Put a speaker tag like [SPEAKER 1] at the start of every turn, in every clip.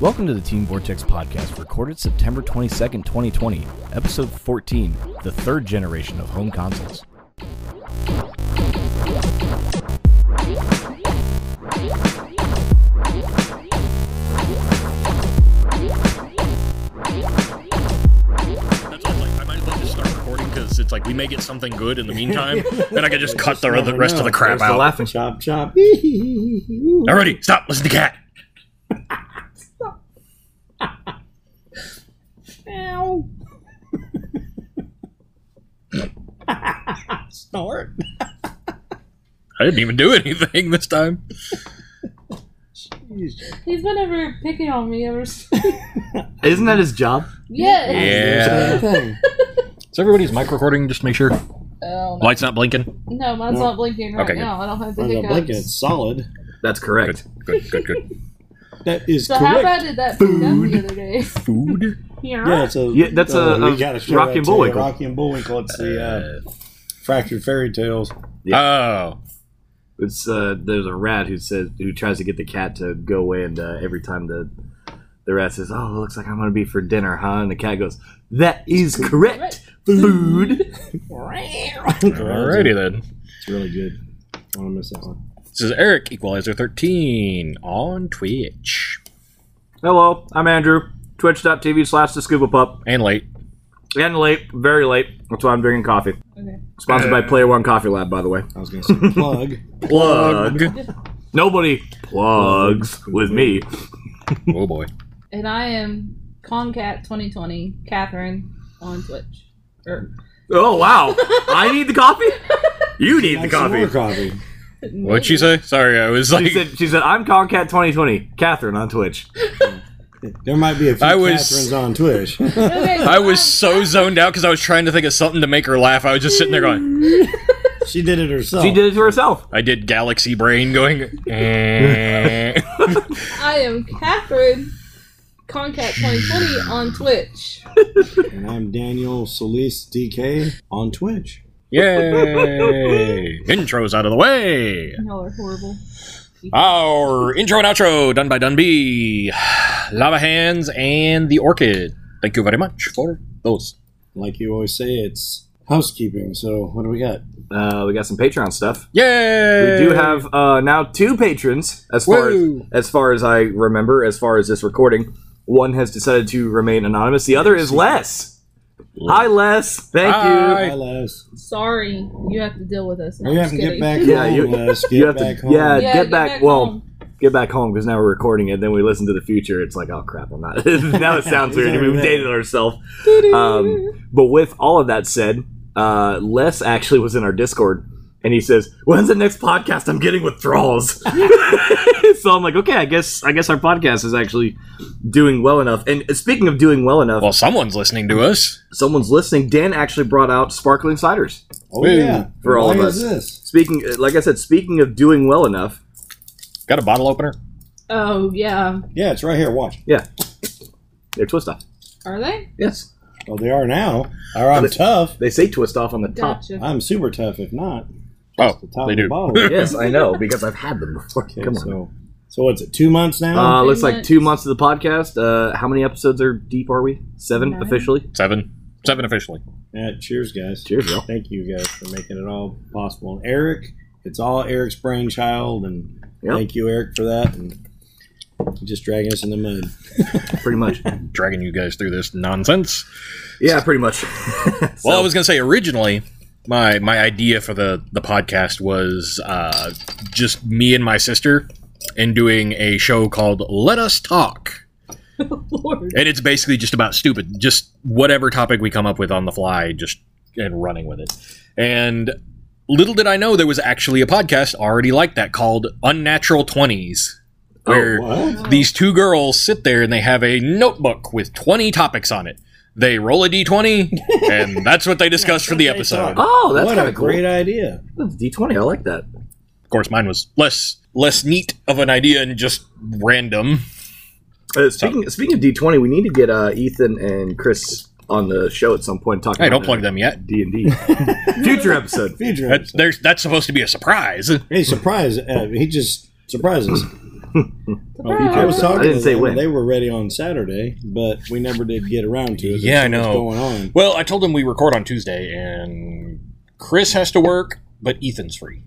[SPEAKER 1] Welcome to the Team Vortex podcast, recorded September 22nd, 2020, episode 14, the third generation of home consoles.
[SPEAKER 2] That's why I'm like, I might as well just start recording because it's like we may get something good in the meantime, and I can just cut the, the rest of the crap
[SPEAKER 3] There's the
[SPEAKER 2] out.
[SPEAKER 3] laughing shop shop.
[SPEAKER 2] Already, stop. Listen to cat.
[SPEAKER 3] Ow. Snort.
[SPEAKER 4] Oh
[SPEAKER 2] I didn't even do anything this time.
[SPEAKER 4] He's been ever picking on me ever since.
[SPEAKER 3] Isn't that his job?
[SPEAKER 4] yeah.
[SPEAKER 2] Yeah.
[SPEAKER 3] Thing.
[SPEAKER 2] Is everybody's mic recording? Just make sure
[SPEAKER 4] Oh, no.
[SPEAKER 2] lights not blinking.
[SPEAKER 4] no, mine's
[SPEAKER 3] No.
[SPEAKER 4] not blinking right
[SPEAKER 2] Okay, good.
[SPEAKER 4] now. I don't have the
[SPEAKER 3] From the blanket,
[SPEAKER 4] hiccups.
[SPEAKER 3] it's solid.
[SPEAKER 5] That's correct.
[SPEAKER 2] Good, good, good.
[SPEAKER 3] That is
[SPEAKER 4] So how
[SPEAKER 3] correct.
[SPEAKER 4] bad did that food up the other day?
[SPEAKER 2] Food.
[SPEAKER 3] yeah, it's a,
[SPEAKER 5] Yeah, that's
[SPEAKER 3] uh,
[SPEAKER 5] a-
[SPEAKER 3] we
[SPEAKER 5] a
[SPEAKER 3] gotta show
[SPEAKER 5] Rocky
[SPEAKER 3] that
[SPEAKER 5] and
[SPEAKER 3] to you,
[SPEAKER 5] Bullwinkle.
[SPEAKER 3] Rocky and Bullwinkle. It's the uh, fractured fairy tales.
[SPEAKER 2] Oh,
[SPEAKER 5] It's uh, there's a rat who says who tries to get the cat to go away, and uh, every time the the rat says, "Oh, it looks like I'm gonna be for dinner, huh?" and the cat goes, "That is correct, food."
[SPEAKER 2] alrighty then.
[SPEAKER 3] It's really good. I don't wanna miss that one.
[SPEAKER 2] This is Eric Equalizer thirteen on Twitch
[SPEAKER 5] Hello, I'm Andrew. Twitch.tv slash the scuba pup.
[SPEAKER 2] and late.
[SPEAKER 5] And late, very late. That's why I'm drinking coffee.
[SPEAKER 4] Okay.
[SPEAKER 5] Sponsored by Player One Coffee Lab, by the way.
[SPEAKER 3] I was going to say plug.
[SPEAKER 5] Plug. Nobody plugs with me.
[SPEAKER 2] Oh boy.
[SPEAKER 4] And I am Concat2020 Catherine on Twitch. Er,
[SPEAKER 5] Oh wow! I need the coffee. You need the
[SPEAKER 3] Like some
[SPEAKER 5] coffee.
[SPEAKER 3] more coffee.
[SPEAKER 2] What'd she say? Sorry, I was like,
[SPEAKER 5] She said, she said, I'm Concat 2020, Catherine on Twitch.
[SPEAKER 3] There might be a few
[SPEAKER 2] I was-
[SPEAKER 3] Catherines on Twitch.
[SPEAKER 4] Okay,
[SPEAKER 2] I was so zoned out because I was trying to think of something to make her laugh. I was just sitting there going.
[SPEAKER 3] she did it herself.
[SPEAKER 5] She did it to herself.
[SPEAKER 2] I did galaxy brain going. eh.
[SPEAKER 4] I am Catherine Concat2020 on Twitch.
[SPEAKER 3] And I'm Daniel Solis DK on Twitch.
[SPEAKER 2] Yay! Intro's out of the way.
[SPEAKER 4] Y'all are horrible.
[SPEAKER 2] Our intro and outro done by Dunby, Lava Hands, and the Orchid. Thank you very much for those.
[SPEAKER 3] Like you always say, it's housekeeping. So what do we got?
[SPEAKER 5] Uh, we got some Patreon stuff.
[SPEAKER 2] Yay!
[SPEAKER 5] We do have uh, now two patrons, as far as,
[SPEAKER 2] Woo.
[SPEAKER 5] as far as I remember, as far as this recording. One has decided to remain anonymous. The other is Les. Hi, Les. Thank
[SPEAKER 2] Hi.
[SPEAKER 5] you.
[SPEAKER 3] Hi, Les.
[SPEAKER 4] Sorry, you have to deal with us. No,
[SPEAKER 3] We
[SPEAKER 4] I'm
[SPEAKER 3] Oh, have to get
[SPEAKER 4] just kidding.
[SPEAKER 3] back
[SPEAKER 5] Yeah,
[SPEAKER 3] home,
[SPEAKER 5] you-
[SPEAKER 3] Les. Get
[SPEAKER 5] you have to-
[SPEAKER 3] back home.
[SPEAKER 5] yeah.
[SPEAKER 4] Yeah,
[SPEAKER 5] Get back- well,
[SPEAKER 4] home.
[SPEAKER 5] Get back home because now we're recording it. Then we listen to the future. It's like, oh crap, I'm not. now it sounds weird. We've dated ourselves. Um, but with all of that said, uh, Les actually was in our Discord and he says, "When's the next podcast? I'm getting withdrawals." so I'm like, "Okay, I guess I guess our podcast is actually doing well enough." And speaking of doing well enough,
[SPEAKER 2] Well, someone's listening to us.
[SPEAKER 5] someone's listening. Dan actually brought out sparkling ciders.
[SPEAKER 3] Oh, yeah.
[SPEAKER 5] For all
[SPEAKER 3] Why
[SPEAKER 5] of
[SPEAKER 3] is
[SPEAKER 5] us.
[SPEAKER 3] this?
[SPEAKER 5] Speaking, like I said, speaking of doing well enough,
[SPEAKER 2] Got a bottle opener?
[SPEAKER 4] Oh, yeah.
[SPEAKER 3] Yeah, it's right here. Watch.
[SPEAKER 5] they're twist off.
[SPEAKER 4] Are they?
[SPEAKER 5] Yes,
[SPEAKER 3] Oh, they are now. All right, I'm
[SPEAKER 5] But-
[SPEAKER 3] tough.
[SPEAKER 5] they say twist off on the top.
[SPEAKER 4] Gotcha.
[SPEAKER 3] I'm super tough. If not,
[SPEAKER 2] Oh,
[SPEAKER 3] the top
[SPEAKER 2] they
[SPEAKER 3] of the
[SPEAKER 2] do.
[SPEAKER 3] bottle.
[SPEAKER 5] yes, I know because I've had them before.
[SPEAKER 3] Okay,
[SPEAKER 5] Come on.
[SPEAKER 3] so, so what's it? Two months now.
[SPEAKER 5] Uh,
[SPEAKER 4] Three
[SPEAKER 5] looks like
[SPEAKER 4] months.
[SPEAKER 5] two months of the podcast. Uh, how many episodes are deep are we? Seven
[SPEAKER 4] Nine.
[SPEAKER 5] officially.
[SPEAKER 2] Seven. Seven officially.
[SPEAKER 3] yeah, cheers, guys.
[SPEAKER 5] Cheers, y'all.
[SPEAKER 3] Thank you guys for making it all possible. And Eric, it's all Eric's brainchild, and
[SPEAKER 5] Yep.
[SPEAKER 3] thank you, Eric, for that. And just dragging us in the mud.
[SPEAKER 5] Pretty much.
[SPEAKER 2] Dragging you guys through this nonsense.
[SPEAKER 5] yeah, pretty much.
[SPEAKER 2] Well, I was gonna say originally, my my idea for the the podcast was uh, just me and my sister, and doing a show called "Let Us Talk,"
[SPEAKER 4] Lord.
[SPEAKER 2] and it's basically just about stupid, just whatever topic we come up with on the fly, just and running with it. And little did I know there was actually a podcast already like that called "Unnatural 20s.
[SPEAKER 5] Oh,
[SPEAKER 2] Where
[SPEAKER 3] What?
[SPEAKER 2] these two girls sit there and they have a notebook with 20 topics on it They roll a d20, and that's what they discussed for the episode. Of
[SPEAKER 5] Oh, that's
[SPEAKER 3] what
[SPEAKER 5] kind
[SPEAKER 3] a
[SPEAKER 5] of cool.
[SPEAKER 3] great idea.
[SPEAKER 5] D twenty. I like that.
[SPEAKER 2] course, mine was less less neat of an idea and just random.
[SPEAKER 3] Oh.
[SPEAKER 5] Uh, speaking speaking of D twenty, we need to get uh, Ethan and Chris on the show at some point. Talking.
[SPEAKER 2] Hey, don't plug them yet.
[SPEAKER 5] D and D. Future episode.
[SPEAKER 3] Future.
[SPEAKER 2] That's
[SPEAKER 3] episode.
[SPEAKER 2] there's that's supposed to be a surprise.
[SPEAKER 3] Hey, surprise! Uh, he just surprises. I was talking.
[SPEAKER 5] I didn't
[SPEAKER 3] to
[SPEAKER 5] say
[SPEAKER 3] them,
[SPEAKER 5] when.
[SPEAKER 3] They were ready on Saturday, but we never did get around to it. There's
[SPEAKER 2] Yeah, I
[SPEAKER 3] so much
[SPEAKER 2] know.
[SPEAKER 3] Going on.
[SPEAKER 2] Well, I told him we record on Tuesday, and Chris has to work, but Ethan's free.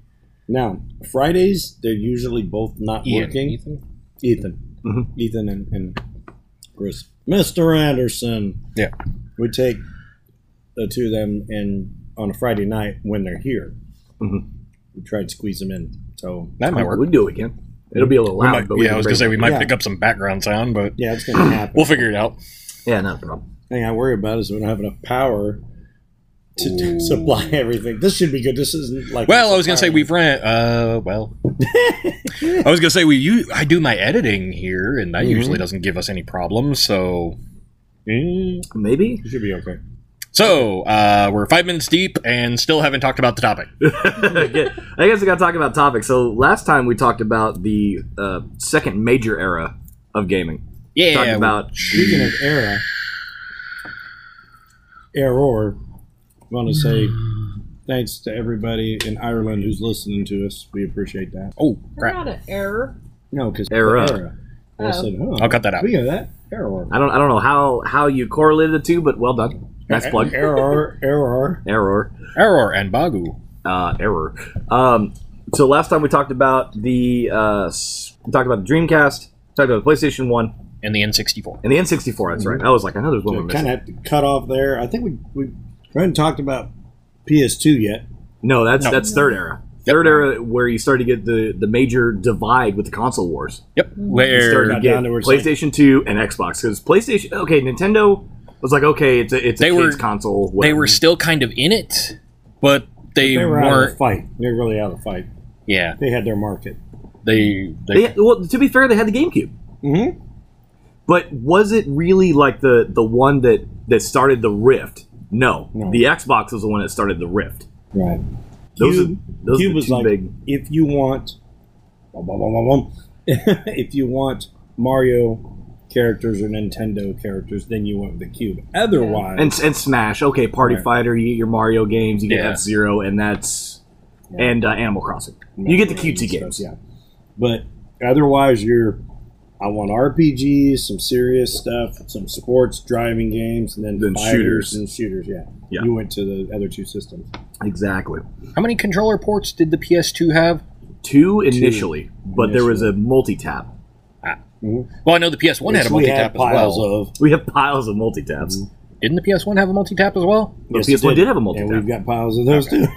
[SPEAKER 3] Now Fridays, they're usually both not
[SPEAKER 2] Ian,
[SPEAKER 3] working.
[SPEAKER 2] Ethan?
[SPEAKER 3] Ethan,
[SPEAKER 5] Mhm.
[SPEAKER 3] Ethan, and, and Chris, Mr. Anderson.
[SPEAKER 2] Yeah.
[SPEAKER 3] we take the two of them and on a Friday night when they're here.
[SPEAKER 5] Mhm.
[SPEAKER 3] We try to squeeze them in. So
[SPEAKER 2] That might work.
[SPEAKER 5] We can do it again. It'll be a little
[SPEAKER 2] We
[SPEAKER 5] loud,
[SPEAKER 2] might-
[SPEAKER 5] but we
[SPEAKER 2] yeah, I
[SPEAKER 5] can
[SPEAKER 2] was
[SPEAKER 5] bring
[SPEAKER 2] gonna say we
[SPEAKER 5] it.
[SPEAKER 2] might
[SPEAKER 3] Yeah.
[SPEAKER 2] pick up some background sound, but
[SPEAKER 3] yeah, it's going to happen.
[SPEAKER 2] we'll figure it out.
[SPEAKER 5] Yeah, no problem.
[SPEAKER 3] thing I worry about is we don't have enough power to,
[SPEAKER 2] Ooh.
[SPEAKER 3] to supply everything. This should be good. This isn't like
[SPEAKER 2] Well, I was gonna say we've ran. Uh, well, I was gonna say we. You, I do my editing here, and that
[SPEAKER 5] Mm-hmm.
[SPEAKER 2] usually doesn't give us any problems. So,
[SPEAKER 5] Maybe.
[SPEAKER 3] It should be okay.
[SPEAKER 2] so uh, we're five minutes deep and still haven't talked about the topic.
[SPEAKER 5] Good. I guess we got to talk about topics. So last time we talked about the uh, second major era of gaming.
[SPEAKER 2] Yeah,
[SPEAKER 5] Talked about
[SPEAKER 3] Speaking of era, error, I want to say thanks to everybody in Ireland who's listening to us. We appreciate that.
[SPEAKER 2] oh
[SPEAKER 4] We're
[SPEAKER 2] crap!
[SPEAKER 4] not an error.
[SPEAKER 3] No, because
[SPEAKER 5] Era.
[SPEAKER 2] Oh.
[SPEAKER 3] I said, huh,
[SPEAKER 2] I'll cut that out.
[SPEAKER 3] Speaking of that, error,
[SPEAKER 5] I don't I don't know how how you correlated the two, but well done. Nice plug.
[SPEAKER 3] error, error.
[SPEAKER 5] Error.
[SPEAKER 2] Error and Bagu.
[SPEAKER 5] Uh, error. Um, so last time we talked about the uh, s- we talked about the Dreamcast, talked about the PlayStation One
[SPEAKER 2] and the N64.
[SPEAKER 5] and the N64. That's right. I was like, I know there's one
[SPEAKER 3] So
[SPEAKER 5] we're
[SPEAKER 3] we kind
[SPEAKER 5] missing.
[SPEAKER 3] of have to cut off there. I think we we haven't talked about PS2 yet.
[SPEAKER 5] No, that's
[SPEAKER 2] No.
[SPEAKER 5] that's third era. Third era where you start to get the the major divide with the console wars.
[SPEAKER 2] Yep.
[SPEAKER 5] You
[SPEAKER 2] Where
[SPEAKER 5] start to
[SPEAKER 3] Got
[SPEAKER 5] get
[SPEAKER 3] down to where it's like-
[SPEAKER 5] PlayStation Two and Xbox because PlayStation. Okay, Nintendo was like, okay, it's a it's a
[SPEAKER 2] They were-
[SPEAKER 5] kids console.
[SPEAKER 2] they
[SPEAKER 5] whatever.
[SPEAKER 2] were still kind of in it, but they,
[SPEAKER 3] They were out of the
[SPEAKER 2] weren't.
[SPEAKER 3] fight. They're really out of the fight.
[SPEAKER 2] Yeah.
[SPEAKER 3] They had their market.
[SPEAKER 2] They. they,
[SPEAKER 5] They, well, to be fair, they had the GameCube.
[SPEAKER 3] Mm-hmm.
[SPEAKER 5] But was it really like the the one that that started the rift? No,
[SPEAKER 3] No.
[SPEAKER 5] the Xbox was the one that started the rift.
[SPEAKER 3] Right.
[SPEAKER 5] Those
[SPEAKER 3] Cube-
[SPEAKER 5] are those
[SPEAKER 3] Cube
[SPEAKER 5] are the
[SPEAKER 3] was
[SPEAKER 5] two
[SPEAKER 3] like,
[SPEAKER 5] big.
[SPEAKER 3] if you want, bum, bum, bum, bum, bum. if you want Mario characters or Nintendo characters, then you went with the cube. Otherwise,
[SPEAKER 5] And and Smash, okay, Party
[SPEAKER 3] Right.
[SPEAKER 5] Fighter, you get your Mario games, you get
[SPEAKER 2] Yeah.
[SPEAKER 5] F Zero, and that's and uh, Animal Crossing. You get the cutesy games.
[SPEAKER 3] yeah. But otherwise, you're. I want RPGs, some serious stuff, some sports, driving games, and then,
[SPEAKER 5] Then
[SPEAKER 3] fighters
[SPEAKER 5] shooters.
[SPEAKER 3] and shooters. Yeah.
[SPEAKER 5] Yeah.
[SPEAKER 3] you went to the other two systems.
[SPEAKER 5] Exactly.
[SPEAKER 2] how many controller ports did the PS2 have?
[SPEAKER 5] Two initially, but there was a multi tap.
[SPEAKER 2] Well, I know the PS1 had a
[SPEAKER 3] Which
[SPEAKER 2] multi
[SPEAKER 3] we had
[SPEAKER 2] tap as well.
[SPEAKER 3] piles of.
[SPEAKER 5] We have piles of multi
[SPEAKER 3] Mm-hmm.
[SPEAKER 5] taps.
[SPEAKER 2] Didn't the PS1 have a multi tap as well?
[SPEAKER 5] But
[SPEAKER 3] it
[SPEAKER 5] PS1 did have a multi
[SPEAKER 3] and we've
[SPEAKER 5] tap.
[SPEAKER 3] got piles of those too.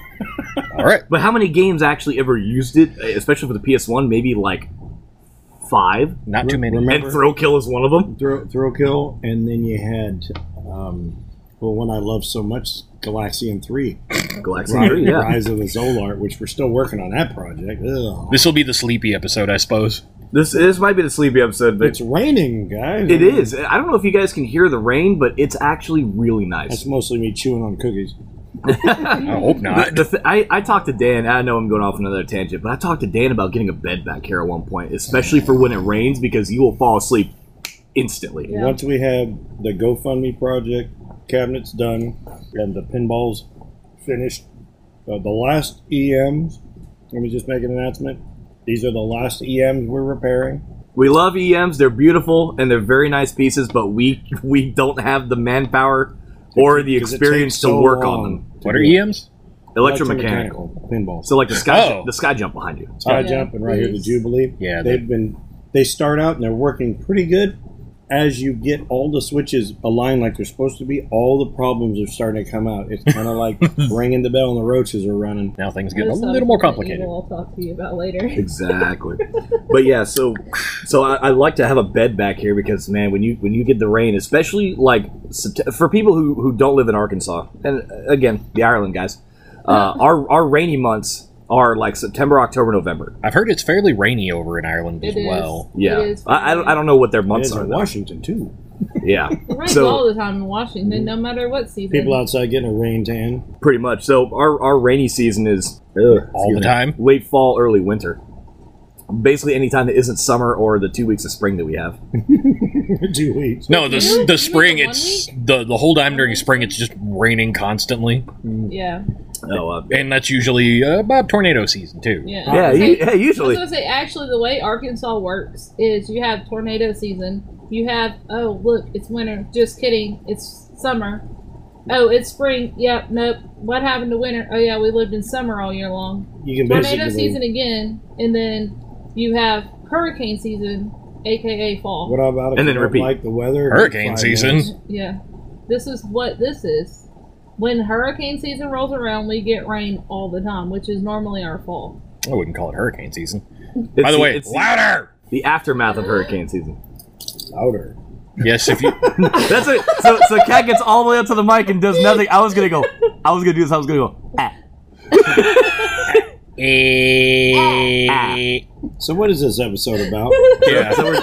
[SPEAKER 2] All right.
[SPEAKER 5] But how many games actually ever used it, uh, especially for the PS1? Maybe like five.
[SPEAKER 2] Not too many.
[SPEAKER 5] And Throw Kill is one of them.
[SPEAKER 3] throw, throw kill, and then you had um, well, one I love so much, Galaxian Three,
[SPEAKER 5] Galaxy
[SPEAKER 3] Rise,
[SPEAKER 5] 3, yeah.
[SPEAKER 3] Rise of the Zolar, which we're still working on that project. Ugh.
[SPEAKER 2] This will be the sleepy episode, I suppose.
[SPEAKER 5] This this might be the sleepy episode, but
[SPEAKER 3] It's raining, guys.
[SPEAKER 5] it is. I don't know if you guys can hear the rain, but it's actually really
[SPEAKER 3] That's
[SPEAKER 5] nice.
[SPEAKER 3] mostly me chewing on cookies.
[SPEAKER 2] I hope
[SPEAKER 5] The,
[SPEAKER 2] not.
[SPEAKER 5] the th- I, I talked to Dan. I know I'm going off on another tangent, but I talked to Dan about getting a bed back here at one point, especially for when it rains, because you will fall asleep instantly.
[SPEAKER 4] Yeah.
[SPEAKER 3] Once we have the GoFundMe project cabinets done and the pinballs finished, uh, the last EMs. Let me just make an announcement. These are the last EMs we're repairing.
[SPEAKER 5] We love EMs; they're beautiful and they're very nice pieces, but we we don't have the manpower or the
[SPEAKER 3] 'Cause it
[SPEAKER 5] experience
[SPEAKER 3] takes
[SPEAKER 5] to
[SPEAKER 3] so
[SPEAKER 5] work on
[SPEAKER 3] long
[SPEAKER 5] them. E
[SPEAKER 3] to
[SPEAKER 2] What are E
[SPEAKER 3] do it.
[SPEAKER 2] EMs?
[SPEAKER 5] Electromechanical.
[SPEAKER 3] pinballs.
[SPEAKER 5] So, like the sky,
[SPEAKER 2] Oh.
[SPEAKER 5] the sky jump behind you.
[SPEAKER 3] Sky
[SPEAKER 4] Yeah,
[SPEAKER 3] Jump and right here the
[SPEAKER 4] please.
[SPEAKER 3] Jubilee.
[SPEAKER 2] Yeah,
[SPEAKER 3] they've been they start out and they're working pretty good. As you get all the switches aligned like they're supposed to be, all the problems are starting to come out. It's kind of like ringing the bell and the roaches are running.
[SPEAKER 2] Now things get a
[SPEAKER 4] There's
[SPEAKER 2] little more
[SPEAKER 4] something
[SPEAKER 2] complicated.
[SPEAKER 4] evil I'll talk to you about later.
[SPEAKER 5] Exactly. but yeah, so so I, I like to have a bed back here because man, when you when you get the rain, especially like Sept- for people who who don't live in Arkansas, and uh, again the Ireland guys, uh, our our rainy months are like September, October, November.
[SPEAKER 2] I've heard it's fairly rainy over in Ireland as
[SPEAKER 4] It is.
[SPEAKER 2] well.
[SPEAKER 5] Yeah,
[SPEAKER 4] It is
[SPEAKER 5] I, I don't I don't know what their
[SPEAKER 3] It
[SPEAKER 5] months
[SPEAKER 3] is
[SPEAKER 5] are.
[SPEAKER 3] in
[SPEAKER 5] though.
[SPEAKER 3] Washington too.
[SPEAKER 5] Yeah.
[SPEAKER 4] It rains
[SPEAKER 5] So-
[SPEAKER 4] all the time in Washington, no matter what season.
[SPEAKER 3] People outside getting a rain tan.
[SPEAKER 5] pretty much. So our, our rainy season is ugh, excuse
[SPEAKER 2] the
[SPEAKER 5] me,
[SPEAKER 2] time?
[SPEAKER 5] late fall, early winter. Basically, any time that isn't summer or the two weeks of spring that we have.
[SPEAKER 3] Two weeks.
[SPEAKER 2] No, the
[SPEAKER 4] Really? You mean
[SPEAKER 2] the spring
[SPEAKER 4] the one
[SPEAKER 2] it's the the whole time during spring it's just raining constantly,
[SPEAKER 4] yeah,
[SPEAKER 5] Oh, uh,
[SPEAKER 2] and that's usually uh, about tornado season too.
[SPEAKER 4] yeah.
[SPEAKER 5] yeah,
[SPEAKER 4] It's
[SPEAKER 5] u-
[SPEAKER 4] like-
[SPEAKER 5] yeah,
[SPEAKER 4] I was
[SPEAKER 5] usually.
[SPEAKER 4] gonna say, actually, the way Arkansas works is you have tornado season. You have oh look, it's winter. Just kidding, it's summer. Oh, it's spring. Yep, nope. What happened to winter? Oh yeah, we lived in summer all year long.
[SPEAKER 3] You can basically.
[SPEAKER 4] Tornado season again, and then you have hurricane season, aka fall.
[SPEAKER 3] What about if you
[SPEAKER 5] And then
[SPEAKER 3] don't
[SPEAKER 5] repeat.
[SPEAKER 3] like the weather?
[SPEAKER 2] Hurricane
[SPEAKER 3] Five
[SPEAKER 2] season.
[SPEAKER 3] minutes.
[SPEAKER 4] Yeah, this is what this is. When hurricane season rolls around, we get rain all the time, which is normally our fall.
[SPEAKER 2] I wouldn't call it hurricane season.
[SPEAKER 5] It's
[SPEAKER 2] By the way,
[SPEAKER 5] it's
[SPEAKER 2] louder.
[SPEAKER 5] the aftermath of hurricane season.
[SPEAKER 3] Louder.
[SPEAKER 2] Yes, if you
[SPEAKER 5] That's it. So, so Cat gets all the way up to the mic and does nothing. I was gonna go. I was gonna do this. I was gonna go. "Ah."
[SPEAKER 2] Eh,
[SPEAKER 3] So what is this episode about?
[SPEAKER 2] yeah.
[SPEAKER 5] So we're,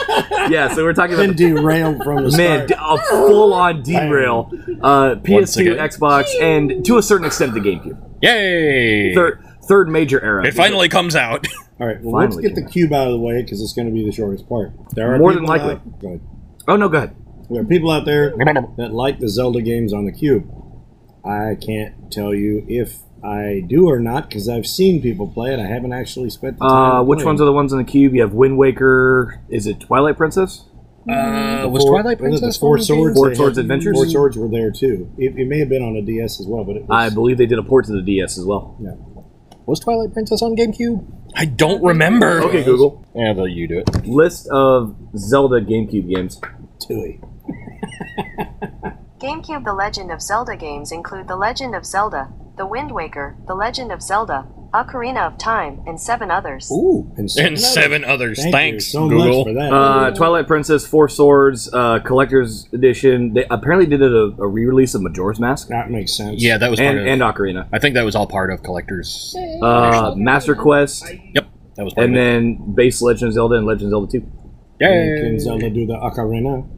[SPEAKER 5] yeah. So we're talking
[SPEAKER 3] Been
[SPEAKER 5] about
[SPEAKER 3] derailed from the
[SPEAKER 5] man,
[SPEAKER 3] start.
[SPEAKER 5] d- a full on derail. Uh, PS2,
[SPEAKER 2] again.
[SPEAKER 5] Xbox, and to a certain extent the GameCube.
[SPEAKER 2] Yay!
[SPEAKER 5] Third, third major era.
[SPEAKER 2] It finally comes out.
[SPEAKER 3] All right, well, let's
[SPEAKER 5] Finally
[SPEAKER 3] get the
[SPEAKER 5] came out.
[SPEAKER 3] cube out of the way because it's going to be the shortest part. There are
[SPEAKER 5] More
[SPEAKER 3] people
[SPEAKER 5] than likely.
[SPEAKER 3] out- go ahead.
[SPEAKER 5] Oh no, go ahead.
[SPEAKER 3] there are people out there that like the Zelda games on the cube. I can't tell you if I do or not because I've seen people play it. I haven't actually spent the time.
[SPEAKER 5] Uh, which ones are the ones in the cube? You have Wind Waker. Is it Twilight Princess?
[SPEAKER 2] Uh, was Twilight Princess
[SPEAKER 3] The Four
[SPEAKER 2] on the game?
[SPEAKER 3] Swords.
[SPEAKER 5] Four
[SPEAKER 3] They
[SPEAKER 5] Swords
[SPEAKER 3] had-
[SPEAKER 5] Adventures?
[SPEAKER 3] Four Swords were there too. It, it may have been on a DS as well, but it was,
[SPEAKER 5] I believe they did a port to the DS as well.
[SPEAKER 2] Was Twilight Princess on GameCube? I don't remember.
[SPEAKER 5] Okay, Google.
[SPEAKER 2] Yeah, though you do it.
[SPEAKER 5] List of Zelda GameCube games.
[SPEAKER 3] Tui.
[SPEAKER 6] GameCube The Legend of Zelda games include The Legend of Zelda, The Wind Waker, The Legend of Zelda, Ocarina of Time, and seven others.
[SPEAKER 3] Ooh, and,
[SPEAKER 2] And seven others.
[SPEAKER 3] Thank you
[SPEAKER 2] Thanks,
[SPEAKER 3] so
[SPEAKER 2] Google.
[SPEAKER 3] much for that.
[SPEAKER 5] Uh, Twilight Princess, Four Swords, uh, Collector's Edition. They apparently did a, a re-release of Majora's Mask
[SPEAKER 3] that makes sense.
[SPEAKER 2] Yeah, that was part
[SPEAKER 5] and,
[SPEAKER 2] of.
[SPEAKER 5] and uh, Ocarina,
[SPEAKER 2] I think that was all part of collectors.
[SPEAKER 5] uh, Master Quest,
[SPEAKER 2] Yep, that was part
[SPEAKER 5] and
[SPEAKER 2] of it.
[SPEAKER 5] then base Legend of Zelda and Legend of Zelda Two.
[SPEAKER 2] Yay.
[SPEAKER 3] Can Zelda do the ocarina?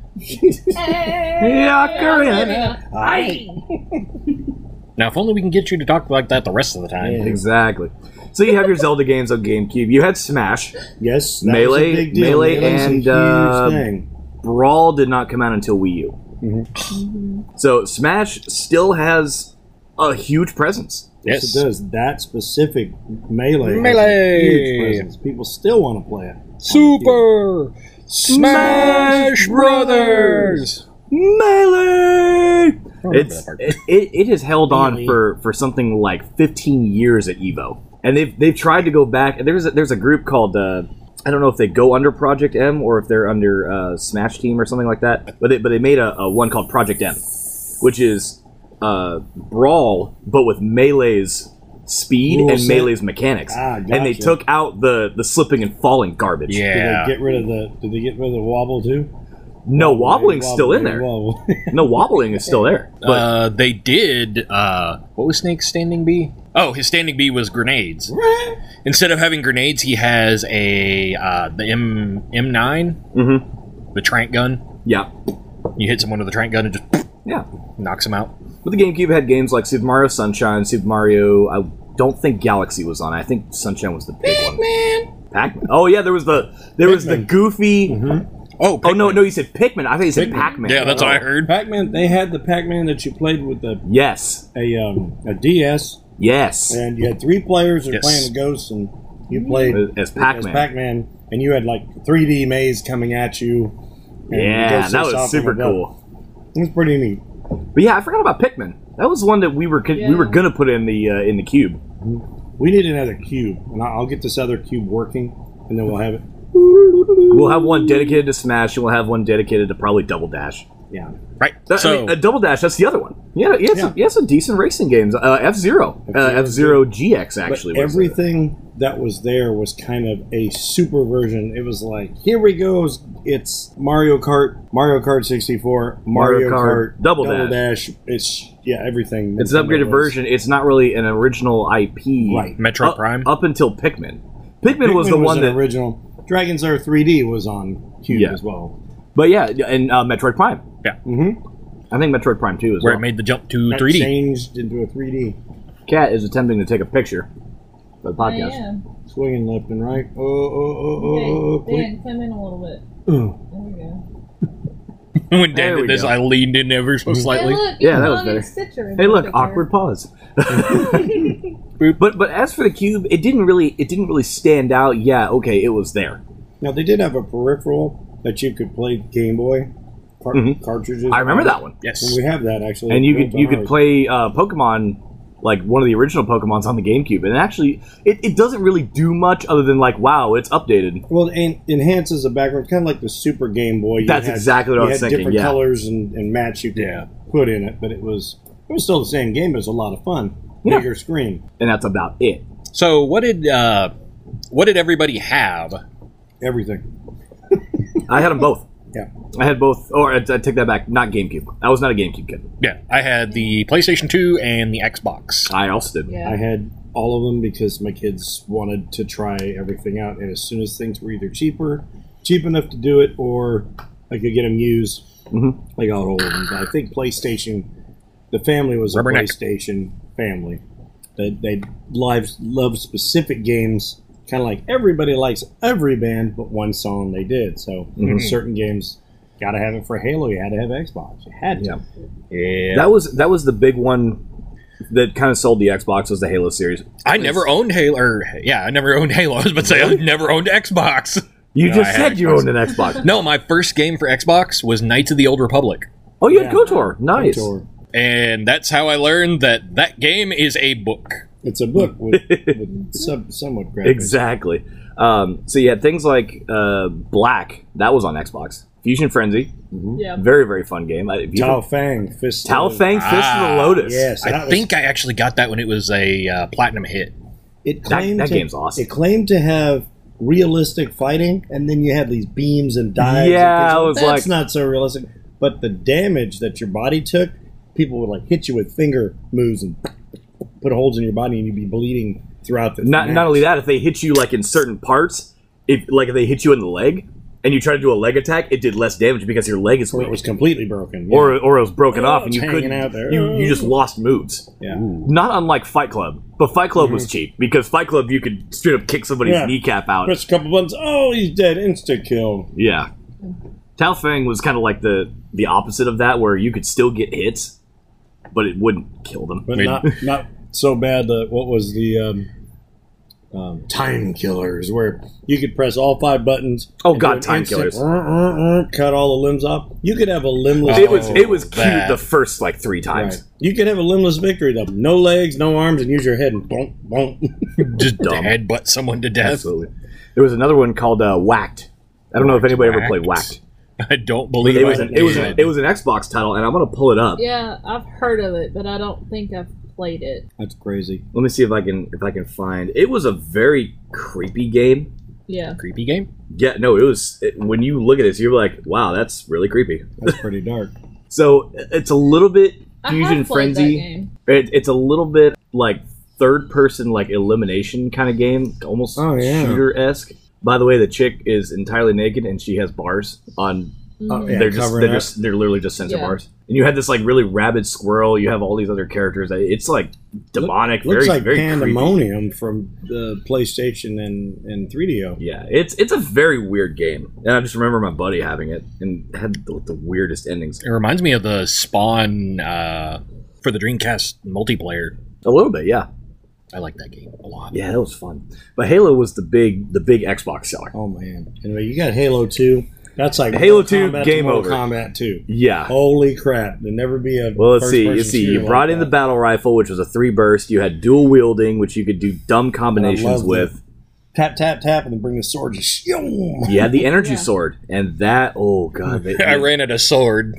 [SPEAKER 5] Yeah, Ocarina.
[SPEAKER 3] Uh,
[SPEAKER 2] Now, if only we can get you to talk like that the rest of the time.
[SPEAKER 3] Yeah.
[SPEAKER 5] Exactly. So you have your Zelda games on GameCube. You had Smash.
[SPEAKER 3] Yes, that
[SPEAKER 5] Melee-
[SPEAKER 3] was a big deal.
[SPEAKER 5] Melee
[SPEAKER 3] Melee's a
[SPEAKER 5] and,
[SPEAKER 3] huge
[SPEAKER 5] uh,
[SPEAKER 3] thing.
[SPEAKER 5] Brawl did not come out until Wii U.
[SPEAKER 4] Mm-hmm.
[SPEAKER 5] So Smash still has a huge presence.
[SPEAKER 2] Yes.
[SPEAKER 3] Yes, it does. That specific melee, has a
[SPEAKER 2] Melee.
[SPEAKER 3] huge presence. People still want to play it.
[SPEAKER 2] Super Smash Brothers.
[SPEAKER 5] Melee.
[SPEAKER 2] that
[SPEAKER 5] It's
[SPEAKER 2] part.
[SPEAKER 5] it, it it has held on
[SPEAKER 3] Melee.
[SPEAKER 5] for for something like 15 years at Evo, and they've they've tried to go back. There's a, there's a group called. Uh, I don't know if they go under Project M or if they're under uh, Smash Team or something like that, but they, but they made a, a one called Project M, which is uh, Brawl but with Melee's speed
[SPEAKER 3] Rule
[SPEAKER 5] and
[SPEAKER 3] set.
[SPEAKER 5] Melee's mechanics,
[SPEAKER 3] Ah,
[SPEAKER 5] and they
[SPEAKER 3] gotcha.
[SPEAKER 5] took out the the slipping and falling garbage.
[SPEAKER 3] Did
[SPEAKER 2] Yeah.
[SPEAKER 3] they get rid of the? Did they get rid of the wobble too?
[SPEAKER 5] No wobbling's
[SPEAKER 3] Wobble,
[SPEAKER 5] still in
[SPEAKER 3] wobble,
[SPEAKER 5] there.
[SPEAKER 3] wobble.
[SPEAKER 5] No wobbling is still there. But
[SPEAKER 2] uh, they did. Uh, what was Snake's standing B? Oh, his standing B was grenades. Instead of having grenades, he has a uh, the M M9,
[SPEAKER 5] mhm.
[SPEAKER 2] the trank gun.
[SPEAKER 5] yeah,
[SPEAKER 2] You hit someone with a trank gun and just
[SPEAKER 5] yeah.
[SPEAKER 2] knocks him out.
[SPEAKER 5] But the GameCube had games like Super Mario Sunshine, Super Mario. I don't think Galaxy was on. it. I think Sunshine was the big one. Pac-Man. Oh yeah, there was the there was the goofy.
[SPEAKER 2] Oh,
[SPEAKER 5] Oh no,
[SPEAKER 2] Pikmin.
[SPEAKER 5] no, you said Pikmin. I thought you said Pac-Man.
[SPEAKER 2] Yeah, that's
[SPEAKER 5] oh.
[SPEAKER 2] what I heard.
[SPEAKER 3] Pac-Man. They had the Pac-Man that you played with the
[SPEAKER 5] Yes,
[SPEAKER 3] a um, a DS,
[SPEAKER 5] yes.
[SPEAKER 3] and you had three players who were
[SPEAKER 2] Yes.
[SPEAKER 3] playing a ghost, and you played
[SPEAKER 5] As- as Pac-Man.
[SPEAKER 3] as Pac-Man, and you had like 3D maze coming at you. and the
[SPEAKER 5] yeah,
[SPEAKER 3] ghost
[SPEAKER 5] that
[SPEAKER 3] was
[SPEAKER 5] was
[SPEAKER 3] off in
[SPEAKER 5] super
[SPEAKER 3] the belt.
[SPEAKER 5] cool.
[SPEAKER 3] It was pretty neat.
[SPEAKER 5] But yeah, I forgot about Pikmin. That was one that we were we were
[SPEAKER 4] Yeah.
[SPEAKER 5] gonna put in the uh, in the cube.
[SPEAKER 3] We need another cube, and I- I'll get this other cube working, and then we'll have it.
[SPEAKER 5] We'll have one dedicated to Smash, and we'll have one dedicated to probably Double Dash.
[SPEAKER 3] Yeah.
[SPEAKER 2] Right.
[SPEAKER 5] That,
[SPEAKER 2] so
[SPEAKER 5] I mean, uh, Double Dash, that's the other one. Yeah, yeah, it's,
[SPEAKER 3] Yeah.
[SPEAKER 5] yeah, some decent racing games. Uh, F Zero, F Zero GX
[SPEAKER 3] But
[SPEAKER 5] actually. was, uh,
[SPEAKER 3] everything that was there was kind of a super version. It was like, here we go. It's Mario Kart, Mario Kart 64, Mario,
[SPEAKER 5] Mario Kart,
[SPEAKER 3] Kart,
[SPEAKER 5] Double
[SPEAKER 3] Dash. It's yeah, everything.
[SPEAKER 5] It's an
[SPEAKER 3] Nintendo
[SPEAKER 5] upgraded
[SPEAKER 3] was.
[SPEAKER 5] version. It's not really an original IP.
[SPEAKER 3] Right.
[SPEAKER 2] Metro
[SPEAKER 5] up,
[SPEAKER 2] Prime.
[SPEAKER 5] Up until Pikmin. Pikmin,
[SPEAKER 3] Pikmin
[SPEAKER 5] was the one
[SPEAKER 3] an
[SPEAKER 5] that.
[SPEAKER 3] original. Dragon's Lair 3D was on cube
[SPEAKER 5] Yeah.
[SPEAKER 3] as well.
[SPEAKER 5] But yeah, and uh, Metroid Prime.
[SPEAKER 2] Yeah.
[SPEAKER 5] Mm-hmm. I think Metroid Prime 2 is
[SPEAKER 2] where
[SPEAKER 5] where
[SPEAKER 2] it made the jump to
[SPEAKER 3] That
[SPEAKER 2] 3D.
[SPEAKER 3] changed into a 3D.
[SPEAKER 5] Cat is attempting to take a picture for the
[SPEAKER 4] I
[SPEAKER 5] podcast.
[SPEAKER 4] am.
[SPEAKER 3] Swinging left and right. Oh, oh, oh, oh, oh, oh,
[SPEAKER 4] Okay,
[SPEAKER 3] quick.
[SPEAKER 4] Dan, come in a little bit.
[SPEAKER 3] Oh.
[SPEAKER 4] There we go.
[SPEAKER 2] when
[SPEAKER 5] There
[SPEAKER 2] Dan
[SPEAKER 5] we
[SPEAKER 2] did this,
[SPEAKER 5] go.
[SPEAKER 2] I leaned in ever so slightly.
[SPEAKER 4] Hey, look,
[SPEAKER 5] Yeah,
[SPEAKER 4] it's
[SPEAKER 5] that was
[SPEAKER 4] on in
[SPEAKER 5] better.
[SPEAKER 4] Stitcher in
[SPEAKER 5] Hey,
[SPEAKER 4] that
[SPEAKER 5] look,
[SPEAKER 4] picture.
[SPEAKER 5] awkward pause. but but as for the cube, it didn't really it didn't really stand out. Yeah, okay, it was there.
[SPEAKER 3] Now, they did have a peripheral that you could play Game Boy car-
[SPEAKER 5] Mhm.
[SPEAKER 3] cartridges.
[SPEAKER 5] I remember that one.
[SPEAKER 2] yes.
[SPEAKER 3] And we have that, actually.
[SPEAKER 5] And you
[SPEAKER 3] built
[SPEAKER 5] could you
[SPEAKER 3] on
[SPEAKER 5] could
[SPEAKER 3] ours.
[SPEAKER 5] play uh, Pokemon like one of the original Pokemon's on the GameCube, and actually it, it doesn't really do much other than like wow, it's updated.
[SPEAKER 3] Well, and enhances the background, kind of like the Super Game Boy. You
[SPEAKER 5] That's exactly what
[SPEAKER 3] you
[SPEAKER 5] I was
[SPEAKER 3] had
[SPEAKER 5] thinking,
[SPEAKER 3] Different
[SPEAKER 5] yeah.
[SPEAKER 3] colors and, and match you could
[SPEAKER 2] Yeah.
[SPEAKER 3] put in it, but it was it was still the same game. But it was a lot of fun.
[SPEAKER 5] Yeah.
[SPEAKER 3] Bigger screen.
[SPEAKER 5] And that's about it.
[SPEAKER 2] So what did uh, what did everybody have?
[SPEAKER 3] Everything.
[SPEAKER 5] I had them both.
[SPEAKER 3] Yeah.
[SPEAKER 5] I had both. Or I, I take that back. Not GameCube. I was not a GameCube kid.
[SPEAKER 2] Yeah, I had the PlayStation 2 and the Xbox.
[SPEAKER 5] I also did.
[SPEAKER 4] Yeah.
[SPEAKER 3] I had all of them because my kids wanted to try everything out, and as soon as things were either cheaper, cheap enough to do it, or I could get them used,
[SPEAKER 5] Mhm.
[SPEAKER 3] I got hold of them. But I think PlayStation. The family was a
[SPEAKER 2] Rubberneck.
[SPEAKER 3] PlayStation family. They they lives love specific games. Kind of like everybody likes every band, but one song they did. So certain games, got to have it for Halo. You had to have Xbox. You had to. Yeah.
[SPEAKER 5] That was that was the big one that kind of sold the Xbox was the Halo series.
[SPEAKER 2] I never owned Halo. Or, yeah, I never owned Halo. I was about to say I never owned Xbox.
[SPEAKER 5] You
[SPEAKER 2] No, I
[SPEAKER 5] just
[SPEAKER 2] had
[SPEAKER 5] said you
[SPEAKER 2] Xbox.
[SPEAKER 5] owned an Xbox.
[SPEAKER 2] No, my first game for Xbox was Knights of the Old Republic,
[SPEAKER 5] Oh, you had
[SPEAKER 3] Yeah.
[SPEAKER 5] KOTOR. Nice.
[SPEAKER 3] Or
[SPEAKER 2] and that's how I learned that that game is a book.
[SPEAKER 3] It's a book with, with sub, somewhat graphics.
[SPEAKER 5] Exactly. Um, so you had things like uh, Black. That was on Xbox. Fusion Frenzy.
[SPEAKER 4] yeah.
[SPEAKER 5] Very very fun game. I- if you-
[SPEAKER 3] Tao Fang, fist.
[SPEAKER 5] Tao Fang Fist of
[SPEAKER 2] Ah,
[SPEAKER 5] the Lotus.
[SPEAKER 3] Yes, that
[SPEAKER 2] I
[SPEAKER 3] was-
[SPEAKER 2] think I actually got that when it was a uh, platinum hit.
[SPEAKER 3] it claimed
[SPEAKER 5] that
[SPEAKER 3] to,
[SPEAKER 5] game's awesome.
[SPEAKER 3] It claimed to have realistic fighting, and then you had these beams and dives.
[SPEAKER 5] Yeah,
[SPEAKER 3] and
[SPEAKER 5] I
[SPEAKER 3] things.
[SPEAKER 5] was
[SPEAKER 3] That's
[SPEAKER 5] like-
[SPEAKER 3] not so realistic. But the damage that your body took, people would like hit you with finger moves and put holes in your body, and you'd be bleeding throughout the.
[SPEAKER 5] Not
[SPEAKER 3] match.
[SPEAKER 5] not only that, if they hit you like in certain parts, if like if they hit you in the leg and you try to do a leg attack, it did less damage because your leg is
[SPEAKER 3] Well, it was completely broken. yeah.
[SPEAKER 5] or or it was broken
[SPEAKER 3] Oh,
[SPEAKER 5] off and you
[SPEAKER 3] it's hanging
[SPEAKER 5] couldn't
[SPEAKER 3] out there.
[SPEAKER 5] you you just lost moves.
[SPEAKER 3] Yeah. Mm-hmm.
[SPEAKER 5] Not unlike Fight Club, but Fight Club was cheap because Fight Club you could straight up kick somebody's
[SPEAKER 3] Yeah.
[SPEAKER 5] kneecap out.
[SPEAKER 3] press a couple buttons. Oh, he's dead. Insta kill.
[SPEAKER 5] Yeah. Tao Fang was kind of like the the opposite of that, where you could still get hits, but it wouldn't kill them.
[SPEAKER 3] but
[SPEAKER 2] Wait.
[SPEAKER 3] not not so bad that what was the um, um, time killers where you could press all five buttons.
[SPEAKER 5] Oh,
[SPEAKER 3] and do
[SPEAKER 5] God,
[SPEAKER 3] an
[SPEAKER 5] Time
[SPEAKER 3] instant uh,
[SPEAKER 5] Killers.
[SPEAKER 3] cut all the limbs off. You could have a limbless.
[SPEAKER 5] it was it was
[SPEAKER 2] Oh,
[SPEAKER 5] cute
[SPEAKER 2] that.
[SPEAKER 5] the first like three times.
[SPEAKER 3] Right. You could have a limbless victory though. No legs, no arms, and use your head and bonk bonk.
[SPEAKER 2] Just
[SPEAKER 5] Dumb.
[SPEAKER 2] headbutt someone to death.
[SPEAKER 5] Absolutely. There was another one called uh, Whacked. I don't know if anybody ever played Whacked.
[SPEAKER 2] Whacked. I don't believe
[SPEAKER 5] It was
[SPEAKER 2] I
[SPEAKER 5] an, it was
[SPEAKER 2] did.
[SPEAKER 5] an, it was an Xbox title, and I'm gonna pull it up.
[SPEAKER 4] Yeah, I've heard of it, but I don't think I've played it.
[SPEAKER 3] That's crazy.
[SPEAKER 5] Let me see if I can if I can find. It was a very creepy game.
[SPEAKER 4] Yeah.
[SPEAKER 2] creepy game.
[SPEAKER 5] Yeah, no, it was. It, when you look at this, you're like, wow, that's really creepy.
[SPEAKER 3] That's pretty dark.
[SPEAKER 5] So it's a little bit
[SPEAKER 4] I have
[SPEAKER 5] Fusion
[SPEAKER 4] played
[SPEAKER 5] Frenzy.
[SPEAKER 4] That game.
[SPEAKER 5] It, it's a little bit like third person, like elimination kind of game, almost
[SPEAKER 3] Oh, yeah.
[SPEAKER 5] shooter esque. By the way, the chick is entirely naked and she has bars on.
[SPEAKER 3] Oh, yeah,
[SPEAKER 5] they're just
[SPEAKER 3] covering
[SPEAKER 5] they're
[SPEAKER 3] up.
[SPEAKER 5] just they're literally just sensor
[SPEAKER 4] Yeah.
[SPEAKER 5] bars. And you had this like really rabid squirrel. You have all these other characters. uh, It's like demonic,
[SPEAKER 3] Looks
[SPEAKER 5] very
[SPEAKER 3] like
[SPEAKER 5] very creepy.
[SPEAKER 3] pandemonium from the PlayStation and and 3DO.
[SPEAKER 5] Yeah, it's it's a very weird game, and I just remember my buddy having it and had the, the weirdest endings.
[SPEAKER 2] It reminds me of the Spawn uh, for the Dreamcast multiplayer.
[SPEAKER 5] A little bit, yeah,
[SPEAKER 2] I like that game a lot.
[SPEAKER 5] yeah, that was fun. But Halo was the big the big Xbox seller.
[SPEAKER 3] Oh man. Anyway, you got Halo 2. That's like
[SPEAKER 5] Halo
[SPEAKER 3] Mortal
[SPEAKER 5] 2,
[SPEAKER 3] Kombat
[SPEAKER 5] game
[SPEAKER 3] Mortal
[SPEAKER 5] over.
[SPEAKER 3] Kombat 2.
[SPEAKER 5] Yeah,
[SPEAKER 3] Holy crap! There'll never be a.
[SPEAKER 5] Well, let's see.
[SPEAKER 3] first-person
[SPEAKER 5] You see,
[SPEAKER 3] shooter
[SPEAKER 5] you
[SPEAKER 3] like
[SPEAKER 5] brought in
[SPEAKER 3] that.
[SPEAKER 5] the battle rifle, which was a three burst. You had dual wielding, which you could do dumb combinations
[SPEAKER 3] loved
[SPEAKER 5] with.
[SPEAKER 3] tap tap tap, and then bring the sword. Just shoom.
[SPEAKER 5] You had the energy
[SPEAKER 4] Yeah.
[SPEAKER 5] sword, and that oh god, they,
[SPEAKER 2] I ran at a sword.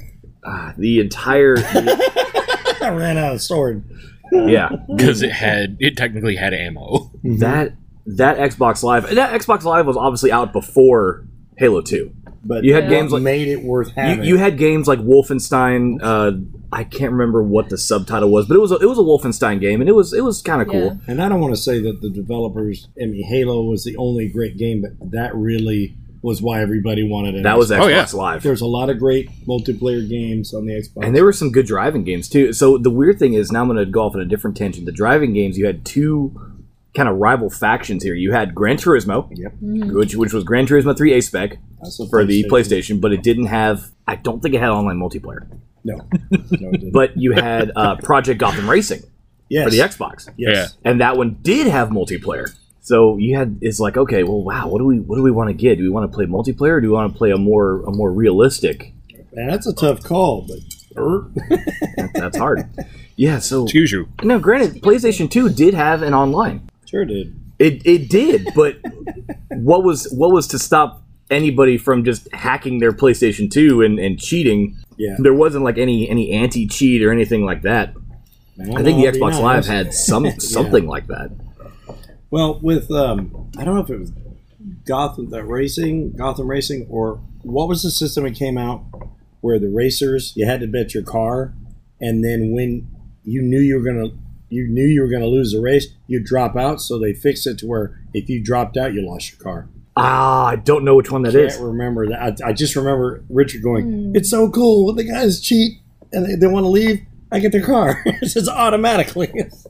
[SPEAKER 5] ah, the entire
[SPEAKER 3] I ran out of sword.
[SPEAKER 5] yeah
[SPEAKER 2] because it had it technically had ammo.
[SPEAKER 5] that that Xbox Live that Xbox Live was obviously out before Halo Two.
[SPEAKER 3] But
[SPEAKER 5] You had
[SPEAKER 3] what
[SPEAKER 5] games like-
[SPEAKER 3] made it worth
[SPEAKER 5] You,
[SPEAKER 3] having.
[SPEAKER 5] you had games like Wolfenstein. Uh, I can't remember what the subtitle was, but it was a, it was a Wolfenstein game, and it was it was kind of
[SPEAKER 4] Yeah.
[SPEAKER 5] cool.
[SPEAKER 3] and I don't want to say that the developers. I mean, Halo was the only great game, but that really was why everybody wanted it.
[SPEAKER 5] That was Xbox
[SPEAKER 2] Oh, yeah.
[SPEAKER 5] Live.
[SPEAKER 3] There's a lot of great multiplayer games on the Xbox.
[SPEAKER 5] And there were some good driving games too. So the weird thing is now I'm going to go off on a different tangent. The driving games you had two kind of rival factions here. You had Gran Turismo,
[SPEAKER 3] Yep.
[SPEAKER 5] which which was Gran Turismo 3 A Spec
[SPEAKER 3] Also
[SPEAKER 5] for the PlayStation, but it didn't have. I don't think it had online multiplayer.
[SPEAKER 3] No, no, it didn't.
[SPEAKER 5] But you had uh, Project Gotham Racing
[SPEAKER 3] yes,
[SPEAKER 5] for the Xbox,
[SPEAKER 3] yes.
[SPEAKER 5] and that one did have multiplayer. So you had it's like okay, well, wow, what do we what do we want to get? Do we want to play multiplayer? Or do we want to play a more a more realistic?
[SPEAKER 3] And that's a tough call, but er,
[SPEAKER 5] That's hard. yeah. So
[SPEAKER 2] Excuse you.
[SPEAKER 5] No, granted, PlayStation 2 did have an online.
[SPEAKER 3] sure did.
[SPEAKER 5] It it did, but what was what was to stop anybody from just hacking their PlayStation 2 and, and cheating?
[SPEAKER 3] Yeah.
[SPEAKER 5] There wasn't like any any anti cheat or anything like that. I think the
[SPEAKER 3] I'll be
[SPEAKER 5] Xbox Live
[SPEAKER 3] honest.
[SPEAKER 5] had some something like that.
[SPEAKER 3] Well, with um, I don't know if it was Gotham that racing, Gotham Racing, or what was the system that came out where the racers you had to bet your car, and then when you knew you were gonna you knew you were gonna lose the race, you drop out. So they fixed it to where if you dropped out, you lost your car.
[SPEAKER 5] Ah, I don't know which one that is.
[SPEAKER 3] can't remember that. I, I just remember Richard going, "It's so cool when the guys cheat and they, they want to leave. I get their car. it's just automatically." it's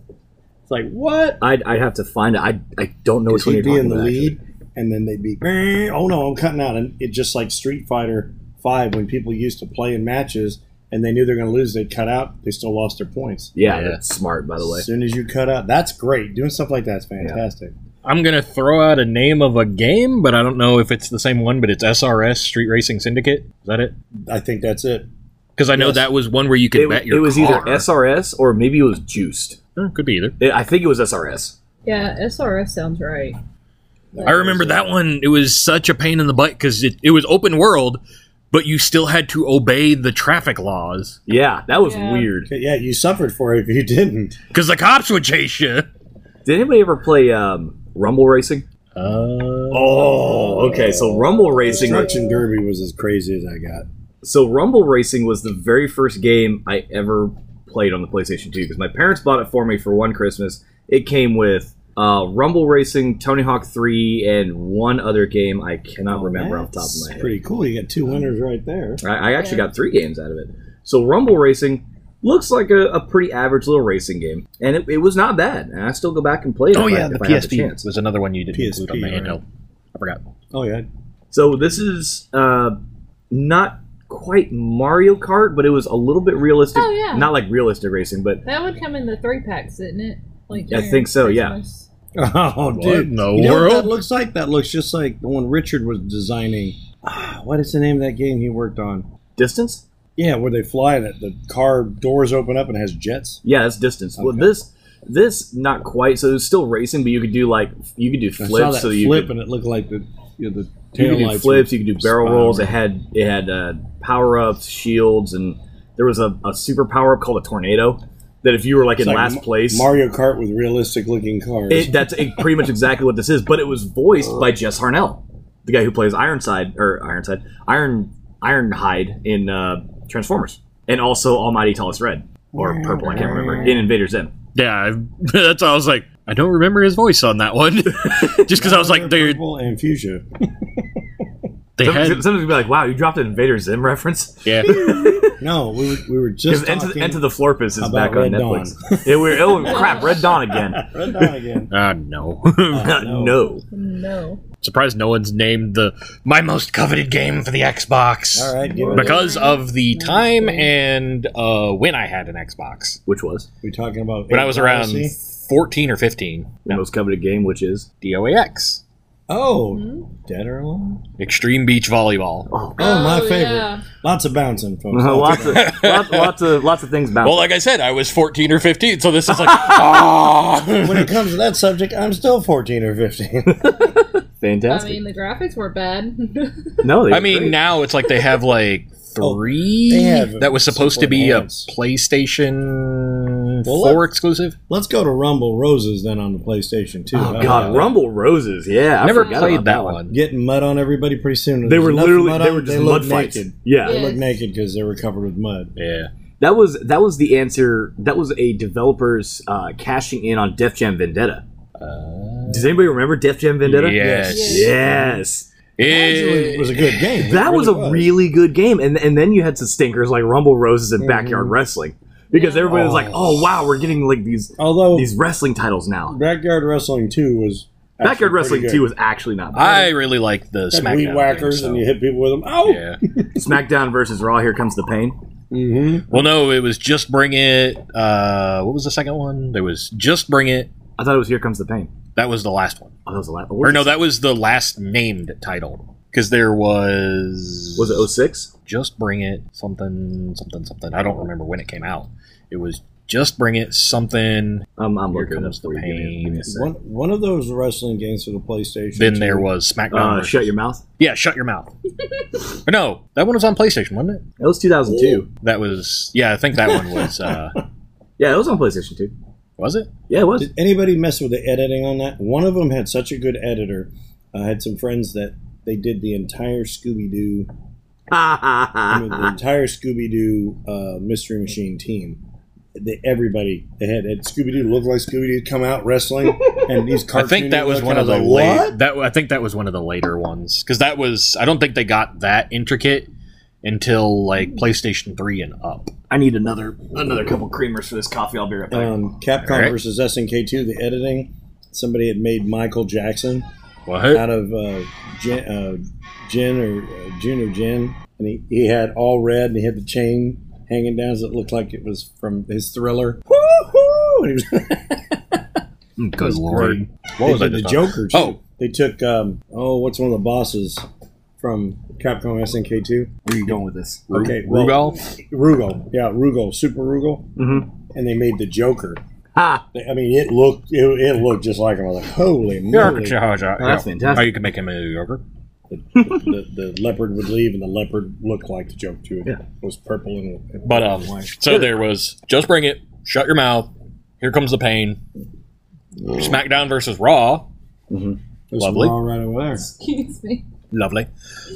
[SPEAKER 3] like what?
[SPEAKER 5] I'd, I'd have to find it. I, I don't know which one
[SPEAKER 3] he'd
[SPEAKER 5] you're
[SPEAKER 3] be
[SPEAKER 5] talking
[SPEAKER 3] in the
[SPEAKER 5] about. actually.
[SPEAKER 3] lead, and then they'd be, "Brr, "Oh no, I'm cutting out." And it just like Street Fighter Five when people used to play in matches and they knew they're going to lose, they'd cut out. They still lost their points.
[SPEAKER 5] Yeah,
[SPEAKER 2] Yeah.
[SPEAKER 5] that's smart, by the way.
[SPEAKER 3] As soon as you cut out, that's great. Doing stuff like that's fantastic.
[SPEAKER 2] I'm gonna throw out a name of a game, but I don't know if it's the same one. But it's SRS Street Racing Syndicate. Is that it?
[SPEAKER 3] I think that's it.
[SPEAKER 2] Because I know
[SPEAKER 3] Yes.
[SPEAKER 2] that was one where you could
[SPEAKER 5] It,
[SPEAKER 2] bet
[SPEAKER 5] it
[SPEAKER 2] your
[SPEAKER 5] was
[SPEAKER 2] car.
[SPEAKER 5] either SRS or maybe it was Juiced.
[SPEAKER 2] Eh, could be either.
[SPEAKER 5] It- I think it was SRS.
[SPEAKER 4] Yeah, SRS sounds right.
[SPEAKER 2] I remember that one. It was such a pain in the butt because it, it was open world, but you still had to obey the traffic laws
[SPEAKER 5] Yeah, that was
[SPEAKER 4] Yeah.
[SPEAKER 5] weird.
[SPEAKER 3] Yeah, you suffered for it if you didn't.
[SPEAKER 2] because the cops would chase you.
[SPEAKER 5] Did anybody ever play um, Rumble Racing? Oh, okay. So Rumble Racing.
[SPEAKER 3] Destruction Derby was as crazy as I got.
[SPEAKER 5] So Rumble Racing was the very first game I ever played on the PlayStation 2 because my parents bought it for me for one Christmas. It came with uh, Rumble Racing, Tony Hawk 3, and one other game I cannot remember off the top of my head.
[SPEAKER 3] Pretty cool. You got two winners right there.
[SPEAKER 5] I, I actually got three games out of it. So Rumble Racing looks like a, a pretty average little racing game, and it, it was not bad. And I still go back and play it.
[SPEAKER 2] Oh
[SPEAKER 5] if I-
[SPEAKER 2] yeah, the
[SPEAKER 5] if I have
[SPEAKER 2] PSP
[SPEAKER 5] chance.
[SPEAKER 2] was another one you didn't include on the
[SPEAKER 3] PSP, right.
[SPEAKER 2] handheld. I forgot.
[SPEAKER 3] Oh yeah,
[SPEAKER 5] So this is uh, not quite Mario Kart, but it was a little bit realistic.
[SPEAKER 4] Oh, yeah.
[SPEAKER 5] Not like realistic racing, but
[SPEAKER 4] That would come in the three packs, didn't it? Like
[SPEAKER 5] I
[SPEAKER 4] during
[SPEAKER 5] think so, yeah.
[SPEAKER 4] Christmas.
[SPEAKER 3] Oh,
[SPEAKER 2] What
[SPEAKER 3] dude.
[SPEAKER 2] in the
[SPEAKER 3] you know what
[SPEAKER 2] world?
[SPEAKER 3] that looks like? That looks just like the one Richard was designing. Ah, What is the name of that game he worked on?
[SPEAKER 5] distance.
[SPEAKER 3] Yeah, where they fly and it, the car doors open up and it has jets.
[SPEAKER 5] Yeah, that's distance. Well,
[SPEAKER 3] Okay.
[SPEAKER 5] this this not quite. So it's still racing, but you could do like you could do
[SPEAKER 3] I saw
[SPEAKER 5] flips.
[SPEAKER 3] that
[SPEAKER 5] So you
[SPEAKER 3] flip
[SPEAKER 5] could,
[SPEAKER 3] and it looked like the you know, the
[SPEAKER 5] you
[SPEAKER 3] tail
[SPEAKER 5] could do
[SPEAKER 3] lights
[SPEAKER 5] flips.
[SPEAKER 3] were-
[SPEAKER 5] You could do barrel
[SPEAKER 3] spun
[SPEAKER 5] rolls. It
[SPEAKER 3] around.
[SPEAKER 5] had it had uh, power ups, shields, and there was a, a super power up called a tornado. That if you were like
[SPEAKER 3] It's
[SPEAKER 5] in
[SPEAKER 3] like
[SPEAKER 5] last
[SPEAKER 3] Ma-
[SPEAKER 5] place,
[SPEAKER 3] Mario Kart with realistic looking cars.
[SPEAKER 5] It, that's it, pretty much exactly what this is, but it was voiced by Jess Harnell, the guy who plays Ironside or Ironside, Iron Ironhide in uh, Transformers, and also Almighty Tallest Red or Purple, I can't remember, in Invader Zim.
[SPEAKER 2] Yeah, I- that's all. I was like, I don't remember his voice on that one, just because I was like, they
[SPEAKER 3] Purple and fuchsia.
[SPEAKER 2] they
[SPEAKER 5] Some-
[SPEAKER 2] had
[SPEAKER 5] Sometimes you'd be like, "Wow, you dropped an Invader Zim reference."
[SPEAKER 2] yeah.
[SPEAKER 3] No, we were, we were just
[SPEAKER 5] Because
[SPEAKER 3] talking
[SPEAKER 5] Enter, Enter the Florpus is
[SPEAKER 3] about
[SPEAKER 5] back on
[SPEAKER 3] Red
[SPEAKER 5] Netflix. yeah, we're oh crap, Red Dawn again.
[SPEAKER 3] Red Dawn again.
[SPEAKER 2] Uh, no.
[SPEAKER 5] no.
[SPEAKER 4] No.
[SPEAKER 2] Surprised no one's named the my most coveted game for the Xbox.
[SPEAKER 3] All right, give it up.
[SPEAKER 2] Because of the time and uh, when I had an Xbox.
[SPEAKER 5] which was
[SPEAKER 3] we're talking about
[SPEAKER 2] When I was around
[SPEAKER 3] Odyssey.
[SPEAKER 2] 14 or 15.
[SPEAKER 5] the most coveted game, which is
[SPEAKER 2] DOAX.
[SPEAKER 3] Oh, dead or alive?
[SPEAKER 2] Extreme Beach Volleyball.
[SPEAKER 5] oh.
[SPEAKER 3] Oh, my favorite.
[SPEAKER 4] Yeah.
[SPEAKER 3] Lots of bouncing, folks.
[SPEAKER 5] lots of lots, lots of lots of things bouncing.
[SPEAKER 2] Well, like I said, I was 14 or 15, so this is like, ah.
[SPEAKER 3] when it comes to that subject, I'm still 14 or 15.
[SPEAKER 4] I
[SPEAKER 5] Fantastic.
[SPEAKER 4] mean, the graphics were bad.
[SPEAKER 5] no, they
[SPEAKER 2] I
[SPEAKER 5] were
[SPEAKER 2] mean,
[SPEAKER 5] great.
[SPEAKER 2] now it's like they have like
[SPEAKER 3] Oh,
[SPEAKER 2] three
[SPEAKER 3] they have
[SPEAKER 2] that was supposed to be a
[SPEAKER 3] enhanced.
[SPEAKER 2] PlayStation
[SPEAKER 3] Well,
[SPEAKER 2] 4
[SPEAKER 3] let's-
[SPEAKER 2] exclusive.
[SPEAKER 3] Let's go to Rumble Roses then on the PlayStation 2.
[SPEAKER 5] Oh God, Rumble Roses. Yeah, I
[SPEAKER 2] I never
[SPEAKER 5] forgot
[SPEAKER 2] played that
[SPEAKER 5] about
[SPEAKER 2] one.
[SPEAKER 3] Getting mud on everybody pretty soon.
[SPEAKER 5] They
[SPEAKER 3] There's
[SPEAKER 5] were
[SPEAKER 3] enough
[SPEAKER 5] literally
[SPEAKER 3] mud
[SPEAKER 5] they
[SPEAKER 3] on,
[SPEAKER 5] were just
[SPEAKER 3] they
[SPEAKER 5] mud
[SPEAKER 3] looked
[SPEAKER 5] fights.
[SPEAKER 3] naked.
[SPEAKER 5] Yeah.
[SPEAKER 3] They
[SPEAKER 4] Yeah.
[SPEAKER 3] looked naked because they were covered with mud.
[SPEAKER 2] Yeah.
[SPEAKER 5] that was that was the answer. That was a developer's uh, cashing in on Def Jam Vendetta. Does anybody remember Def Jam Vendetta?
[SPEAKER 2] Uh, Yes.
[SPEAKER 4] Yes.
[SPEAKER 5] Yes.
[SPEAKER 3] Actually, it was a good game. It
[SPEAKER 5] That was a
[SPEAKER 3] really
[SPEAKER 5] really good game, and and then you had some stinkers like Rumble Roses and
[SPEAKER 3] Mm-hmm.
[SPEAKER 5] Backyard Wrestling because
[SPEAKER 4] Yeah.
[SPEAKER 5] everybody was like, "Oh wow, we're getting like these
[SPEAKER 3] Although
[SPEAKER 5] these wrestling titles now."
[SPEAKER 3] backyard wrestling two was actually
[SPEAKER 5] Backyard
[SPEAKER 3] pretty
[SPEAKER 5] Wrestling
[SPEAKER 3] good.
[SPEAKER 5] Two was actually not bad.
[SPEAKER 2] I really like the
[SPEAKER 3] Had
[SPEAKER 2] SmackDown.
[SPEAKER 3] weed
[SPEAKER 2] game,
[SPEAKER 3] whackers and
[SPEAKER 2] so-
[SPEAKER 3] you hit people with them. Oh,
[SPEAKER 2] yeah.
[SPEAKER 5] SmackDown versus Raw. Here comes the pain.
[SPEAKER 3] mm-hmm.
[SPEAKER 2] Well, no, it was just bring it. Uh, what was the second one? There was just bring it.
[SPEAKER 5] I thought it was Here Comes the Pain.
[SPEAKER 2] That was the last one.
[SPEAKER 5] Oh, that was a lot.
[SPEAKER 2] Or no, that was the last named title because there was
[SPEAKER 5] was it 06?
[SPEAKER 2] just bring it something something something. I don't remember when it came out. It was just bring it something.
[SPEAKER 5] Um, I'm
[SPEAKER 2] Here
[SPEAKER 5] looking it up
[SPEAKER 2] comes the
[SPEAKER 5] for you. Give me-
[SPEAKER 2] pain.
[SPEAKER 5] give me a sec.
[SPEAKER 3] one one of those wrestling games for the PlayStation.
[SPEAKER 2] Then
[SPEAKER 3] two.
[SPEAKER 2] there was SmackDown.
[SPEAKER 5] Uh,
[SPEAKER 2] versus-
[SPEAKER 5] shut your mouth.
[SPEAKER 2] yeah, shut your mouth. Or no, that one was on PlayStation, wasn't it?
[SPEAKER 5] That was 2002.
[SPEAKER 2] That was yeah. I think that one was. Uh,
[SPEAKER 5] Yeah, it was on PlayStation 2.
[SPEAKER 2] was it?
[SPEAKER 5] Yeah, it was.
[SPEAKER 3] Did anybody mess with the editing on that? One of them had such a good editor. I had some friends that they did the entire Scooby Doo, I mean, the entire Scooby Doo uh, Mystery Machine team. They, everybody they had, had Scooby Doo looked like Scooby Doo come out wrestling, and these
[SPEAKER 2] I
[SPEAKER 3] cartoons.
[SPEAKER 2] think that was one of the late. That I think that was one of the later ones because that was. I don't think they got that intricate until like PlayStation Three and up.
[SPEAKER 5] I need another another couple creamers for this coffee. I'll be right back.
[SPEAKER 3] um, Capcom
[SPEAKER 2] Alright.
[SPEAKER 3] versus SNK two. The editing, somebody had made Michael Jackson.
[SPEAKER 2] What?
[SPEAKER 3] out of uh, Jin, uh, Jin or uh, June or Jin, and he, he had all red, and he had the chain hanging down, so it looked like it was from his Thriller. Woo-hoo! And he was,
[SPEAKER 2] Good lord!
[SPEAKER 3] they
[SPEAKER 2] was I
[SPEAKER 3] did the
[SPEAKER 2] just
[SPEAKER 3] Joker. Too.
[SPEAKER 2] Oh.
[SPEAKER 3] they took um, oh, what's one of the bosses from Capcom SNK two?
[SPEAKER 5] Where are you going with this?
[SPEAKER 2] Ru-
[SPEAKER 3] Okay, well-
[SPEAKER 2] Rudolph.
[SPEAKER 3] Rugal, yeah, Rugal, Super Rugal,
[SPEAKER 5] Mm-hmm.
[SPEAKER 3] and they made the Joker.
[SPEAKER 5] Ha!
[SPEAKER 3] They- I mean, it looked it, it looked just like him. I was like, holy moly!
[SPEAKER 5] Oh, that's fantastic.
[SPEAKER 2] Oh, you can make him a Joker.
[SPEAKER 3] the, the leopard would leave, and the leopard looked like the Joker too. It
[SPEAKER 5] Yeah. uh,
[SPEAKER 3] was purple and, and
[SPEAKER 2] But um, so there was just bring it. Shut your mouth. Here comes the pain. SmackDown versus Raw.
[SPEAKER 3] There's
[SPEAKER 2] Lovely.
[SPEAKER 3] Raw right over there.
[SPEAKER 4] Excuse me.
[SPEAKER 2] Lovely.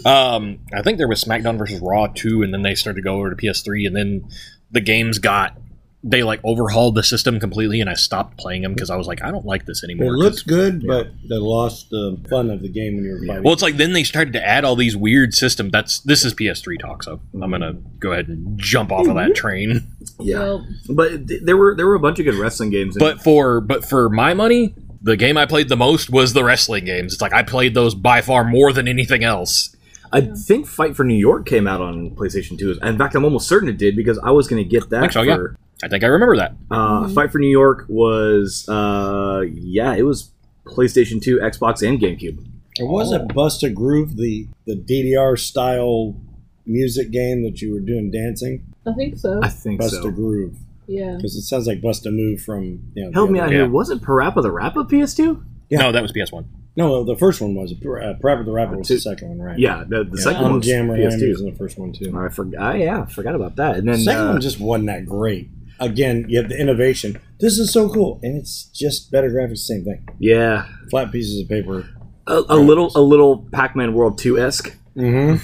[SPEAKER 2] Um, I think there was SmackDown versus Raw too, and then they started to go over to PS3, and then the games got they like overhauled the system completely, and I stopped playing them because I was like, I don't like this
[SPEAKER 3] It
[SPEAKER 2] anymore. 'cause-
[SPEAKER 3] looked good, but they lost the fun of the game when you were fighting.
[SPEAKER 2] well, it's like then they started to add all these weird systems. That's this is PS3 talk, so I'm gonna go ahead and jump off of that train.
[SPEAKER 5] Yeah,
[SPEAKER 4] Well,
[SPEAKER 5] but th- there were there were a bunch of good wrestling games. in
[SPEAKER 2] But for but for my money, the game I played the most was the wrestling games. It's like I played those by far more than anything else.
[SPEAKER 5] I think Fight for New York came out on PlayStation 2. In fact, I'm almost certain it did because I was going to get that.
[SPEAKER 2] think so, yeah.
[SPEAKER 5] for,
[SPEAKER 2] I think I remember that.
[SPEAKER 5] uh, Fight for New York was, uh, yeah, it was PlayStation 2, Xbox, and GameCube.
[SPEAKER 3] Or was it Busta Groove, the, the DDR style music game that you were doing dancing?
[SPEAKER 4] I think so.
[SPEAKER 5] I think
[SPEAKER 3] Busta
[SPEAKER 5] so.
[SPEAKER 3] Groove.
[SPEAKER 4] Yeah.
[SPEAKER 3] Because it sounds like Busta Move from. You know, the
[SPEAKER 5] Help me
[SPEAKER 3] other-
[SPEAKER 5] out
[SPEAKER 2] Yeah.
[SPEAKER 5] here. Wasn't Parappa the Rappa PS2?
[SPEAKER 3] Yeah.
[SPEAKER 2] No, that was PS1.
[SPEAKER 3] No, the first one was. Uh, Private the Rapper was the second one, right?
[SPEAKER 5] Yeah, the, the second
[SPEAKER 3] I'm
[SPEAKER 5] one was
[SPEAKER 3] Jammer Lamb was
[SPEAKER 5] PS2.
[SPEAKER 3] in the first one, too.
[SPEAKER 5] I forgot. I, yeah, I forgot about that. And
[SPEAKER 3] The
[SPEAKER 5] then
[SPEAKER 3] second
[SPEAKER 5] uh,
[SPEAKER 3] one just wasn't that great. Again, you have the innovation. This is so cool. And it's just better graphics, same thing.
[SPEAKER 5] yeah,
[SPEAKER 3] Flat pieces of paper.
[SPEAKER 5] a, a little a little Pac-Man World 2 esque.
[SPEAKER 3] Mm
[SPEAKER 5] Mm-hmm.
[SPEAKER 3] hmm.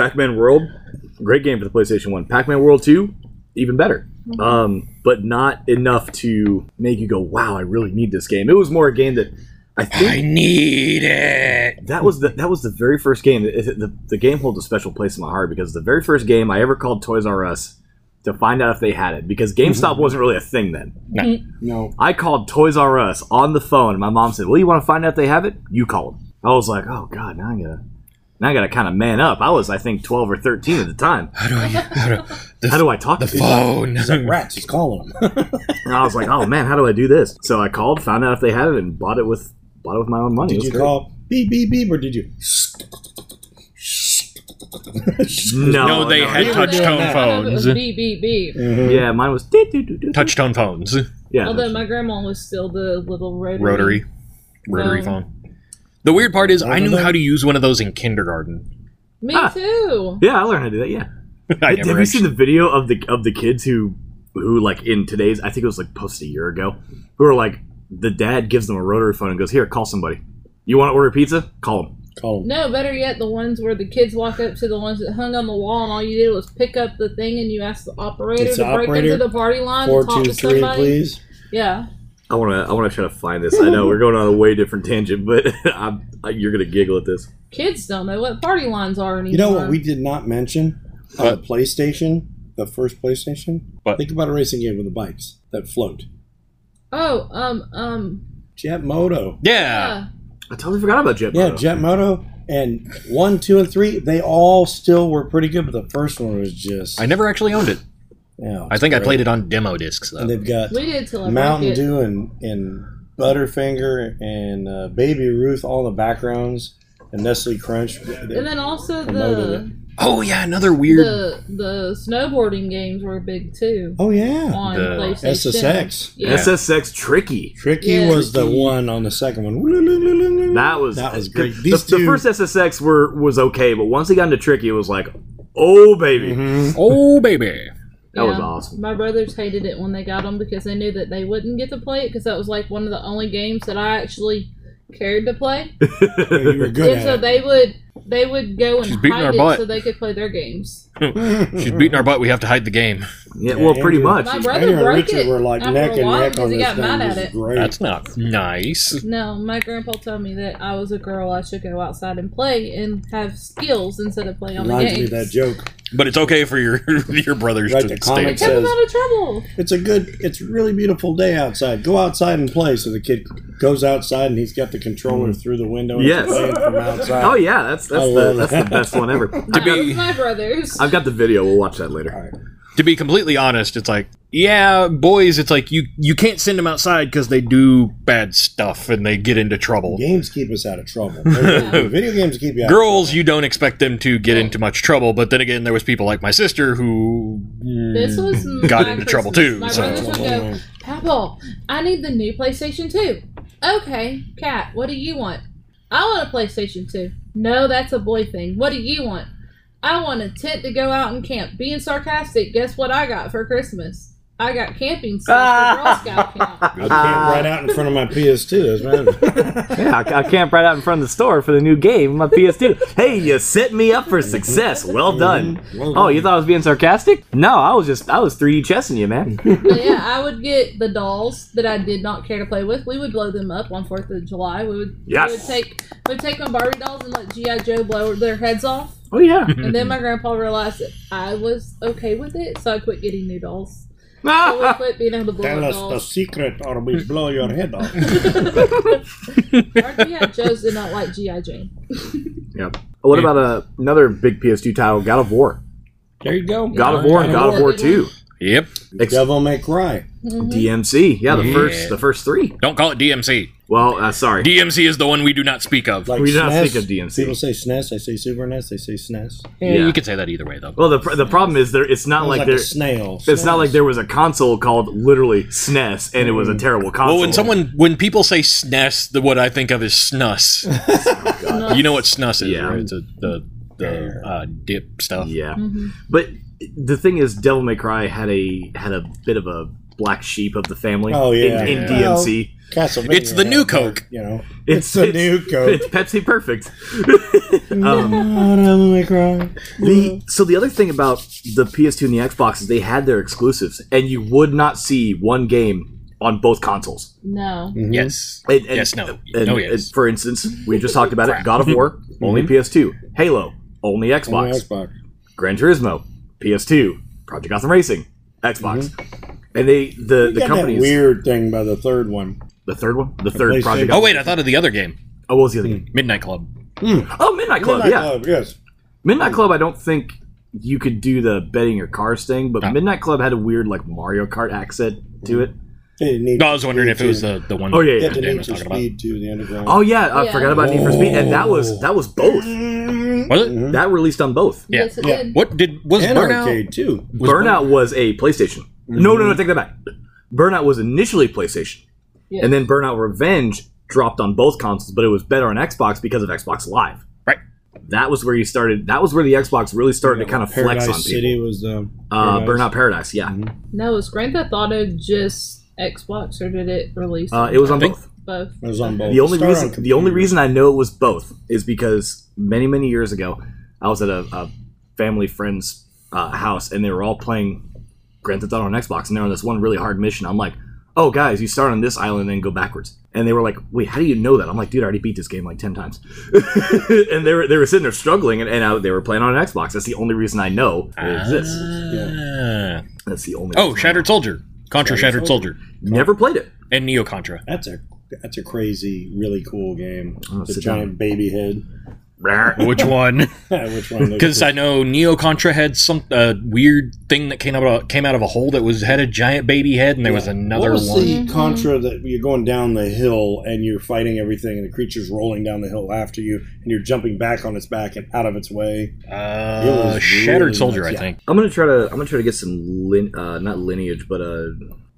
[SPEAKER 5] Pac-Man World, great game for the PlayStation One. Pac-Man World Two, even better. Um, but not enough to make you go, "Wow, I really need this game." It was more a game that I
[SPEAKER 2] I
[SPEAKER 5] think
[SPEAKER 2] need it.
[SPEAKER 5] that was the that was the very first game. It- it- The, the game holds a special place in my heart because the very first game I ever called Toys R Us to find out if they had it because GameStop wasn't really a thing then.
[SPEAKER 3] No.
[SPEAKER 5] I called Toys R Us on the phone, and my mom said, "Well, you want to find out if they have it? You call them." I was like, "Oh God, now I gotta." Now I gotta kind of man up. I was, I think, twelve or thirteen at the time.
[SPEAKER 2] How do I? How do, the,
[SPEAKER 5] How do I talk
[SPEAKER 2] the
[SPEAKER 5] to people?
[SPEAKER 2] phone?
[SPEAKER 3] Rats, he's calling
[SPEAKER 5] Oh,
[SPEAKER 3] them.
[SPEAKER 5] And I was like, "Oh man, how do I do this?" So I called, found out if they had it, and bought it with bought it with my own money.
[SPEAKER 3] Did
[SPEAKER 5] It was
[SPEAKER 3] you
[SPEAKER 5] great.
[SPEAKER 3] call beep beep beep or did you?
[SPEAKER 5] No,
[SPEAKER 2] No, they had
[SPEAKER 5] no.
[SPEAKER 2] touch tone
[SPEAKER 4] I know if it was
[SPEAKER 2] phones.
[SPEAKER 4] B B B.
[SPEAKER 5] Yeah, mine was. doo, doo, doo, doo,
[SPEAKER 2] Touch tone phones.
[SPEAKER 5] Yeah,
[SPEAKER 4] Although my grandma was still the little rotary.
[SPEAKER 2] Rotary. Rotary
[SPEAKER 4] Um,
[SPEAKER 2] phone. The weird part is, I knew
[SPEAKER 3] Rotary.
[SPEAKER 2] how to use one of those in kindergarten.
[SPEAKER 4] Me
[SPEAKER 5] Ah.
[SPEAKER 4] too.
[SPEAKER 5] yeah, I learned how to do that. Yeah.
[SPEAKER 2] I
[SPEAKER 5] Have
[SPEAKER 2] never
[SPEAKER 5] you seen
[SPEAKER 2] actually-
[SPEAKER 5] the video of the of the kids who who like in today's? I think it was like posted a year ago. Who are like the dad gives them a rotary phone and goes, "Here, call somebody. You want to order pizza? Call them."
[SPEAKER 3] Call them.
[SPEAKER 4] No, better yet, the ones where the kids walk up to the ones that hung on the wall, and all you did was pick up the thing, and you asked the operator
[SPEAKER 3] It's
[SPEAKER 4] to
[SPEAKER 3] the
[SPEAKER 4] break
[SPEAKER 3] operator.
[SPEAKER 4] into the party line
[SPEAKER 3] Four
[SPEAKER 4] and talk
[SPEAKER 3] two
[SPEAKER 4] to
[SPEAKER 3] three,
[SPEAKER 4] somebody.
[SPEAKER 3] please.
[SPEAKER 4] Yeah,
[SPEAKER 5] I want to. I want to try to find this. I know we're going on a way different tangent, but I'm, I, you're gonna giggle at this.
[SPEAKER 4] Kids don't know what party lines are anymore.
[SPEAKER 3] You know what we did not mention on the PlayStation, the first PlayStation?
[SPEAKER 2] What?
[SPEAKER 3] Think about a racing game with the bikes that float.
[SPEAKER 4] Oh, um, um,
[SPEAKER 3] Jet Moto.
[SPEAKER 2] Yeah.
[SPEAKER 5] I totally forgot about Jet.
[SPEAKER 3] Yeah,
[SPEAKER 5] Moto.
[SPEAKER 3] Jet Moto. And one, two, and three, they all still were pretty good, but the first one was just.
[SPEAKER 2] I never actually owned it.
[SPEAKER 3] Yeah,
[SPEAKER 2] I think I played it on demo discs though.
[SPEAKER 3] And they've got
[SPEAKER 4] uh, we did till I
[SPEAKER 3] Mountain
[SPEAKER 4] broke it.
[SPEAKER 3] Dew and, and Butterfinger and uh, Baby Ruth all in the backgrounds and Nestle Crunch.
[SPEAKER 4] And then also
[SPEAKER 3] promoted
[SPEAKER 4] the
[SPEAKER 2] Oh yeah, another weird.
[SPEAKER 4] the the snowboarding games were big too
[SPEAKER 3] oh, yeah.
[SPEAKER 4] on
[SPEAKER 2] The
[SPEAKER 4] PlayStation.
[SPEAKER 3] SSX.
[SPEAKER 4] Yeah.
[SPEAKER 5] SSX tricky.
[SPEAKER 3] Tricky
[SPEAKER 4] Yeah.
[SPEAKER 3] was the one on the second one.
[SPEAKER 5] That was
[SPEAKER 3] That was great.
[SPEAKER 5] The,
[SPEAKER 3] These
[SPEAKER 5] the
[SPEAKER 3] two-
[SPEAKER 5] first SSX were was okay, but once they got into tricky, it was like, oh baby,
[SPEAKER 3] Mhm.
[SPEAKER 2] Oh baby.
[SPEAKER 5] that was
[SPEAKER 4] Yeah.
[SPEAKER 5] awesome.
[SPEAKER 4] My brothers hated it when they got them because they knew that they wouldn't get to play it because that was like one of the only games that I actually cared to play.
[SPEAKER 3] You were good
[SPEAKER 4] and so
[SPEAKER 3] at it.
[SPEAKER 4] they would they would go
[SPEAKER 2] She's
[SPEAKER 4] and
[SPEAKER 2] beating our
[SPEAKER 4] hide it
[SPEAKER 2] butt.
[SPEAKER 4] so they could play their games.
[SPEAKER 2] She's beating our butt. We have to hide the game.
[SPEAKER 5] Yeah, well,
[SPEAKER 3] Mm-hmm. Yeah,
[SPEAKER 5] pretty
[SPEAKER 3] Andrew-
[SPEAKER 5] much.
[SPEAKER 4] My
[SPEAKER 5] It
[SPEAKER 4] brother
[SPEAKER 3] Andrew and
[SPEAKER 4] broke
[SPEAKER 3] Richard
[SPEAKER 4] it
[SPEAKER 3] were like
[SPEAKER 4] after
[SPEAKER 3] neck
[SPEAKER 4] a
[SPEAKER 3] and
[SPEAKER 4] while
[SPEAKER 3] neck on
[SPEAKER 4] because he
[SPEAKER 3] this
[SPEAKER 4] got
[SPEAKER 3] thing.
[SPEAKER 4] mad
[SPEAKER 3] This
[SPEAKER 4] at
[SPEAKER 3] is
[SPEAKER 4] it.
[SPEAKER 3] great.
[SPEAKER 2] That's not nice.
[SPEAKER 4] No, my grandpa told me that I was a girl. I should go outside and play and have skills instead of play on the
[SPEAKER 3] Reminds me
[SPEAKER 4] game.
[SPEAKER 3] of that joke.
[SPEAKER 2] But it's okay for your your brothers
[SPEAKER 3] Right,
[SPEAKER 2] to
[SPEAKER 3] the
[SPEAKER 2] stay.
[SPEAKER 3] comic
[SPEAKER 4] Kept him
[SPEAKER 3] says-
[SPEAKER 4] out of trouble.
[SPEAKER 3] It's a good. It's a really beautiful day outside. Go outside and play. So the kid goes outside and he's got the controller through the window. And
[SPEAKER 5] Mm-hmm. Yes.
[SPEAKER 3] it's playing from outside.
[SPEAKER 5] Oh yeah, that's that's
[SPEAKER 3] I
[SPEAKER 5] the
[SPEAKER 3] love
[SPEAKER 5] that's
[SPEAKER 3] that.
[SPEAKER 5] the best one ever. I've
[SPEAKER 4] That
[SPEAKER 5] got,
[SPEAKER 4] was my brothers.
[SPEAKER 5] I've got the video. We'll watch that later.
[SPEAKER 2] to be completely honest, it's like, yeah, boys, it's like you you can't send them outside because they do bad stuff and they get into trouble.
[SPEAKER 3] Games keep us out of trouble. Video games keep you out.
[SPEAKER 2] Girls, you don't expect them to get into much trouble, but then again, there was people like my sister who mm,
[SPEAKER 4] This was
[SPEAKER 2] got
[SPEAKER 4] my
[SPEAKER 2] into trouble
[SPEAKER 4] Christmas.
[SPEAKER 2] too.
[SPEAKER 4] My
[SPEAKER 2] so.
[SPEAKER 4] brothers would go, Papa, I need the new PlayStation 2. Okay, Kat, what do you want? I want a PlayStation 2. No, that's a boy thing. What do you want? I want a tent to go out and camp. Being sarcastic, guess what I got for Christmas? I got camping stuff for Girl Scout camp.
[SPEAKER 3] I can't right out in front of my PS2. That's right.
[SPEAKER 5] Yeah, I, I camp right out in front of the store for the new game, my PS2. Hey, you set me up for success. Well done.
[SPEAKER 3] Well
[SPEAKER 5] Oh, you thought I was being sarcastic? No, I was just I was 3D chessing you, man.
[SPEAKER 4] But yeah, I would get the dolls that I did not care to play with. We would blow them up on Fourth of July. We would,
[SPEAKER 5] Yes.
[SPEAKER 4] we would take we'd take my Barbie dolls and let GI Joe blow their heads off.
[SPEAKER 5] Oh yeah.
[SPEAKER 4] And then my
[SPEAKER 2] Mm-hmm.
[SPEAKER 4] grandpa realized that I was okay with it, so I quit getting new dolls. So we
[SPEAKER 5] Ah!
[SPEAKER 4] quit being able to blow
[SPEAKER 3] Tell
[SPEAKER 4] up
[SPEAKER 3] us the
[SPEAKER 4] dolls.
[SPEAKER 3] secret, or we blow your head off.
[SPEAKER 4] Our GI Joes did not like GI Jane.
[SPEAKER 5] yep. What about uh, another big PS2 title, God of War?
[SPEAKER 3] There you go.
[SPEAKER 5] God of War and God of War
[SPEAKER 4] Mhm.
[SPEAKER 5] 2.
[SPEAKER 2] Yep.
[SPEAKER 5] Ex-
[SPEAKER 3] Devil May Cry.
[SPEAKER 5] DMC. Yeah, the
[SPEAKER 2] Yeah.
[SPEAKER 5] first the first 3.
[SPEAKER 2] Don't call it DMC.
[SPEAKER 5] Well, uh, sorry.
[SPEAKER 2] DMC is the one we do not speak of.
[SPEAKER 3] Like
[SPEAKER 5] We do not
[SPEAKER 3] SNES.
[SPEAKER 5] speak of DMC.
[SPEAKER 3] People say SNES. They say Super NES. They say SNES.
[SPEAKER 2] yeah,
[SPEAKER 5] yeah.
[SPEAKER 2] you could say that either way though.
[SPEAKER 5] well, the pr- the problem is there it's not
[SPEAKER 3] Sounds
[SPEAKER 5] like,
[SPEAKER 3] like
[SPEAKER 5] there
[SPEAKER 3] a E snail.
[SPEAKER 5] it's not like there was a console called literally SNES and it was a terrible console.
[SPEAKER 2] Well, when someone when people say SNES, the what I think of is snus.
[SPEAKER 4] Oh
[SPEAKER 2] you know what snus is,
[SPEAKER 5] Yeah.
[SPEAKER 2] right? It's a, the the uh, dip stuff.
[SPEAKER 5] Yeah, but the thing is, Devil May Cry had a had a bit of a black sheep of the family.
[SPEAKER 3] Oh, yeah.
[SPEAKER 5] in, in
[SPEAKER 3] Yeah.
[SPEAKER 5] DMC,
[SPEAKER 3] Castlevania.
[SPEAKER 2] It's the new
[SPEAKER 3] had their,
[SPEAKER 2] Coke.
[SPEAKER 3] You know, it's, the new Coke.
[SPEAKER 5] It's Pepsi perfect. um,
[SPEAKER 3] Oh, Devil May Cry.
[SPEAKER 5] the so the other thing about the PS2 and the Xbox is they had their exclusives, and you would not see one game on both consoles.
[SPEAKER 4] No.
[SPEAKER 3] Mm-hmm.
[SPEAKER 2] Yes.
[SPEAKER 5] And- and-
[SPEAKER 2] yes. No.
[SPEAKER 5] and-
[SPEAKER 2] no. Yes.
[SPEAKER 5] and for instance, we just talked about it. God of War only PS2. Halo only
[SPEAKER 3] On the
[SPEAKER 5] Xbox.
[SPEAKER 3] Xbox.
[SPEAKER 5] Gran Turismo PS2. Project Gotham Racing Xbox. And they the
[SPEAKER 3] Got Mm-hmm.
[SPEAKER 5] the
[SPEAKER 3] that
[SPEAKER 5] companies
[SPEAKER 3] weird thing by the third one.
[SPEAKER 5] The third one? The third
[SPEAKER 3] PlayStation. Hmm.
[SPEAKER 5] project.
[SPEAKER 2] oh wait, I thought of the other game,
[SPEAKER 5] Oh, what was the other game?
[SPEAKER 2] Midnight Club.
[SPEAKER 5] Oh, Midnight Club,
[SPEAKER 3] Midnight
[SPEAKER 5] yeah.
[SPEAKER 3] Club, yes.
[SPEAKER 5] Midnight Club, I don't think you could do the betting your cars thing, but
[SPEAKER 2] No.
[SPEAKER 5] Midnight Club had a weird, like, Mario Kart accent to it.
[SPEAKER 3] They didn't need
[SPEAKER 2] No, I was wondering if it was the, the one.
[SPEAKER 5] Oh, yeah, yeah.
[SPEAKER 3] they had to
[SPEAKER 2] Dan
[SPEAKER 3] need
[SPEAKER 2] was
[SPEAKER 3] to
[SPEAKER 2] talking about.
[SPEAKER 3] speed to the underground.
[SPEAKER 5] Oh, yeah, I
[SPEAKER 4] Yeah.
[SPEAKER 5] forgot about Need for Speed, and that was that was both.
[SPEAKER 2] Was it?
[SPEAKER 3] Mm-hmm.
[SPEAKER 5] That released on both.
[SPEAKER 2] Yeah.
[SPEAKER 4] Yes, it
[SPEAKER 3] Yeah.
[SPEAKER 4] did.
[SPEAKER 2] What did was
[SPEAKER 3] and
[SPEAKER 2] Burnout?
[SPEAKER 3] arcade too.
[SPEAKER 5] Burnout was a PlayStation. No, no, no, take that back. Burnout was initially PlayStation,
[SPEAKER 4] Yeah.
[SPEAKER 5] and then Burnout Revenge dropped on both consoles, but it was better on Xbox because of Xbox Live.
[SPEAKER 2] Right.
[SPEAKER 5] That was where you started. That was where the Xbox really started to kind of
[SPEAKER 3] Paradise
[SPEAKER 5] flex on people.
[SPEAKER 3] City was um, the
[SPEAKER 5] Uh, Burnout Paradise, yeah.
[SPEAKER 4] No, was Grand Theft Auto just Xbox or did it release
[SPEAKER 5] Uh, it was on
[SPEAKER 2] think-
[SPEAKER 5] both.
[SPEAKER 4] both?
[SPEAKER 3] It was on both.
[SPEAKER 5] The only
[SPEAKER 3] Start on
[SPEAKER 5] reason the only
[SPEAKER 3] computer.
[SPEAKER 5] reason I know it was both is because many many years ago, I was at a, a family friend's uh, house and they were all playing Grand Theft Auto on Xbox and they were on this one really hard mission. I'm like, oh guys, you start on this island and then go backwards. And they were like, wait, how do you know that? I'm like, dude, I already beat this game like ten times. and they were they were sitting there struggling, and, and I, they were playing on an Xbox. That's the only reason I know it exists.
[SPEAKER 2] Ah.
[SPEAKER 5] That's the only.
[SPEAKER 2] Oh,
[SPEAKER 5] reason I
[SPEAKER 2] Shattered Soldier. Contra
[SPEAKER 3] Shattered
[SPEAKER 2] Shattered Soldier.
[SPEAKER 5] know. Never played it.
[SPEAKER 2] And Neo Contra.
[SPEAKER 3] That's a that's a crazy, really cool game.
[SPEAKER 5] Oh,
[SPEAKER 3] the
[SPEAKER 5] sit
[SPEAKER 3] giant baby head.
[SPEAKER 2] Which one?
[SPEAKER 3] Which one? looks
[SPEAKER 2] Because I know Neo Contra had some uh, weird thing that came out of, came out of a hole that was had a giant baby head, and there was
[SPEAKER 3] Yeah.
[SPEAKER 2] another
[SPEAKER 3] what was
[SPEAKER 2] one.
[SPEAKER 3] the contra that you're going down the hill and you're fighting everything and the creature's rolling down the hill after you and you're jumping back on its back and out of its way
[SPEAKER 2] Uh,
[SPEAKER 3] was
[SPEAKER 2] Shattered
[SPEAKER 3] really
[SPEAKER 2] Soldier,
[SPEAKER 3] nuts,
[SPEAKER 2] I
[SPEAKER 3] yeah.
[SPEAKER 2] think.
[SPEAKER 5] I'm gonna try to. I'm gonna try to get some lin, uh, not lineage, but uh,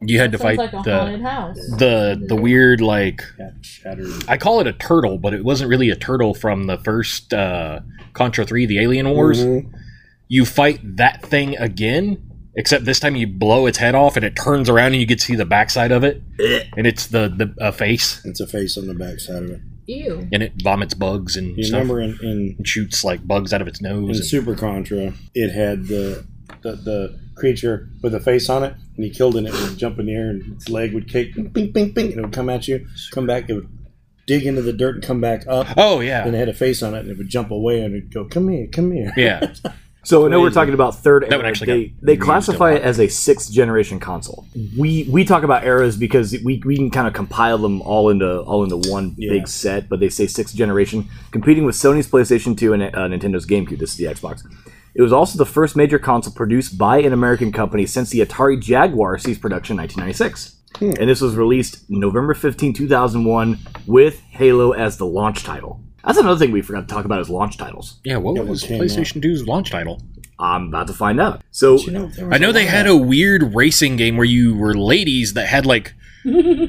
[SPEAKER 2] You had to
[SPEAKER 4] Sounds
[SPEAKER 2] fight
[SPEAKER 4] like a haunted
[SPEAKER 2] the
[SPEAKER 4] house.
[SPEAKER 2] the the weird like
[SPEAKER 3] Cat shattered
[SPEAKER 2] I call it a turtle, but it wasn't really a turtle from the first uh, Contra Three, the Alien Wars.
[SPEAKER 3] Mhm.
[SPEAKER 2] You fight that thing again, except this time you blow its head off, and it turns around, and you can see the backside of it, and it's the the uh, face,
[SPEAKER 3] it's a face on the backside of it
[SPEAKER 4] Ew.
[SPEAKER 2] and it vomits bugs and
[SPEAKER 3] you
[SPEAKER 2] stuff.
[SPEAKER 3] remember in, in,
[SPEAKER 2] and shoots like bugs out of its
[SPEAKER 3] in
[SPEAKER 2] nose. and-
[SPEAKER 3] super contra it had the, the the creature with a face on it and he killed it and it would jump in the air and its leg would kick ping ping ping ping and it would come at you come back it would dig into the dirt and come back up
[SPEAKER 2] oh
[SPEAKER 3] and
[SPEAKER 2] yeah,
[SPEAKER 3] it had a face on it and it would jump away and it'd go come here come here
[SPEAKER 2] yeah.
[SPEAKER 5] So I know we're talking about third
[SPEAKER 2] That would
[SPEAKER 5] era.
[SPEAKER 2] actually
[SPEAKER 5] They,
[SPEAKER 2] get
[SPEAKER 5] they
[SPEAKER 2] used a
[SPEAKER 5] classify
[SPEAKER 2] lot.
[SPEAKER 5] it as a sixth generation console. We we talk about eras because we, we can kind of compile them all into all into one
[SPEAKER 3] Yeah.
[SPEAKER 5] big set. But they say sixth generation, competing with Sony's PlayStation Two and uh, Nintendo's GameCube. This is the Xbox. It was also the first major console produced by an American company since the Atari Jaguar ceased production in 1996.
[SPEAKER 2] Hmm.
[SPEAKER 5] And this was released November 15, 2001, with Halo as the launch title. That's another thing we forgot to talk about is launch titles.
[SPEAKER 2] Yeah, what
[SPEAKER 3] what
[SPEAKER 2] was
[SPEAKER 3] came
[SPEAKER 2] PlayStation 2's launch title?
[SPEAKER 5] I'm about to find out. So
[SPEAKER 3] You there was
[SPEAKER 2] I know they had a weird racing game where you were ladies that had like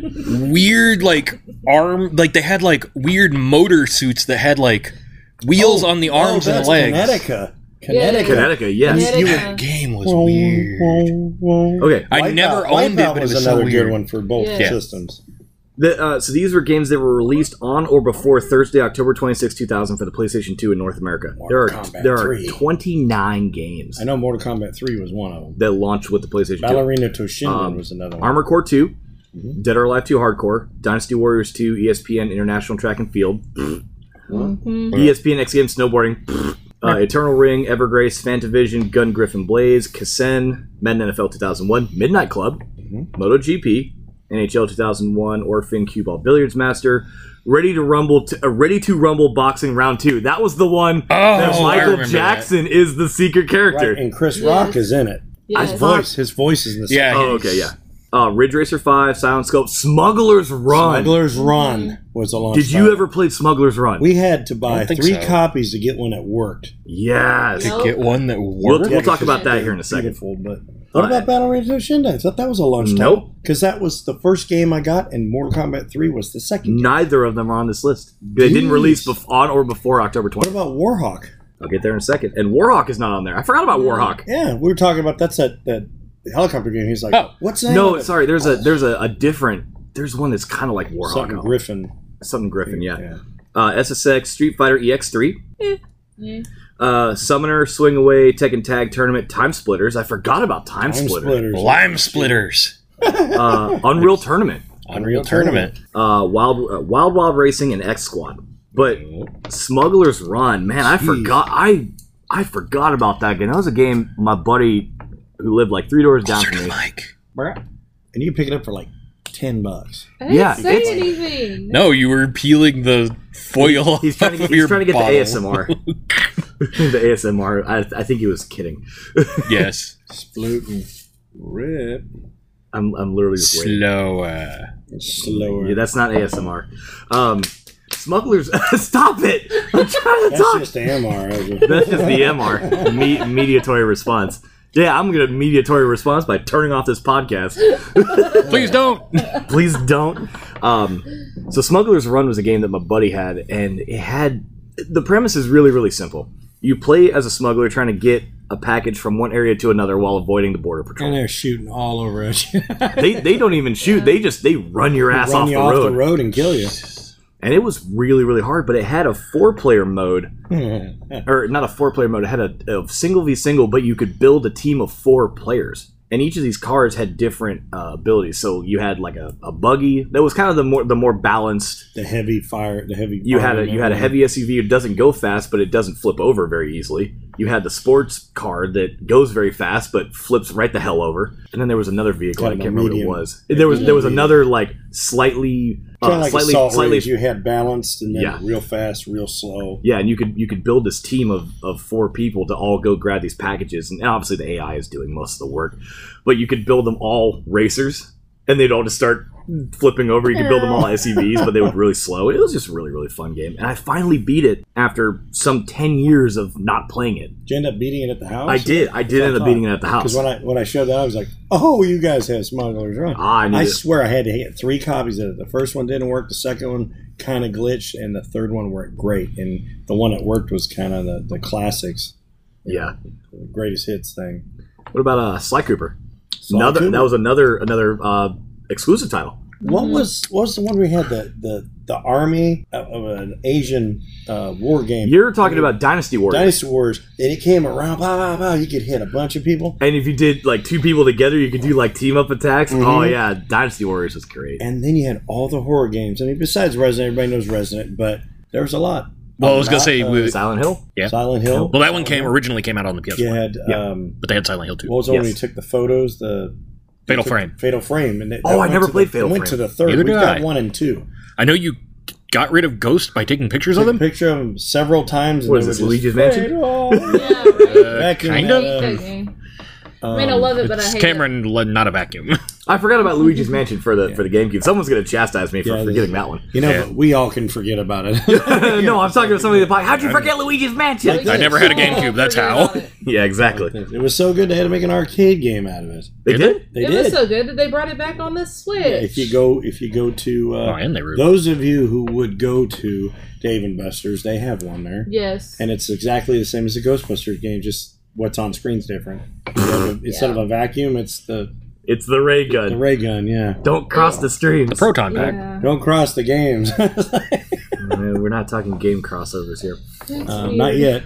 [SPEAKER 2] weird like arm like they had like weird motor suits that had like wheels on the arms and
[SPEAKER 3] Oh, that's
[SPEAKER 2] legs.
[SPEAKER 3] Connecticut.
[SPEAKER 4] Yeah, yeah,
[SPEAKER 3] Connecticut.
[SPEAKER 5] Connecticut, yes.
[SPEAKER 4] Connecticut.
[SPEAKER 2] You- That game was weird.
[SPEAKER 5] Okay,
[SPEAKER 2] I
[SPEAKER 3] Wipeout-
[SPEAKER 2] never owned it,
[SPEAKER 3] Wipeout
[SPEAKER 2] but it
[SPEAKER 3] was,
[SPEAKER 2] was, so
[SPEAKER 3] another
[SPEAKER 2] weird.
[SPEAKER 3] good one for both
[SPEAKER 4] Yeah.
[SPEAKER 3] systems.
[SPEAKER 5] the, uh, so these were games that were released on or before Thursday, October twenty sixth, 2000 for the PlayStation 2 in North America.
[SPEAKER 3] Mortal
[SPEAKER 5] There are
[SPEAKER 3] Kombat
[SPEAKER 5] there are
[SPEAKER 3] 3.
[SPEAKER 5] 29 games
[SPEAKER 3] I know Mortal Kombat 3 was one of them.
[SPEAKER 5] that launched with the PlayStation 2.
[SPEAKER 3] Ballerina Mm-hmm. Toshinden
[SPEAKER 5] Um,
[SPEAKER 3] was another one.
[SPEAKER 5] Armor Core 2, Dead or Alive 2 Hardcore, Dynasty Warriors E 2, ESPN International Track and Field,
[SPEAKER 4] Mhm.
[SPEAKER 5] ESPN X Games Snowboarding, uh, Eternal Ring, Evergrace, Fantavision, Gun Griffin Blaze, Kasen, Men NFL 2001, Midnight Club, MotoGP, NHL 2001, Orphan Cue Ball Billiards Master, Ready to Rumble, t- uh, Ready to Rumble Boxing Round Two. That was the one that
[SPEAKER 2] Oh, I
[SPEAKER 5] Michael
[SPEAKER 2] remember
[SPEAKER 5] Jackson is the secret character.
[SPEAKER 3] Right, and Chris Rock is in it.
[SPEAKER 4] Yes.
[SPEAKER 5] I
[SPEAKER 3] His voice, his voice is in the
[SPEAKER 2] Yeah.
[SPEAKER 5] Oh, okay, yeah. Uh, Ridge Racer Five, Silent Scope, Smuggler's Run.
[SPEAKER 3] Smuggler's Run was a launch.
[SPEAKER 5] Did you
[SPEAKER 3] title.
[SPEAKER 5] ever play Smuggler's Run?
[SPEAKER 3] We had to
[SPEAKER 2] I
[SPEAKER 3] buy
[SPEAKER 2] don't think
[SPEAKER 3] three
[SPEAKER 2] so.
[SPEAKER 3] copies to get one that worked.
[SPEAKER 5] yes.
[SPEAKER 4] Yeah.
[SPEAKER 2] Get one that
[SPEAKER 5] We'll,
[SPEAKER 2] worked.
[SPEAKER 5] we'll talk
[SPEAKER 4] Yeah.
[SPEAKER 5] about that here in a second.
[SPEAKER 3] Beautiful, but what about Ballerina Toshinden? I thought that was a launch
[SPEAKER 5] Nope.
[SPEAKER 3] because that was the first game I got, and Mortal Kombat 3 was the second. game.
[SPEAKER 5] Neither of them are on this list. They didn't
[SPEAKER 3] Jeez.
[SPEAKER 5] release bef- on or before October
[SPEAKER 3] What
[SPEAKER 5] 20th.
[SPEAKER 3] about Warhawk?
[SPEAKER 5] I'll get there in a second. And Warhawk is not on there. I forgot about Warhawk.
[SPEAKER 3] Yeah, we were talking about that's that that helicopter game. He's like,
[SPEAKER 2] Oh.
[SPEAKER 3] what's that?
[SPEAKER 5] No, sorry. There's a there's a, a different. There's one that's kind of like Warhawk.
[SPEAKER 3] Something
[SPEAKER 5] I'll-
[SPEAKER 3] Griffin.
[SPEAKER 5] something Griffin. Yeah. Uh, SSX Street Fighter EX3.
[SPEAKER 4] Yeah.
[SPEAKER 5] Uh, Summoner, Swing Away, Tekken Tag Tournament, Time Splitters. I forgot about Time,
[SPEAKER 3] Time
[SPEAKER 5] Splitter.
[SPEAKER 3] Splitters.
[SPEAKER 2] Lime Splitters.
[SPEAKER 5] Uh, Unreal Tournament,
[SPEAKER 2] Unreal Tournament.
[SPEAKER 5] uh, Wild uh, Wild Wild Racing, and X Squad. But Smuggler's Run, man, I forgot. I I forgot about that game. That was a game my buddy who lived like three doors down
[SPEAKER 2] Closer to
[SPEAKER 5] from me.
[SPEAKER 2] the mic.
[SPEAKER 3] Bruh. And you pick it up for like ten bucks.
[SPEAKER 4] I didn't
[SPEAKER 5] Yeah,
[SPEAKER 4] say
[SPEAKER 5] it's-
[SPEAKER 4] anything.
[SPEAKER 2] No, you were peeling the foil.
[SPEAKER 5] He's trying to
[SPEAKER 2] off
[SPEAKER 5] get,
[SPEAKER 2] of
[SPEAKER 5] he's
[SPEAKER 2] your
[SPEAKER 5] trying to get the
[SPEAKER 2] bottle.
[SPEAKER 5] ASMR. the ASMR. I, I think he was kidding.
[SPEAKER 2] Yes.
[SPEAKER 3] Sploot and rip.
[SPEAKER 5] I'm, I'm literally just waiting.
[SPEAKER 2] Slower.
[SPEAKER 3] Slower.
[SPEAKER 5] Yeah, that's not ASMR. Um, smugglers, stop it! I'm trying to
[SPEAKER 3] that's
[SPEAKER 5] talk.
[SPEAKER 3] just AMR. isn't it?
[SPEAKER 5] That's just the MR me- mediatory response. Yeah, I'm gonna mediatory response by turning off this podcast.
[SPEAKER 2] Please don't.
[SPEAKER 5] Please don't. Um, so, Smuggler's Run was a game that my buddy had, and it had the premise is really, really simple. You play as a smuggler trying to get a package from one area to another while avoiding the border
[SPEAKER 3] and
[SPEAKER 5] patrol.
[SPEAKER 3] they're shooting all over at you.
[SPEAKER 5] They, they don't even shoot; they just they run your ass
[SPEAKER 3] Run
[SPEAKER 5] off,
[SPEAKER 3] you
[SPEAKER 5] the,
[SPEAKER 3] off
[SPEAKER 5] road.
[SPEAKER 3] the road and kill you.
[SPEAKER 5] and it was really, really hard. But it had a four player mode or not a four player mode. It had a, a single v single, but you could build a team of four players, and each of these cars had different uh, abilities. So you had like a, a buggy that was kind of the more the more balanced
[SPEAKER 3] The heavy fire, the heavy.
[SPEAKER 5] you had
[SPEAKER 3] fire
[SPEAKER 5] a you had a heavy SUV. It doesn't go fast, but it doesn't flip over very easily. You had the sports car that goes very fast, but flips right the hell over. And then there was another vehicle. I
[SPEAKER 3] Kind of a
[SPEAKER 5] can't remember what it
[SPEAKER 3] medium.
[SPEAKER 5] was. There was there was another like slightly uh,
[SPEAKER 3] Kind of like
[SPEAKER 5] slightly
[SPEAKER 3] a salt
[SPEAKER 5] slightly
[SPEAKER 3] Ridge, you had balanced and then
[SPEAKER 5] Yeah.
[SPEAKER 3] real fast, real slow.
[SPEAKER 5] yeah. And you could you could build this team of of four people to all go grab these packages. And obviously the AI is doing most of the work, but you could build them all racers, and they'd all just start flipping over. You could build them all SUVs, but they would really slow. It was just a really, really fun game. And I finally beat it after some 10 years of not playing it.
[SPEAKER 3] Did you end up beating it at the house?
[SPEAKER 5] I did. I did end up beating it at the house.
[SPEAKER 3] Because when I when I showed that, I was like, "Oh, you guys have smugglers run."
[SPEAKER 5] Ah, I knew it.
[SPEAKER 3] swear, I had to hit three copies of it. The first one didn't work. The second one kind of glitched, and the third one worked great. And the one that worked was kind of the, the classics,
[SPEAKER 5] yeah.
[SPEAKER 3] the greatest hits thing.
[SPEAKER 5] What about uh, Sly Cooper?
[SPEAKER 3] Sly
[SPEAKER 5] another,
[SPEAKER 3] Cooper.
[SPEAKER 5] That was another another uh, exclusive title.
[SPEAKER 2] Mm-hmm.
[SPEAKER 3] What was what was the one we had the the the army of, of an Asian uh, war game?
[SPEAKER 5] You're talking about Dynasty Warriors.
[SPEAKER 3] Dynasty Wars, and it came around. Pow, pow, pow. You could hit a bunch of people,
[SPEAKER 5] and if you did like two people together, you could do like team up attacks. Oh
[SPEAKER 3] Mm-hmm.
[SPEAKER 5] yeah, Dynasty Warriors was great.
[SPEAKER 3] and then you had all the horror games. I mean, besides Resident, everybody knows Resident, but there was a lot.
[SPEAKER 2] Well, I was gonna say
[SPEAKER 3] Uh,
[SPEAKER 2] we,
[SPEAKER 5] Silent Hill.
[SPEAKER 2] Yeah.
[SPEAKER 3] Silent Hill.
[SPEAKER 2] well that one came originally came out on the PS4,
[SPEAKER 3] You had
[SPEAKER 5] Yeah.
[SPEAKER 3] um,
[SPEAKER 2] but they had Silent Hill too.
[SPEAKER 3] what was the one
[SPEAKER 5] Yes.
[SPEAKER 3] we took the photos? The
[SPEAKER 2] Fatal
[SPEAKER 3] took
[SPEAKER 2] Frame.
[SPEAKER 3] Fatal Frame. And it,
[SPEAKER 5] Oh,
[SPEAKER 3] that
[SPEAKER 5] I
[SPEAKER 3] went
[SPEAKER 5] never
[SPEAKER 3] to
[SPEAKER 5] played
[SPEAKER 3] the,
[SPEAKER 5] Fatal
[SPEAKER 3] it went to
[SPEAKER 5] Frame.
[SPEAKER 3] the third.
[SPEAKER 2] Neither
[SPEAKER 3] we
[SPEAKER 2] did
[SPEAKER 3] got
[SPEAKER 2] I.
[SPEAKER 3] one and two.
[SPEAKER 2] I know you got rid of Ghost by taking pictures of
[SPEAKER 3] Took a
[SPEAKER 2] them.
[SPEAKER 3] picture of them several times.
[SPEAKER 5] What
[SPEAKER 3] and
[SPEAKER 5] is
[SPEAKER 3] they
[SPEAKER 5] this,
[SPEAKER 3] were just
[SPEAKER 5] Luigi's Mansion?
[SPEAKER 3] Fatal.
[SPEAKER 4] Yeah, right.
[SPEAKER 2] Uh,
[SPEAKER 3] Back in
[SPEAKER 2] kind
[SPEAKER 4] I
[SPEAKER 3] that,
[SPEAKER 2] of.
[SPEAKER 4] hate
[SPEAKER 3] um,
[SPEAKER 4] that game. I mean, I love it, but I
[SPEAKER 2] It's
[SPEAKER 4] hate it.
[SPEAKER 2] Cameron, le- not a vacuum.
[SPEAKER 5] I forgot about Luigi's Mansion for the for the GameCube. Someone's gonna chastise me for
[SPEAKER 3] Yeah, it
[SPEAKER 5] forgetting
[SPEAKER 3] is.
[SPEAKER 5] that one.
[SPEAKER 3] You know, but we all can forget about it.
[SPEAKER 5] no, I'm talking to somebody that probably. How'd you forget Luigi's Mansion?
[SPEAKER 4] Like,
[SPEAKER 2] I never had a
[SPEAKER 4] forget
[SPEAKER 2] GameCube, that's
[SPEAKER 4] about
[SPEAKER 2] how.
[SPEAKER 4] it.
[SPEAKER 5] Yeah, exactly.
[SPEAKER 3] it was so good they had to make an arcade game out of it.
[SPEAKER 5] They did.
[SPEAKER 3] They
[SPEAKER 4] it
[SPEAKER 3] did.
[SPEAKER 4] was so good that they brought it back on the Switch.
[SPEAKER 3] if you go, if you go to
[SPEAKER 2] oh,
[SPEAKER 3] uh,
[SPEAKER 2] and they were.
[SPEAKER 3] those of you who would go to Dave and Buster's, they have one there.
[SPEAKER 4] yes.
[SPEAKER 3] and it's exactly the same as the Ghostbusters game. Just what's on screen's different. Instead of a, instead of a vacuum, it's the
[SPEAKER 5] It's the ray
[SPEAKER 3] the
[SPEAKER 5] gun.
[SPEAKER 3] ray gun. Yeah,
[SPEAKER 5] Don't cross the streams. Uh,
[SPEAKER 2] the proton pack.
[SPEAKER 4] yeah.
[SPEAKER 3] don't cross the games.
[SPEAKER 5] No, we're not talking game crossovers here.
[SPEAKER 4] That's
[SPEAKER 3] um,
[SPEAKER 4] weird.
[SPEAKER 3] not yet,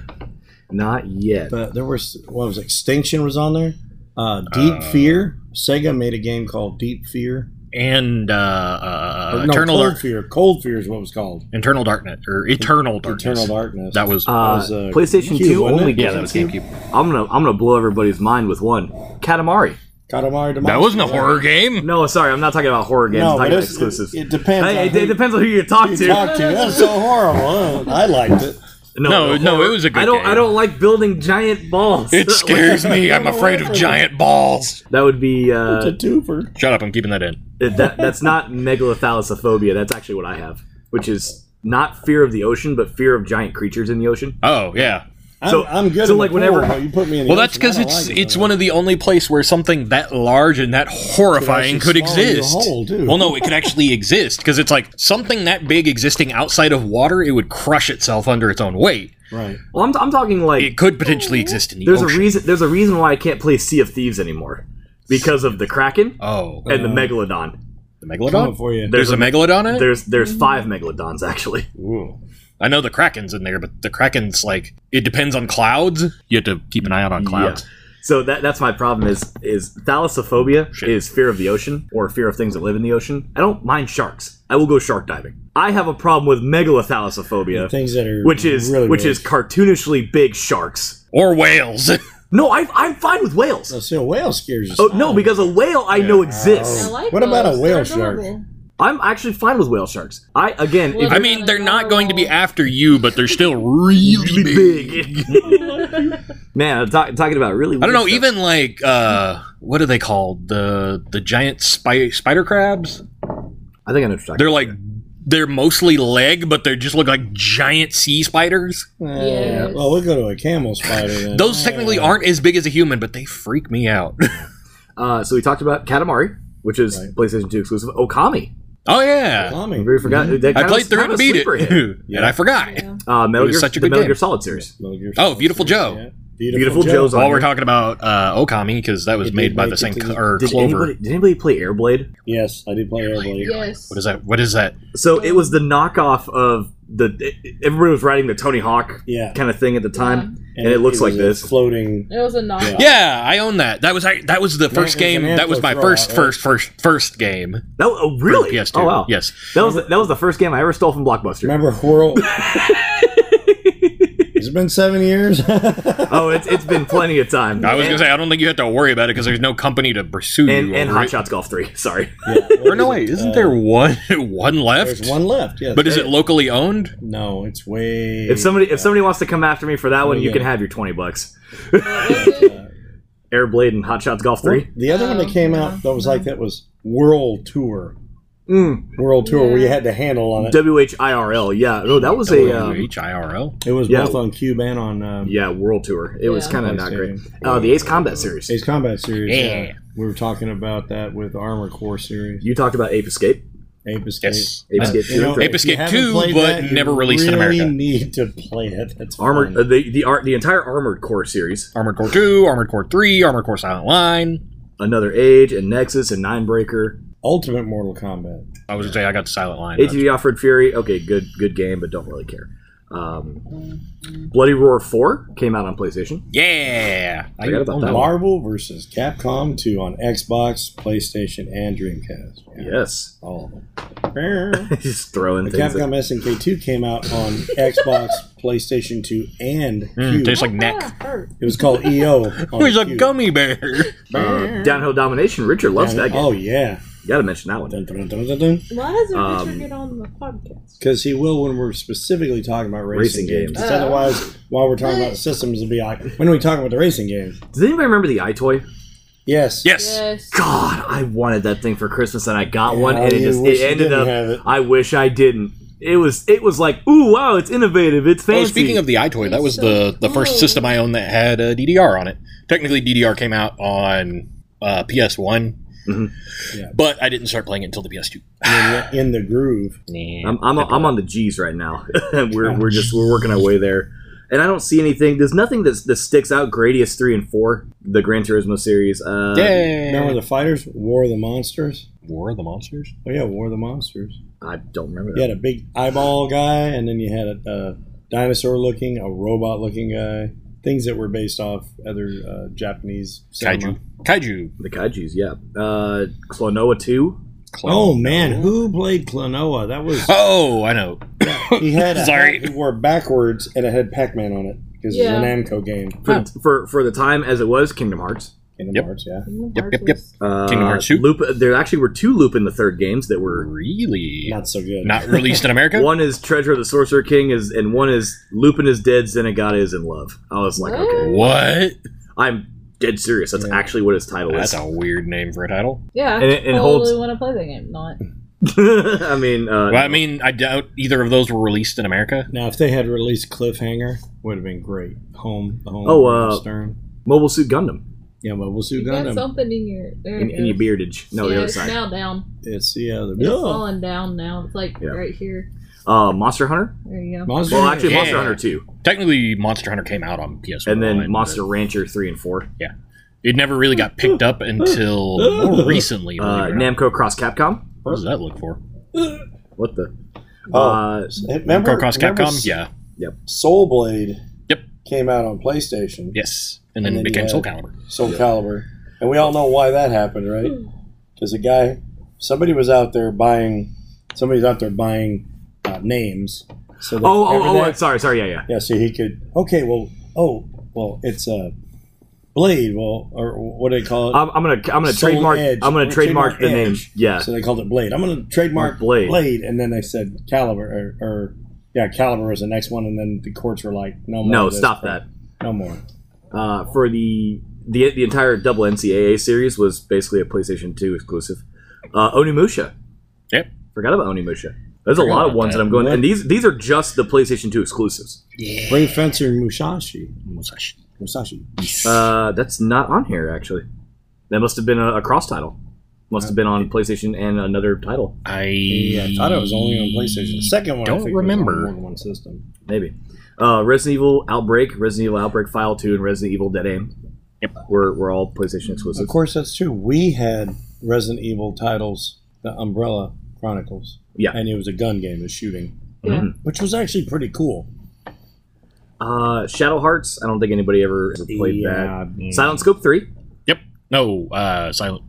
[SPEAKER 5] Not yet.
[SPEAKER 3] but there was what was it? Extinction was on there. Uh, Deep Fear. Sega made a game called Deep Fear.
[SPEAKER 2] and uh, uh,
[SPEAKER 3] Or
[SPEAKER 2] uh,
[SPEAKER 3] no,
[SPEAKER 2] Eternal
[SPEAKER 3] Cold
[SPEAKER 2] Dark,
[SPEAKER 3] Fear. Cold Fear is what it was called.
[SPEAKER 2] Eternal Darkness, or Eternal Darkness.
[SPEAKER 3] Eternal Darkness.
[SPEAKER 2] That was
[SPEAKER 5] Uh,
[SPEAKER 3] was, uh,
[SPEAKER 5] PlayStation
[SPEAKER 3] GameCube,
[SPEAKER 5] Two
[SPEAKER 3] wasn't
[SPEAKER 5] only.
[SPEAKER 3] it?
[SPEAKER 2] yeah, that was
[SPEAKER 5] GameCube.
[SPEAKER 2] GameCube.
[SPEAKER 5] I'm gonna I'm gonna blow everybody's mind with one. Katamari.
[SPEAKER 3] Katamari Damacy.
[SPEAKER 2] That wasn't a horror game.
[SPEAKER 5] No, sorry, I'm not talking about horror games.
[SPEAKER 3] No,
[SPEAKER 5] I'm
[SPEAKER 3] but
[SPEAKER 5] talking about
[SPEAKER 3] it's-
[SPEAKER 5] exclusives.
[SPEAKER 3] It, it depends.
[SPEAKER 5] Hey,
[SPEAKER 3] on
[SPEAKER 5] it,
[SPEAKER 3] who
[SPEAKER 5] it depends on who you talk
[SPEAKER 3] you
[SPEAKER 5] to.
[SPEAKER 3] talk to. That's so horrible. I liked it.
[SPEAKER 2] No, no,
[SPEAKER 5] horror.
[SPEAKER 2] it was a good
[SPEAKER 5] I don't
[SPEAKER 2] game.
[SPEAKER 5] I don't like building giant balls.
[SPEAKER 2] It scares me. I'm afraid of giant balls.
[SPEAKER 5] that would be
[SPEAKER 3] It's a
[SPEAKER 5] uh,
[SPEAKER 3] twofer.
[SPEAKER 2] Shut up. I'm keeping that in.
[SPEAKER 5] that, that's not megalothalassophobia. That's actually what I have, which is not fear of the ocean, but fear of giant creatures in the ocean.
[SPEAKER 2] Oh yeah.
[SPEAKER 3] I'm,
[SPEAKER 5] So-
[SPEAKER 3] I'm good.
[SPEAKER 5] so,
[SPEAKER 3] in the
[SPEAKER 5] like, whenever-
[SPEAKER 3] pool, but you put me in. The
[SPEAKER 2] Well, that's
[SPEAKER 3] ocean, I
[SPEAKER 2] because
[SPEAKER 3] don't
[SPEAKER 2] it's
[SPEAKER 3] like it,
[SPEAKER 2] it's
[SPEAKER 3] though.
[SPEAKER 2] one of the only place where something that large and that horrifying could
[SPEAKER 3] actually swallow you
[SPEAKER 2] exist.
[SPEAKER 3] whole, too.
[SPEAKER 2] well, no, it could actually exist because it's like something that big existing outside of water, it would crush itself under its own weight.
[SPEAKER 3] Right.
[SPEAKER 5] Well, I'm, I'm talking like
[SPEAKER 2] It could potentially exist in the
[SPEAKER 5] there's
[SPEAKER 2] ocean.
[SPEAKER 5] a reason there's a reason why I can't play Sea of Thieves anymore because of the Kraken
[SPEAKER 2] Oh,
[SPEAKER 5] and the Megalodon.
[SPEAKER 2] the
[SPEAKER 3] Coming
[SPEAKER 2] megalodon.
[SPEAKER 3] for you.
[SPEAKER 2] There's,
[SPEAKER 5] There's
[SPEAKER 2] a,
[SPEAKER 5] a-
[SPEAKER 2] megalodon in it.
[SPEAKER 5] There's there's
[SPEAKER 3] mm-hmm.
[SPEAKER 5] five Megalodons actually.
[SPEAKER 2] I know the kraken's in there, but the kraken's like it depends on clouds. You have to keep an eye out on clouds.
[SPEAKER 5] Yeah. So that that's my problem is is thalassophobia
[SPEAKER 2] Shit.
[SPEAKER 5] is fear of the ocean or fear of things that live in the ocean. I don't mind sharks. I will go shark diving. I have a problem with megalothalassophobia,
[SPEAKER 3] Things that are
[SPEAKER 5] which is
[SPEAKER 3] really
[SPEAKER 5] which
[SPEAKER 3] big.
[SPEAKER 5] is cartoonishly big sharks.
[SPEAKER 2] Or whales.
[SPEAKER 5] No, I, I'm fine with
[SPEAKER 3] So,
[SPEAKER 5] whales.
[SPEAKER 3] see, a whale scares you.
[SPEAKER 5] Oh no, because a whale I know
[SPEAKER 4] I
[SPEAKER 5] exists.
[SPEAKER 4] like
[SPEAKER 3] What about a
[SPEAKER 4] those.
[SPEAKER 3] whale
[SPEAKER 4] They're
[SPEAKER 3] shark?
[SPEAKER 4] adorable.
[SPEAKER 5] I'm actually fine with whale sharks. I again,
[SPEAKER 4] Well,
[SPEAKER 5] if
[SPEAKER 2] I mean, they're not going to be after you, but they're still really big.
[SPEAKER 5] Man, I'm talk, talking about really.
[SPEAKER 2] I don't
[SPEAKER 5] weird
[SPEAKER 2] know,
[SPEAKER 5] stuff.
[SPEAKER 2] even like uh what are they called? The the giant spy, spider crabs?
[SPEAKER 5] I think I know. What you're talking
[SPEAKER 2] They're like they're mostly leg, but they just look like giant sea spiders.
[SPEAKER 3] Uh,
[SPEAKER 4] Yes.
[SPEAKER 3] Well, we'll go to a camel spider. Then.
[SPEAKER 2] Those
[SPEAKER 5] Oh.
[SPEAKER 2] technically aren't as big as a human, but they freak me out.
[SPEAKER 5] about. Uh, so we talked about Katamari, which is
[SPEAKER 3] Right.
[SPEAKER 5] PlayStation 2 exclusive. Okami.
[SPEAKER 2] oh yeah.
[SPEAKER 3] Tommy.
[SPEAKER 5] We
[SPEAKER 3] Mm-hmm.
[SPEAKER 5] already forgot. that
[SPEAKER 2] I
[SPEAKER 5] kind of-
[SPEAKER 2] played through it
[SPEAKER 5] kind
[SPEAKER 2] and
[SPEAKER 5] of
[SPEAKER 2] beat it.
[SPEAKER 5] sleeper hit.
[SPEAKER 2] and I forgot.
[SPEAKER 5] Uh,
[SPEAKER 2] It
[SPEAKER 5] Metal
[SPEAKER 2] was
[SPEAKER 5] Gear,
[SPEAKER 2] such a
[SPEAKER 5] the
[SPEAKER 2] good
[SPEAKER 5] Metal
[SPEAKER 2] game.
[SPEAKER 5] Gear Solid series.
[SPEAKER 3] Metal Gear
[SPEAKER 2] Oh,
[SPEAKER 3] Solid
[SPEAKER 2] Beautiful
[SPEAKER 3] series,
[SPEAKER 2] Joe.
[SPEAKER 3] yeah.
[SPEAKER 5] Beautiful Joe's on
[SPEAKER 2] While we're
[SPEAKER 5] here.
[SPEAKER 2] talking about uh, Okami, because that was
[SPEAKER 3] It
[SPEAKER 2] made
[SPEAKER 3] did
[SPEAKER 2] by
[SPEAKER 3] make
[SPEAKER 2] the
[SPEAKER 3] it
[SPEAKER 2] same
[SPEAKER 3] to
[SPEAKER 2] co-
[SPEAKER 3] the-
[SPEAKER 2] or
[SPEAKER 5] Did
[SPEAKER 2] Clover.
[SPEAKER 5] anybody, did anybody play Airblade?
[SPEAKER 3] Yes, I did play Airblade.
[SPEAKER 4] Yes.
[SPEAKER 2] What is that? What is that?
[SPEAKER 5] So it was the knockoff of the. Everybody was riding the Tony Hawk
[SPEAKER 3] Yeah,
[SPEAKER 5] kind of thing at the time, and, it looks like
[SPEAKER 3] was a
[SPEAKER 5] this.
[SPEAKER 3] floating.
[SPEAKER 4] It was a knock.
[SPEAKER 5] Oh.
[SPEAKER 3] Yeah.
[SPEAKER 2] Yeah, I own that. That was I, that was the first
[SPEAKER 3] it's an
[SPEAKER 2] game. That was
[SPEAKER 3] Antler
[SPEAKER 2] my
[SPEAKER 3] throw,
[SPEAKER 2] first,
[SPEAKER 3] right?
[SPEAKER 2] first, first, first game.
[SPEAKER 5] That, oh,
[SPEAKER 2] for
[SPEAKER 5] really?
[SPEAKER 2] PS2.
[SPEAKER 5] Oh wow.
[SPEAKER 2] Yes.
[SPEAKER 5] That was that was the first game I ever stole from Blockbuster.
[SPEAKER 3] Remember Whirl? Has it been seven years?
[SPEAKER 5] Oh, it's it's been plenty of time.
[SPEAKER 2] I was gonna say I don't think you have to worry about it because there's no company to pursue
[SPEAKER 5] and
[SPEAKER 2] you.
[SPEAKER 5] and uh,
[SPEAKER 2] over
[SPEAKER 5] Hot
[SPEAKER 2] it.
[SPEAKER 5] Shots Golf Three. Sorry.
[SPEAKER 2] Or no way, isn't there one one left?
[SPEAKER 3] There's one left. Yeah,
[SPEAKER 2] but is it locally owned?
[SPEAKER 3] No, it's way.
[SPEAKER 5] If somebody if somebody wants to come after me for that one, you
[SPEAKER 3] yeah.
[SPEAKER 5] can have your twenty bucks.
[SPEAKER 4] Was it?
[SPEAKER 5] Airblade and Hot Shots Golf Three.
[SPEAKER 3] the other one that came out that was like that was World Tour.
[SPEAKER 5] Mm,
[SPEAKER 3] World Tour where you
[SPEAKER 4] Yeah.
[SPEAKER 3] had the handle on it.
[SPEAKER 5] W H I R L. Yeah. No, that was a um,
[SPEAKER 2] WHIRL.
[SPEAKER 3] It was
[SPEAKER 5] Yeah.
[SPEAKER 3] both on Cube and on um,
[SPEAKER 5] yeah World Tour. It was
[SPEAKER 4] Yeah.
[SPEAKER 5] kind of not great. Uh, the Ace Combat series.
[SPEAKER 3] Ace Combat series. Yeah.
[SPEAKER 2] Yeah.
[SPEAKER 3] we were talking about that with Armor Core series.
[SPEAKER 5] You talked about Ape Escape.
[SPEAKER 3] Ape Escape.
[SPEAKER 2] Yes.
[SPEAKER 5] Ape
[SPEAKER 2] Uh,
[SPEAKER 5] Escape
[SPEAKER 3] You know,
[SPEAKER 5] Two.
[SPEAKER 2] Ape
[SPEAKER 3] if you
[SPEAKER 2] Escape
[SPEAKER 3] haven't
[SPEAKER 2] 2,
[SPEAKER 3] played
[SPEAKER 2] but
[SPEAKER 3] you
[SPEAKER 2] never released in
[SPEAKER 3] really
[SPEAKER 2] America.
[SPEAKER 3] need to play it. That's
[SPEAKER 5] Armored
[SPEAKER 3] fun.
[SPEAKER 5] uh, the the art the entire Armored Core series.
[SPEAKER 2] Armored Core 2, Armored Core 3, Armored Core Silent Line.
[SPEAKER 5] Another Age and Nexus and Ninebreaker.
[SPEAKER 3] Ultimate Mortal Kombat.
[SPEAKER 2] I was gonna say I got to Silent Line. Uh,
[SPEAKER 5] ATV Offered Fury. Okay, good good game, but don't really care. Um, Bloody Roar Four came out on PlayStation.
[SPEAKER 2] Yeah. I,
[SPEAKER 5] Forgot about
[SPEAKER 2] own
[SPEAKER 5] that one.
[SPEAKER 3] Marvel versus Capcom 2 on Xbox, PlayStation, and Dreamcast.
[SPEAKER 5] Yes,
[SPEAKER 3] All of them.
[SPEAKER 5] just throwing
[SPEAKER 3] Oh. The
[SPEAKER 5] things. at-
[SPEAKER 3] Capcom SNK 2 came out on Xbox, PlayStation 2, and
[SPEAKER 2] Mm,
[SPEAKER 5] Hmm,
[SPEAKER 3] Cube.
[SPEAKER 2] tastes like
[SPEAKER 4] Ah,
[SPEAKER 2] neck.
[SPEAKER 4] hurt.
[SPEAKER 3] it was called EO. on
[SPEAKER 2] He's a
[SPEAKER 3] Cube.
[SPEAKER 2] gummy bear.
[SPEAKER 5] Uh, Downhill Domination. Richard loves that game.
[SPEAKER 3] Oh, yeah.
[SPEAKER 5] Got to mention that one.
[SPEAKER 4] Why doesn't
[SPEAKER 5] Um,
[SPEAKER 4] Richard get on the podcast?
[SPEAKER 3] Because he will when we're specifically talking about racing,
[SPEAKER 5] Racing
[SPEAKER 3] games.
[SPEAKER 5] games. Ah.
[SPEAKER 3] 'Cause otherwise, while we're talking about systems, it'll be like, when are we talking about the racing games?
[SPEAKER 5] Does anybody remember the iToy?
[SPEAKER 3] Yes.
[SPEAKER 2] yes.
[SPEAKER 4] Yes.
[SPEAKER 5] God, I wanted that thing for Christmas and I got one,
[SPEAKER 3] Yeah,
[SPEAKER 5] and it
[SPEAKER 3] you
[SPEAKER 5] just
[SPEAKER 3] wish
[SPEAKER 5] it
[SPEAKER 3] you
[SPEAKER 5] ended
[SPEAKER 3] didn't
[SPEAKER 5] up.
[SPEAKER 3] have it.
[SPEAKER 5] I wish I didn't. It was it was like, ooh, wow, it's innovative, it's fancy.
[SPEAKER 2] Oh, speaking of the iToy, that was the, the first system I owned that had uh, DDR on it. Technically, DDR came out on uh, PS1,
[SPEAKER 5] Mhm.
[SPEAKER 3] Yeah.
[SPEAKER 2] but I didn't start playing it until the PS2.
[SPEAKER 3] And In the, in the groove.
[SPEAKER 5] I'm I'm, I'm on the G's right now. we're we're just we're working our way there, and I don't see anything. There's nothing that's, that sticks out. Gradius three and four, the Gran Turismo series. Uh,
[SPEAKER 2] yeah.
[SPEAKER 3] Remember the fighters? War of the Monsters?
[SPEAKER 2] War of the Monsters?
[SPEAKER 3] Oh, yeah, War of the Monsters.
[SPEAKER 5] I don't remember
[SPEAKER 3] You
[SPEAKER 5] that.
[SPEAKER 3] had a big eyeball guy, and then you had a, a dinosaur looking, a robot looking guy. Things that were based off other uh, Japanese cinema.
[SPEAKER 2] Kaiju. Kaiju.
[SPEAKER 5] The Kaiju's, yeah. Uh, Clonoa two.
[SPEAKER 2] Clone.
[SPEAKER 3] Oh man, who played Klonoa? That was
[SPEAKER 2] Oh, I know.
[SPEAKER 3] he had a
[SPEAKER 2] Sorry.
[SPEAKER 3] hat he wore backwards and it had Pac-Man on it because
[SPEAKER 4] Yeah.
[SPEAKER 3] it was a Namco game.
[SPEAKER 5] For, for for the time as it was, Kingdom Hearts.
[SPEAKER 3] Kingdom
[SPEAKER 2] Yep.
[SPEAKER 3] Hearts, yeah.
[SPEAKER 2] Yep, yep, yep.
[SPEAKER 5] Uh,
[SPEAKER 2] Kingdom Hearts two?
[SPEAKER 5] Loop. There actually were two Loop in the third games that were.
[SPEAKER 2] Really?
[SPEAKER 3] Not so good.
[SPEAKER 2] Not released in America?
[SPEAKER 5] One is Treasure of the Sorcerer King, is and one is Lupin is dead. Zenigata is in love. I was like,
[SPEAKER 4] What?
[SPEAKER 5] okay,
[SPEAKER 2] What?
[SPEAKER 5] I'm dead serious. That's
[SPEAKER 3] Yeah.
[SPEAKER 5] actually what his title
[SPEAKER 2] That's
[SPEAKER 5] is.
[SPEAKER 2] a weird name for a title.
[SPEAKER 4] Yeah,
[SPEAKER 5] And it- and it
[SPEAKER 4] I
[SPEAKER 5] holds-
[SPEAKER 4] totally want to play that game. Not.
[SPEAKER 5] I mean, uh,
[SPEAKER 2] Well, I mean, I doubt either of those were released in America.
[SPEAKER 3] Now, if they had released Cliffhanger, would have been great. Home, the home.
[SPEAKER 5] Oh,
[SPEAKER 3] of
[SPEAKER 5] uh,
[SPEAKER 3] Stern.
[SPEAKER 5] Mobile Suit Gundam
[SPEAKER 3] Yeah, but we'll see
[SPEAKER 4] You got
[SPEAKER 3] Gundam.
[SPEAKER 4] something in your. There
[SPEAKER 5] in,
[SPEAKER 4] it
[SPEAKER 5] in your
[SPEAKER 4] goes.
[SPEAKER 5] beardage. No,
[SPEAKER 4] yeah,
[SPEAKER 5] the other
[SPEAKER 4] it's
[SPEAKER 5] side.
[SPEAKER 4] now down.
[SPEAKER 3] It's yeah, the
[SPEAKER 4] It's
[SPEAKER 3] Ugh.
[SPEAKER 4] falling down now. It's like
[SPEAKER 5] Yeah.
[SPEAKER 4] right here.
[SPEAKER 5] Uh, Monster Hunter.
[SPEAKER 4] There you go.
[SPEAKER 3] Monster.
[SPEAKER 5] Well, actually,
[SPEAKER 2] Yeah.
[SPEAKER 5] Monster Hunter two,
[SPEAKER 2] Technically, Monster Hunter came out on PS1.
[SPEAKER 5] and then
[SPEAKER 2] but
[SPEAKER 5] Monster Rancher three and four.
[SPEAKER 2] It never really got picked up until more recently.
[SPEAKER 5] Uh,
[SPEAKER 2] believe it or not.
[SPEAKER 5] Namco Cross Capcom.
[SPEAKER 2] what does that look for?
[SPEAKER 5] What the?
[SPEAKER 3] Oh.
[SPEAKER 5] Uh,
[SPEAKER 3] remember,
[SPEAKER 2] Namco Cross
[SPEAKER 3] remember
[SPEAKER 2] Capcom?
[SPEAKER 3] S-
[SPEAKER 2] Yeah.
[SPEAKER 3] Soul Blade.
[SPEAKER 2] Yep.
[SPEAKER 3] Came out on PlayStation.
[SPEAKER 2] Yes. And then,
[SPEAKER 3] And then
[SPEAKER 2] became
[SPEAKER 3] you
[SPEAKER 2] Soul
[SPEAKER 3] had-
[SPEAKER 2] Calibur.
[SPEAKER 3] Soul Calibur, and we all know why that happened, right? Because a guy, somebody was out there buying. Somebody's out there buying uh, names. So that
[SPEAKER 5] oh, oh,
[SPEAKER 3] every
[SPEAKER 5] oh,
[SPEAKER 3] day-
[SPEAKER 5] Sorry, sorry. Yeah, yeah.
[SPEAKER 3] Yeah, so he could. Okay, well, oh, well, it's a blade. Well, or what do they call it?
[SPEAKER 5] I'm, I'm gonna, I'm gonna
[SPEAKER 3] Soul
[SPEAKER 5] trademark.
[SPEAKER 3] Edge.
[SPEAKER 5] I'm gonna
[SPEAKER 3] Or
[SPEAKER 5] trademark the name.
[SPEAKER 3] Edge.
[SPEAKER 5] Yeah.
[SPEAKER 3] So they called it blade. I'm going to trademark
[SPEAKER 5] Blade.
[SPEAKER 3] blade. and then they said caliber or. or yeah, Caliber was the next one, and then the courts were like, "No more."
[SPEAKER 5] No,
[SPEAKER 3] of this
[SPEAKER 5] stop
[SPEAKER 3] crap.
[SPEAKER 5] that.
[SPEAKER 3] No more.
[SPEAKER 5] uh, for the the the entire double NCAA series was basically a PlayStation 2 exclusive. Uh, Onimusha.
[SPEAKER 2] Yep.
[SPEAKER 5] Forgot about Onimusha. There's a
[SPEAKER 2] Forgot
[SPEAKER 5] lot of
[SPEAKER 2] about
[SPEAKER 5] ones that,
[SPEAKER 2] that.
[SPEAKER 5] I'm going, and these these are just the PlayStation 2 exclusives.
[SPEAKER 3] Ring Fencer Musashi.
[SPEAKER 2] Musashi.
[SPEAKER 3] Musashi.
[SPEAKER 5] Uh, that's not on here actually. That must have been a, a cross title. Must have been on PlayStation and another title,
[SPEAKER 2] I
[SPEAKER 3] Yeah, I thought it was only on PlayStation. The second one, I
[SPEAKER 2] Don't
[SPEAKER 3] think, was on
[SPEAKER 2] remember.
[SPEAKER 3] more than one system.
[SPEAKER 5] maybe. Uh, Resident Evil Outbreak, Resident Evil Outbreak File Two, and Resident Evil Dead Aim.
[SPEAKER 2] Yep.
[SPEAKER 5] We're, we're all PlayStation
[SPEAKER 3] Of
[SPEAKER 5] exclusive.
[SPEAKER 3] course, that's true. We had Resident Evil titles, the Umbrella Chronicles.
[SPEAKER 5] Yeah.
[SPEAKER 3] and it was a gun game, a shooting,
[SPEAKER 4] Yeah.
[SPEAKER 3] which was actually pretty cool.
[SPEAKER 5] Uh, Shadow Hearts. I don't think anybody ever, ever played
[SPEAKER 3] yeah,
[SPEAKER 5] that. Silent Scope Three.
[SPEAKER 2] Yep. No, uh, silent.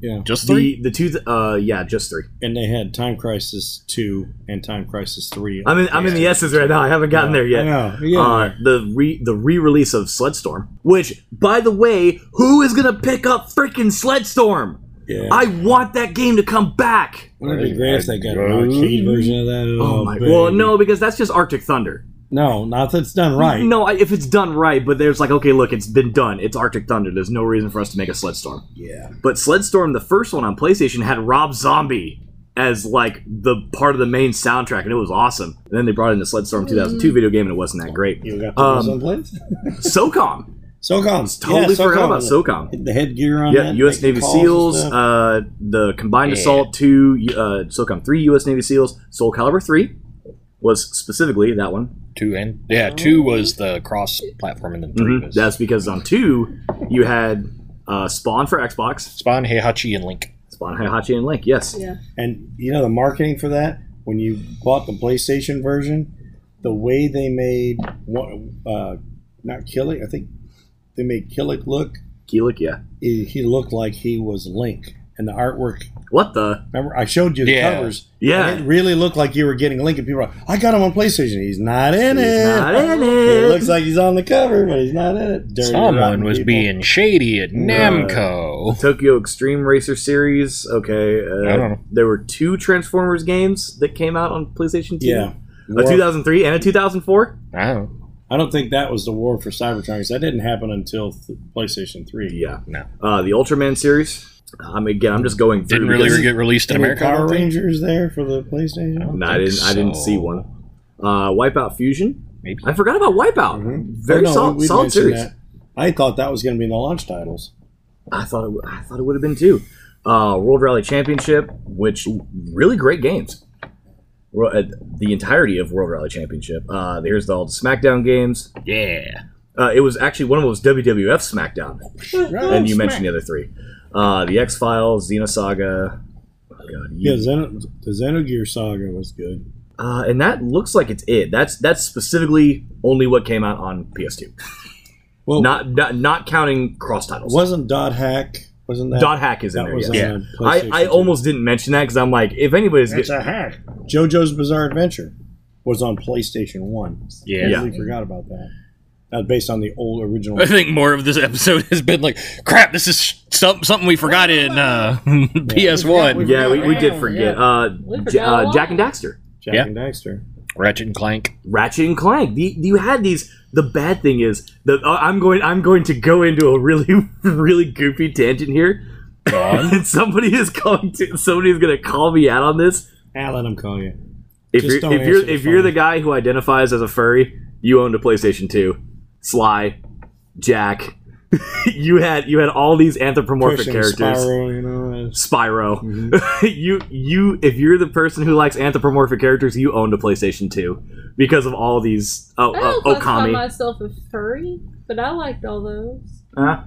[SPEAKER 3] yeah.
[SPEAKER 2] Just three.
[SPEAKER 5] The the two. Th- uh, yeah, just three.
[SPEAKER 3] And they had Time Crisis Two and Time Crisis Three.
[SPEAKER 5] I'm in, I'm in the S's right now. I haven't gotten there yet.
[SPEAKER 3] I know. Yeah.
[SPEAKER 5] Uh, the re the re release of Sledstorm, which by the way, who is gonna pick up freaking Sledstorm?
[SPEAKER 3] yeah.
[SPEAKER 5] I want that game to come back.
[SPEAKER 3] Wouldn't it be great if they got an arcade version of that?
[SPEAKER 5] Oh, my!
[SPEAKER 3] baby.
[SPEAKER 5] Well, no, because that's just Arctic Thunder.
[SPEAKER 3] no, not that it's done right.
[SPEAKER 5] No, I, if it's done right, but there's like, okay, look, it's been done. It's Arctic Thunder. There's no reason for us to make a Sledstorm.
[SPEAKER 3] Yeah,
[SPEAKER 5] But Sledstorm, the first one on PlayStation, had Rob Zombie as like the part of the main soundtrack, and it was awesome. And then they brought in the Sledstorm
[SPEAKER 3] Mm.
[SPEAKER 5] 2002 video game, and it wasn't that great.
[SPEAKER 3] you got
[SPEAKER 5] Um,
[SPEAKER 3] those someplace.
[SPEAKER 5] SOCOM.
[SPEAKER 3] SOCOM, yeah,
[SPEAKER 5] Totally forgot
[SPEAKER 3] SOCOM.
[SPEAKER 5] about SOCOM.
[SPEAKER 3] The headgear on
[SPEAKER 5] Yeah,
[SPEAKER 3] that,
[SPEAKER 5] U.S.
[SPEAKER 3] making
[SPEAKER 5] Navy
[SPEAKER 3] calls and
[SPEAKER 5] SEALs,
[SPEAKER 3] stuff.
[SPEAKER 5] uh, the Combined Assault 2, uh, SOCOM 3, U.S. Navy SEALs, Soul Calibur 3 was specifically that one.
[SPEAKER 2] Two and yeah,
[SPEAKER 3] Oh.
[SPEAKER 2] two was the cross platform, and then 3
[SPEAKER 5] Mhm.
[SPEAKER 2] was
[SPEAKER 5] That's because on 2, you had uh, Spawn for Xbox,
[SPEAKER 2] Spawn, Heihachi, and Link.
[SPEAKER 5] Spawn, Heihachi, and Link, yes.
[SPEAKER 4] Yeah.
[SPEAKER 3] And you know the marketing for that when you bought the PlayStation version, the way they made one- uh, not Killick, I think they made Killick look.
[SPEAKER 5] Keelik, yeah.
[SPEAKER 3] He, he looked like he was Link, and the artwork.
[SPEAKER 5] What the?
[SPEAKER 3] Remember, I showed you the
[SPEAKER 2] Yeah.
[SPEAKER 3] covers. and
[SPEAKER 5] Yeah.
[SPEAKER 3] it really looked like you were getting Link, and people were like, "I got him on PlayStation. He's not in
[SPEAKER 5] He's
[SPEAKER 3] it.
[SPEAKER 5] not in
[SPEAKER 3] It
[SPEAKER 5] it.
[SPEAKER 3] looks like he's on the cover, but he's not in it. Dirty, rotten
[SPEAKER 2] Someone was
[SPEAKER 3] people.
[SPEAKER 2] being shady at Namco.
[SPEAKER 5] Tokyo Extreme Racer series. Okay, uh,
[SPEAKER 2] I don't know.
[SPEAKER 5] there were two Transformers games that came out on PlayStation 2.
[SPEAKER 3] Yeah.
[SPEAKER 5] a 2003 and a 2004.
[SPEAKER 2] I don't know.
[SPEAKER 3] I don't think that was the war for Cybertron. 'cause That didn't happen until th- PlayStation Three.
[SPEAKER 5] Yeah,
[SPEAKER 2] No.
[SPEAKER 5] uh, the Ultraman series. I'm again. I'm just going. Through
[SPEAKER 2] Didn't really
[SPEAKER 5] because-
[SPEAKER 2] get released in
[SPEAKER 3] Any
[SPEAKER 2] America. I
[SPEAKER 3] Power
[SPEAKER 2] don't think.
[SPEAKER 3] Rangers there for the PlayStation.
[SPEAKER 2] No.
[SPEAKER 5] No, I didn't. I didn't see
[SPEAKER 2] So-
[SPEAKER 5] one. Uh, Wipeout Fusion.
[SPEAKER 2] Maybe.
[SPEAKER 5] I forgot about Wipeout. Very
[SPEAKER 3] Oh, no,
[SPEAKER 5] solid,
[SPEAKER 3] we- we
[SPEAKER 5] solid
[SPEAKER 3] mentioned
[SPEAKER 5] series.
[SPEAKER 3] that. I thought that was going to be in the launch titles.
[SPEAKER 5] I thought. It, w- I thought it would have been two. Uh, World Rally Championship, which really great games. Ro- uh, The entirety of World Rally Championship. Uh, here's the, all the SmackDown games.
[SPEAKER 2] Yeah.
[SPEAKER 5] Uh, it was actually one of those WWF SmackDown,
[SPEAKER 3] Oh,
[SPEAKER 5] and you mentioned the other three: uh, the X Files, Xenosaga. Oh, God,
[SPEAKER 3] Yeah,
[SPEAKER 5] you-
[SPEAKER 3] Xeno, the Xenogear Saga was good.
[SPEAKER 5] uh, and that looks like it's it. That's that's specifically only what came out on PS2,
[SPEAKER 3] Well,
[SPEAKER 5] not not, not counting cross titles.
[SPEAKER 3] wasn't Dot Hack? Wasn't that
[SPEAKER 5] Dot Hack is in
[SPEAKER 3] That
[SPEAKER 5] there.
[SPEAKER 3] was
[SPEAKER 5] Yes.
[SPEAKER 3] on
[SPEAKER 2] Yeah.
[SPEAKER 3] the PlayStation
[SPEAKER 5] I, I
[SPEAKER 3] two.
[SPEAKER 5] almost didn't mention that because I'm like, if anybody's get,
[SPEAKER 3] a hack. JoJo's Bizarre Adventure was on PlayStation One.
[SPEAKER 2] Yeah.
[SPEAKER 3] I completely forgot about that. That was based on the old original.
[SPEAKER 2] I think more of this episode has been like, crap, this is some, something we forgot in uh, PS1.
[SPEAKER 5] yeah, we, we did
[SPEAKER 4] Yeah.
[SPEAKER 5] forget uh,
[SPEAKER 4] We
[SPEAKER 5] J-
[SPEAKER 4] forgot
[SPEAKER 5] uh, Jack
[SPEAKER 4] a
[SPEAKER 5] and
[SPEAKER 4] lot.
[SPEAKER 5] Daxter.
[SPEAKER 3] Jack
[SPEAKER 2] Yeah.
[SPEAKER 3] and Daxter.
[SPEAKER 2] Ratchet and Clank.
[SPEAKER 5] Ratchet and Clank. The, you had these. The bad thing is that uh, I'm going. I'm going to go into a really, really goofy tangent here, and somebody is going to. Somebody is going to call me out on this.
[SPEAKER 3] Ah, let him call you.
[SPEAKER 5] If
[SPEAKER 3] Just
[SPEAKER 5] you're
[SPEAKER 3] don't
[SPEAKER 5] if you're
[SPEAKER 3] answer the
[SPEAKER 5] if you're
[SPEAKER 3] phone.
[SPEAKER 5] the guy who identifies as a furry, you owned a PlayStation Two. Sly, Jack, you had you had all these anthropomorphic
[SPEAKER 3] Pushing
[SPEAKER 5] characters.
[SPEAKER 3] Spyro, you know. Mhm. it's-
[SPEAKER 5] Spyro. you you if you're the person who likes anthropomorphic characters, you owned a PlayStation 2 because of all these oh,
[SPEAKER 4] I don't
[SPEAKER 5] oh,
[SPEAKER 4] classify
[SPEAKER 5] Okami.
[SPEAKER 4] myself as furry, but I liked all those.
[SPEAKER 5] Huh?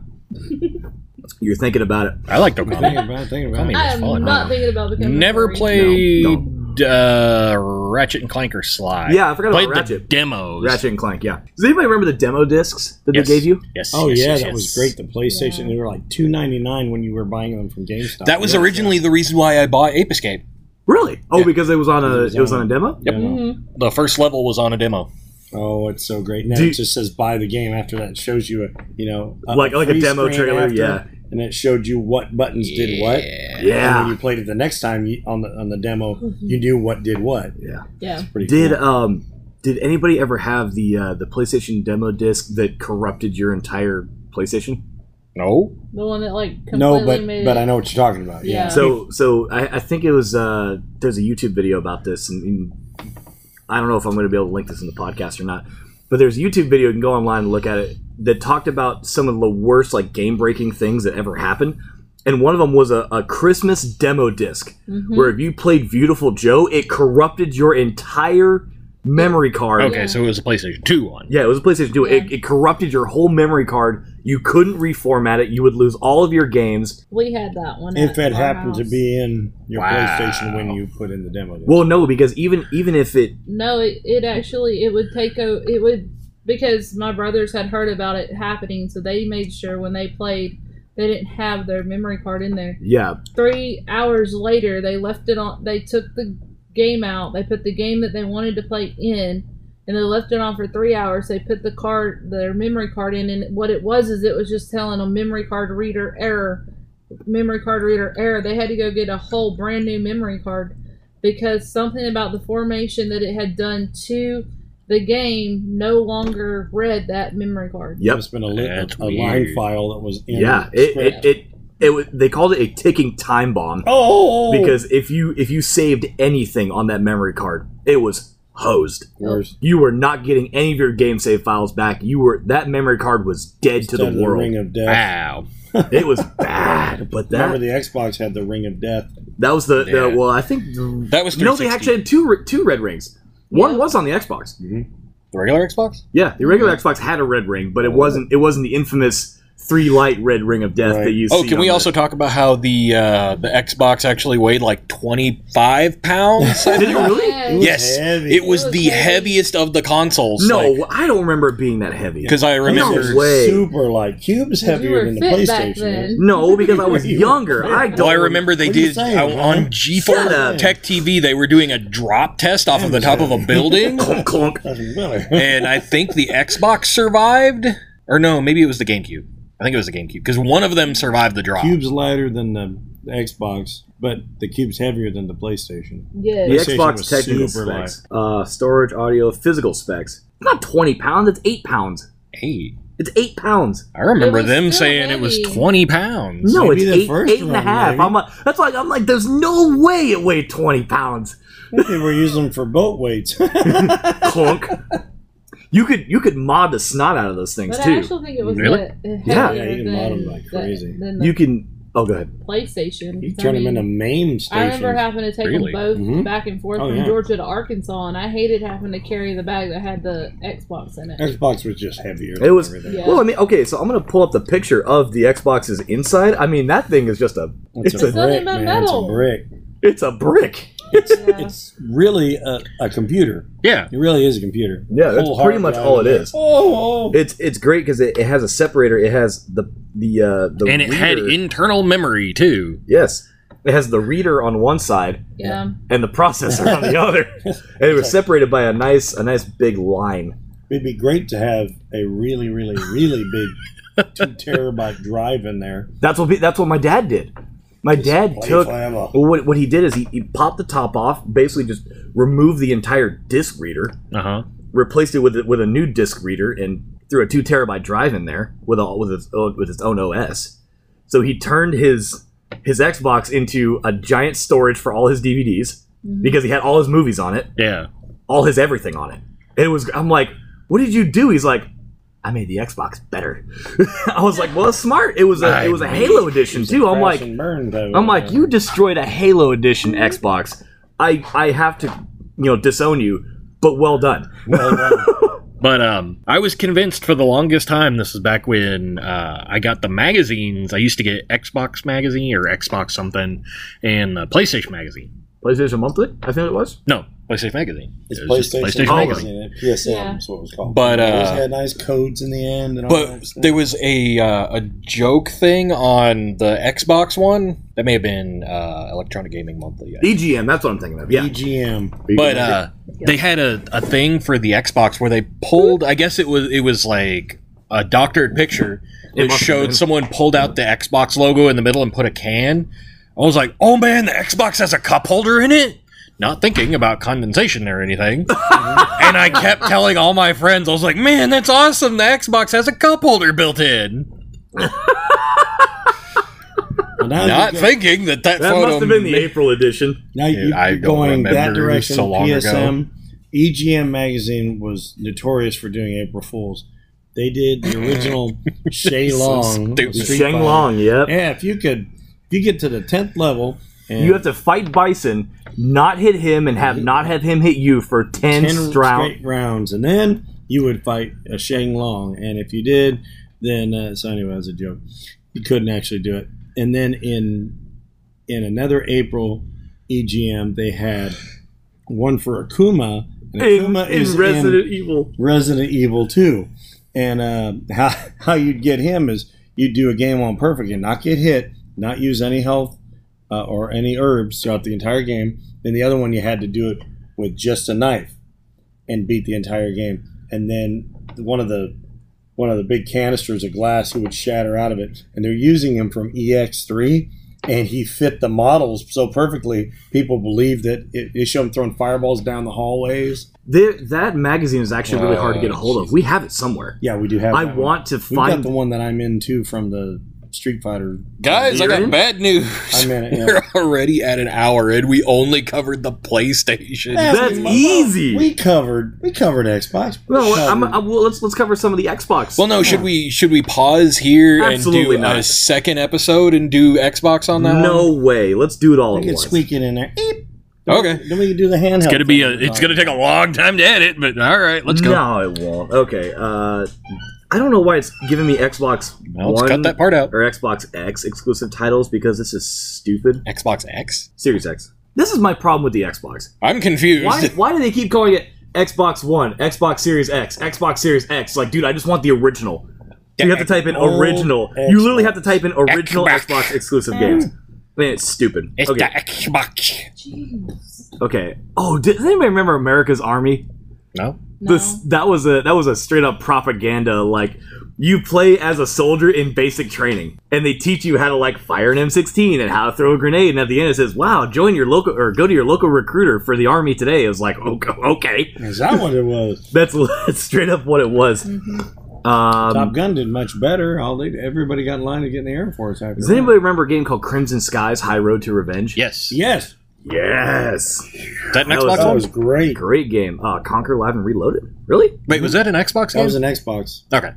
[SPEAKER 5] You're thinking about it.
[SPEAKER 2] I liked
[SPEAKER 3] Thinking
[SPEAKER 2] Okami.
[SPEAKER 3] about it, thinking
[SPEAKER 2] Call
[SPEAKER 3] about
[SPEAKER 2] me.
[SPEAKER 3] it.
[SPEAKER 4] I
[SPEAKER 2] was
[SPEAKER 4] am
[SPEAKER 2] fun.
[SPEAKER 4] not thinking about becoming a
[SPEAKER 2] Never
[SPEAKER 4] furry.
[SPEAKER 2] played
[SPEAKER 5] No,
[SPEAKER 2] uh, Ratchet and Clank or Sly.
[SPEAKER 5] Yeah, I forgot about
[SPEAKER 2] played
[SPEAKER 5] Ratchet.
[SPEAKER 2] The demos.
[SPEAKER 5] Ratchet and Clank, yeah. Does anybody remember the demo discs that
[SPEAKER 2] Yes.
[SPEAKER 5] they gave you?
[SPEAKER 2] Yes.
[SPEAKER 3] Oh
[SPEAKER 2] yes,
[SPEAKER 3] yeah,
[SPEAKER 2] yes,
[SPEAKER 3] that
[SPEAKER 2] yes.
[SPEAKER 3] was great. The PlayStation they were like two ninety nine when you were buying them from GameStop.
[SPEAKER 2] That was
[SPEAKER 3] Yeah.
[SPEAKER 2] originally the reason why I bought Ape Escape.
[SPEAKER 5] Really? Oh, because it was on a it was on a demo?
[SPEAKER 3] Yeah.
[SPEAKER 4] Mm-hmm.
[SPEAKER 2] The first level was on a demo.
[SPEAKER 3] Oh, it's so great. Now
[SPEAKER 5] Do-
[SPEAKER 3] it just says buy the game after that. It shows you a you know
[SPEAKER 5] Like- like a
[SPEAKER 3] free
[SPEAKER 5] demo
[SPEAKER 3] screen
[SPEAKER 5] trailer, yeah.
[SPEAKER 3] and it showed you what buttons did what. And when
[SPEAKER 5] Yeah.
[SPEAKER 3] you played it the next time you, on the on the demo,
[SPEAKER 4] Mm-hmm.
[SPEAKER 3] you knew what did what.
[SPEAKER 5] Yeah.
[SPEAKER 4] Yeah.
[SPEAKER 3] Pretty
[SPEAKER 5] Did
[SPEAKER 3] cool.
[SPEAKER 5] um did anybody ever have the uh, the PlayStation demo disc that corrupted your entire PlayStation?
[SPEAKER 2] No.
[SPEAKER 4] The one that like completely
[SPEAKER 3] no, but
[SPEAKER 4] made
[SPEAKER 3] but
[SPEAKER 4] it-
[SPEAKER 3] I know what you're talking about. Yeah,
[SPEAKER 4] Yeah.
[SPEAKER 5] So, so I, I think it was. Uh, there's a YouTube video about this, and, and I don't know if I'm going to be able to link this in the podcast or not. But there's a YouTube video you can go online and look at it that talked about some of the worst, like game breaking things that ever happened. and one of them was a, a Christmas demo disk
[SPEAKER 4] Mm-hmm. Hmm.
[SPEAKER 5] where if you played Beautiful Joe, it corrupted your entire memory card.
[SPEAKER 2] Okay, so it was a PlayStation 2 one.
[SPEAKER 5] Yeah, it was a PlayStation 2. It, it corrupted your whole memory card. You couldn't reformat it. You would lose all of your games.
[SPEAKER 4] We had that one.
[SPEAKER 3] If
[SPEAKER 4] at
[SPEAKER 3] it
[SPEAKER 4] our
[SPEAKER 3] happened to
[SPEAKER 4] house.
[SPEAKER 3] be in your
[SPEAKER 2] Wow.
[SPEAKER 3] PlayStation when you put in the demo, disc.
[SPEAKER 5] Well, no, because even even if it
[SPEAKER 4] No, it, it actually it would take a it would because my brothers had heard about it happening, so they made sure when they played they didn't have their memory card in there.
[SPEAKER 5] yeah,
[SPEAKER 4] Three hours later, they left it on. They took the game out. They put the game that they wanted to play in, and they left it on for three hours. They put the card, their memory card in, and what it was is it was just telling a memory card reader error, memory card reader error. They had to go get a whole brand new memory card because something about the formation that it had done to the game no longer read that memory card.
[SPEAKER 5] yep,
[SPEAKER 3] it's been a, li- a,
[SPEAKER 2] That's
[SPEAKER 3] a line
[SPEAKER 2] weird.
[SPEAKER 3] file that was in
[SPEAKER 5] yeah.
[SPEAKER 3] the
[SPEAKER 5] It
[SPEAKER 3] script.
[SPEAKER 5] it, it it was they called it a ticking time bomb
[SPEAKER 3] oh,
[SPEAKER 5] because if you if you saved anything on that memory card, it was hosed.
[SPEAKER 3] Where's-
[SPEAKER 5] You were not getting any of your game save files back. You were that memory card was dead to the
[SPEAKER 3] instead of
[SPEAKER 5] world.
[SPEAKER 3] ring of death.
[SPEAKER 2] Wow.
[SPEAKER 5] it was bad, but that
[SPEAKER 3] Remember, the Xbox had the ring of death.
[SPEAKER 5] That was the, the
[SPEAKER 2] Yeah.
[SPEAKER 5] well, I think
[SPEAKER 2] That was
[SPEAKER 5] no.
[SPEAKER 2] 360.
[SPEAKER 5] They actually had two re- two red rings. One
[SPEAKER 4] Yeah.
[SPEAKER 5] was on the Xbox.
[SPEAKER 2] The regular Xbox?
[SPEAKER 5] Yeah, the regular Xbox had a red ring,
[SPEAKER 3] Oh.
[SPEAKER 5] but it wasn't it wasn't the infamous three light red ring of death
[SPEAKER 3] Right.
[SPEAKER 5] that you.
[SPEAKER 2] Oh,
[SPEAKER 5] see
[SPEAKER 2] can
[SPEAKER 5] on
[SPEAKER 2] we
[SPEAKER 5] the-
[SPEAKER 2] also talk about how the uh, the Xbox actually weighed like 25 pounds? I
[SPEAKER 5] Did it
[SPEAKER 2] think?
[SPEAKER 5] really?
[SPEAKER 4] Yes.
[SPEAKER 2] yes.
[SPEAKER 3] heavy.
[SPEAKER 2] It was
[SPEAKER 4] It was
[SPEAKER 2] the
[SPEAKER 4] heavy.
[SPEAKER 2] heaviest of the consoles.
[SPEAKER 5] No,
[SPEAKER 2] like-
[SPEAKER 5] I don't remember it being that heavy.
[SPEAKER 2] Because I remember.
[SPEAKER 5] No way.
[SPEAKER 3] super light. Cubes
[SPEAKER 4] You were
[SPEAKER 3] heavier than the
[SPEAKER 4] fit
[SPEAKER 3] PlayStation.
[SPEAKER 4] back then.
[SPEAKER 5] No, because I was
[SPEAKER 3] You-
[SPEAKER 5] younger. I don't.
[SPEAKER 2] Well, I remember they
[SPEAKER 3] What are you
[SPEAKER 2] did
[SPEAKER 3] saying,
[SPEAKER 2] on- on
[SPEAKER 3] man?
[SPEAKER 2] G4
[SPEAKER 5] Shut up.
[SPEAKER 2] Tech TV. They were doing a drop test off of the top of a building,
[SPEAKER 5] Clunk, clunk.
[SPEAKER 3] That's really.
[SPEAKER 2] and I think the Xbox survived, or no, maybe it was the GameCube. I think it was the GameCube because one of them survived the drop.
[SPEAKER 3] Cube's lighter than the, the Xbox, but the cube's heavier than the PlayStation.
[SPEAKER 4] Yes.
[SPEAKER 5] The
[SPEAKER 3] PlayStation
[SPEAKER 5] Xbox
[SPEAKER 3] was
[SPEAKER 5] technical
[SPEAKER 3] super light.
[SPEAKER 5] specs, uh, storage, audio, physical specs. Not twenty pounds. It's eight pounds.
[SPEAKER 2] Hey,
[SPEAKER 5] It's eight pounds.
[SPEAKER 2] I remember
[SPEAKER 4] It was
[SPEAKER 2] them
[SPEAKER 4] still
[SPEAKER 2] saying it was
[SPEAKER 4] heavy.
[SPEAKER 2] twenty pounds.
[SPEAKER 5] No,
[SPEAKER 3] Maybe
[SPEAKER 5] it's
[SPEAKER 3] the
[SPEAKER 5] eight,
[SPEAKER 3] first
[SPEAKER 5] eight and a
[SPEAKER 3] one,
[SPEAKER 5] half.
[SPEAKER 3] maybe.
[SPEAKER 5] I'm like, that's like I'm like, there's no way it weighed twenty pounds.
[SPEAKER 3] I think they were using them for boat weights.
[SPEAKER 5] Clunk. You could you could mod the snot out of those things
[SPEAKER 4] But I
[SPEAKER 5] too.
[SPEAKER 4] actually think it was
[SPEAKER 2] Really?
[SPEAKER 4] the- the
[SPEAKER 5] Yeah.
[SPEAKER 4] heavier
[SPEAKER 3] Yeah, you can
[SPEAKER 4] than
[SPEAKER 3] mod 'em like
[SPEAKER 4] the-
[SPEAKER 3] crazy.
[SPEAKER 4] than the
[SPEAKER 5] You can. Oh, go ahead.
[SPEAKER 4] PlayStation.
[SPEAKER 3] you
[SPEAKER 4] I
[SPEAKER 3] turn them
[SPEAKER 4] mean,
[SPEAKER 3] into MAME
[SPEAKER 4] I
[SPEAKER 3] stations.
[SPEAKER 4] remember having to take
[SPEAKER 2] Really?
[SPEAKER 4] them both
[SPEAKER 3] Mhm.
[SPEAKER 4] back and forth
[SPEAKER 3] Oh,
[SPEAKER 4] from
[SPEAKER 3] yeah.
[SPEAKER 4] Georgia to Arkansas, and I hated having to carry the bag that had the Xbox in it.
[SPEAKER 3] Xbox was just heavier.
[SPEAKER 5] It
[SPEAKER 3] than
[SPEAKER 5] was.
[SPEAKER 3] everything.
[SPEAKER 4] Yeah.
[SPEAKER 5] Well, I mean, okay. So I'm gonna pull up the picture of the Xbox's inside. I mean, that thing is just a.
[SPEAKER 3] It's,
[SPEAKER 5] It's
[SPEAKER 3] a,
[SPEAKER 5] a-
[SPEAKER 3] brick, man.
[SPEAKER 4] metal.
[SPEAKER 3] It's a brick.
[SPEAKER 5] It's a brick.
[SPEAKER 4] Yeah.
[SPEAKER 3] It's really a, a computer.
[SPEAKER 2] Yeah,
[SPEAKER 3] It really is a computer.
[SPEAKER 5] Yeah, that's
[SPEAKER 3] Whole
[SPEAKER 5] pretty
[SPEAKER 3] hard
[SPEAKER 5] much
[SPEAKER 3] drive
[SPEAKER 5] all it
[SPEAKER 3] in there.
[SPEAKER 5] is.
[SPEAKER 3] Oh, oh.
[SPEAKER 5] It's it's great because it, it has a separator. It has the the uh, the
[SPEAKER 2] and it had
[SPEAKER 5] reader-
[SPEAKER 2] internal memory too.
[SPEAKER 5] yes. It has the reader on one side
[SPEAKER 4] yeah.
[SPEAKER 5] and the processor on the other, and it was separated by a nice a nice big line.
[SPEAKER 3] it'd be great to have a really, really, really big two terabyte drive in there.
[SPEAKER 5] That's what that's what my dad did. My dad
[SPEAKER 3] play
[SPEAKER 5] took
[SPEAKER 3] forever.
[SPEAKER 5] what what he did is he, he popped the top off, basically just removed the entire disc reader,
[SPEAKER 2] Uh huh.
[SPEAKER 5] replaced it with a- with a new disc reader, and threw a two terabyte drive in there with all with its own, with its own OS. So he turned his his Xbox into a giant storage for all his DVDs because he had all his movies on it,
[SPEAKER 2] Yeah.
[SPEAKER 5] all his everything on it. And it was I'm like, what did you do? He's like. I made the Xbox better. I was like, "Well, that's smart." It was a
[SPEAKER 2] I
[SPEAKER 5] it was a
[SPEAKER 2] made-
[SPEAKER 5] Halo edition too. I'm
[SPEAKER 3] Crash
[SPEAKER 5] like,
[SPEAKER 3] and burn type of
[SPEAKER 5] I'm like,
[SPEAKER 3] thing.
[SPEAKER 5] you destroyed a Halo Edition Xbox. I I have to, you know, disown you, but well done.
[SPEAKER 3] Well, well,
[SPEAKER 2] But um, I was convinced for the longest time. This is back when uh, I got the magazines. I used to get Xbox magazine or Xbox something, and the PlayStation magazine.
[SPEAKER 5] PlayStation Monthly, I think it was.
[SPEAKER 2] No, PlayStation magazine.
[SPEAKER 3] it's
[SPEAKER 2] It was just
[SPEAKER 3] PlayStation,
[SPEAKER 5] magazine.
[SPEAKER 3] magazine. PSM
[SPEAKER 4] Yeah.
[SPEAKER 3] is what it was called.
[SPEAKER 2] But,
[SPEAKER 3] It always
[SPEAKER 2] uh,
[SPEAKER 3] had nice codes in the end. And all
[SPEAKER 5] Oh,
[SPEAKER 3] that
[SPEAKER 2] But
[SPEAKER 3] stuff.
[SPEAKER 2] there was a uh, a joke thing on the Xbox one that may have been uh, Electronic Gaming Monthly. I-
[SPEAKER 5] EGM, E that's what I'm thinking
[SPEAKER 3] E
[SPEAKER 5] of. Yeah,
[SPEAKER 3] EGM.
[SPEAKER 2] But uh, they had a, a thing for the Xbox where they pulled. I guess it was it was like a doctored picture
[SPEAKER 5] It
[SPEAKER 2] which
[SPEAKER 5] must have been.
[SPEAKER 2] showed someone pulled out the Xbox logo in the middle and put a can. I was like, oh man, the Xbox has a cup holder in it. Not thinking about condensation or anything. and I kept telling all my friends, I was like, man, that's awesome. The Xbox has a cup holder built in.
[SPEAKER 5] uh,
[SPEAKER 3] Well, now
[SPEAKER 2] Not
[SPEAKER 3] you go-
[SPEAKER 2] thinking that that,
[SPEAKER 5] that
[SPEAKER 2] photo
[SPEAKER 5] must have been the
[SPEAKER 2] ma-
[SPEAKER 5] April edition.
[SPEAKER 3] Now you
[SPEAKER 2] Dude, I
[SPEAKER 3] keep
[SPEAKER 2] don't
[SPEAKER 3] going
[SPEAKER 2] remember. It
[SPEAKER 3] that
[SPEAKER 2] was
[SPEAKER 3] direction.
[SPEAKER 2] so long ago.
[SPEAKER 3] PSM, EGM E magazine was notorious for doing April Fools. They did the original Shay
[SPEAKER 2] So
[SPEAKER 3] Long.
[SPEAKER 2] stupid.
[SPEAKER 3] Street
[SPEAKER 5] Shang
[SPEAKER 3] Fighter.
[SPEAKER 5] Long, yep.
[SPEAKER 3] Yeah, if you could you get to the tenth level, and
[SPEAKER 5] You have to fight Bison, not hit him, and have not have him hit you for ten,
[SPEAKER 3] ten
[SPEAKER 5] strout.
[SPEAKER 3] straight rounds, and then you would fight a Shang Long, and if you did, then uh, so anyway, it was a joke. You couldn't actually do it, and then in in another April EGM, they had one for Akuma. And Akuma is in
[SPEAKER 5] Evil.
[SPEAKER 3] Resident Evil 2. And uh, how, how you'd get him is you'd do a game on perfect and not get hit, not use any health uh, or any herbs throughout the entire game. Then the other one, you had to do it with just a knife and beat the entire game. And then one of the one of the big canisters of glass, he would shatter out of it. And they're using him from EX3, and he fit the models so perfectly. People believe that it, they show him throwing fireballs down the hallways.
[SPEAKER 5] There, that magazine is actually really hard to get a hold of. We have it somewhere.
[SPEAKER 3] Yeah, we do have.
[SPEAKER 5] I
[SPEAKER 3] that one.
[SPEAKER 5] want to
[SPEAKER 3] We've got
[SPEAKER 5] find.
[SPEAKER 3] the one that I'm in too from the Street Fighter.
[SPEAKER 2] Guys, I
[SPEAKER 5] You're in?
[SPEAKER 2] got bad news.
[SPEAKER 3] I'm in it, yeah.
[SPEAKER 2] We're already at an hour and we only covered the PlayStation.
[SPEAKER 5] That's easy.
[SPEAKER 3] We covered we covered Xbox. We
[SPEAKER 5] Well, I'm,
[SPEAKER 3] covered-
[SPEAKER 5] I'm, well, let's let's cover some of the Xbox.
[SPEAKER 2] Well, no. Should we should we pause here
[SPEAKER 5] Absolutely
[SPEAKER 2] and do a
[SPEAKER 5] not.
[SPEAKER 2] second episode and do Xbox on that?
[SPEAKER 5] no way. Let's do it all
[SPEAKER 3] we
[SPEAKER 5] at
[SPEAKER 3] could
[SPEAKER 5] once.
[SPEAKER 3] squeak it in there. Eep.
[SPEAKER 2] One? Okay.
[SPEAKER 3] Then we can do the handheld.
[SPEAKER 2] It's gonna be a.
[SPEAKER 3] thing.
[SPEAKER 2] It's gonna take a long time to edit, but all right, let's go.
[SPEAKER 5] No, it won't. Okay. Uh, I don't know why it's giving me Xbox
[SPEAKER 2] Well, let's
[SPEAKER 5] One
[SPEAKER 2] cut that part out.
[SPEAKER 5] or Xbox X exclusive titles because this is stupid.
[SPEAKER 2] Xbox X.
[SPEAKER 5] Series X. This is my problem with the Xbox.
[SPEAKER 2] I'm confused.
[SPEAKER 5] Why, why do they keep calling it Xbox One, Xbox Series X, Xbox Series X? Like, dude, I just want the original. You have to type in
[SPEAKER 3] Oh,
[SPEAKER 5] original. You literally have to type in original
[SPEAKER 2] Xbox.
[SPEAKER 5] Xbox exclusive games. Man, it's stupid.
[SPEAKER 2] It's
[SPEAKER 5] okay.
[SPEAKER 2] the Xbox.
[SPEAKER 4] Jeez.
[SPEAKER 5] Okay. Oh, did, does anybody remember America's Army?
[SPEAKER 2] No.
[SPEAKER 4] No.
[SPEAKER 5] This that was a that was a straight up propaganda. Like you play as a soldier in basic training, and they teach you how to like fire an M16 and how to throw a grenade. And at the end, it says, "Wow, join your local or go to your local recruiter for the army today." It was like, okay, okay.
[SPEAKER 3] Is that what it was?
[SPEAKER 5] That's, that's straight up what it was.
[SPEAKER 3] Top
[SPEAKER 5] Um,
[SPEAKER 3] Gun did much better. All they, everybody got in line to get in the Air Force after.
[SPEAKER 5] does
[SPEAKER 3] that.
[SPEAKER 5] anybody remember a game called Crimson Skies: High Road to Revenge?
[SPEAKER 2] Yes.
[SPEAKER 3] Yes,
[SPEAKER 5] Yes,
[SPEAKER 2] Is that an
[SPEAKER 5] That was-
[SPEAKER 2] Xbox
[SPEAKER 3] that
[SPEAKER 2] One?
[SPEAKER 3] was great.
[SPEAKER 5] great game. Uh, Conquer Live and Reloaded. Really?
[SPEAKER 2] Wait, was that an Xbox?
[SPEAKER 3] That was
[SPEAKER 2] game?
[SPEAKER 3] an Xbox.
[SPEAKER 2] okay.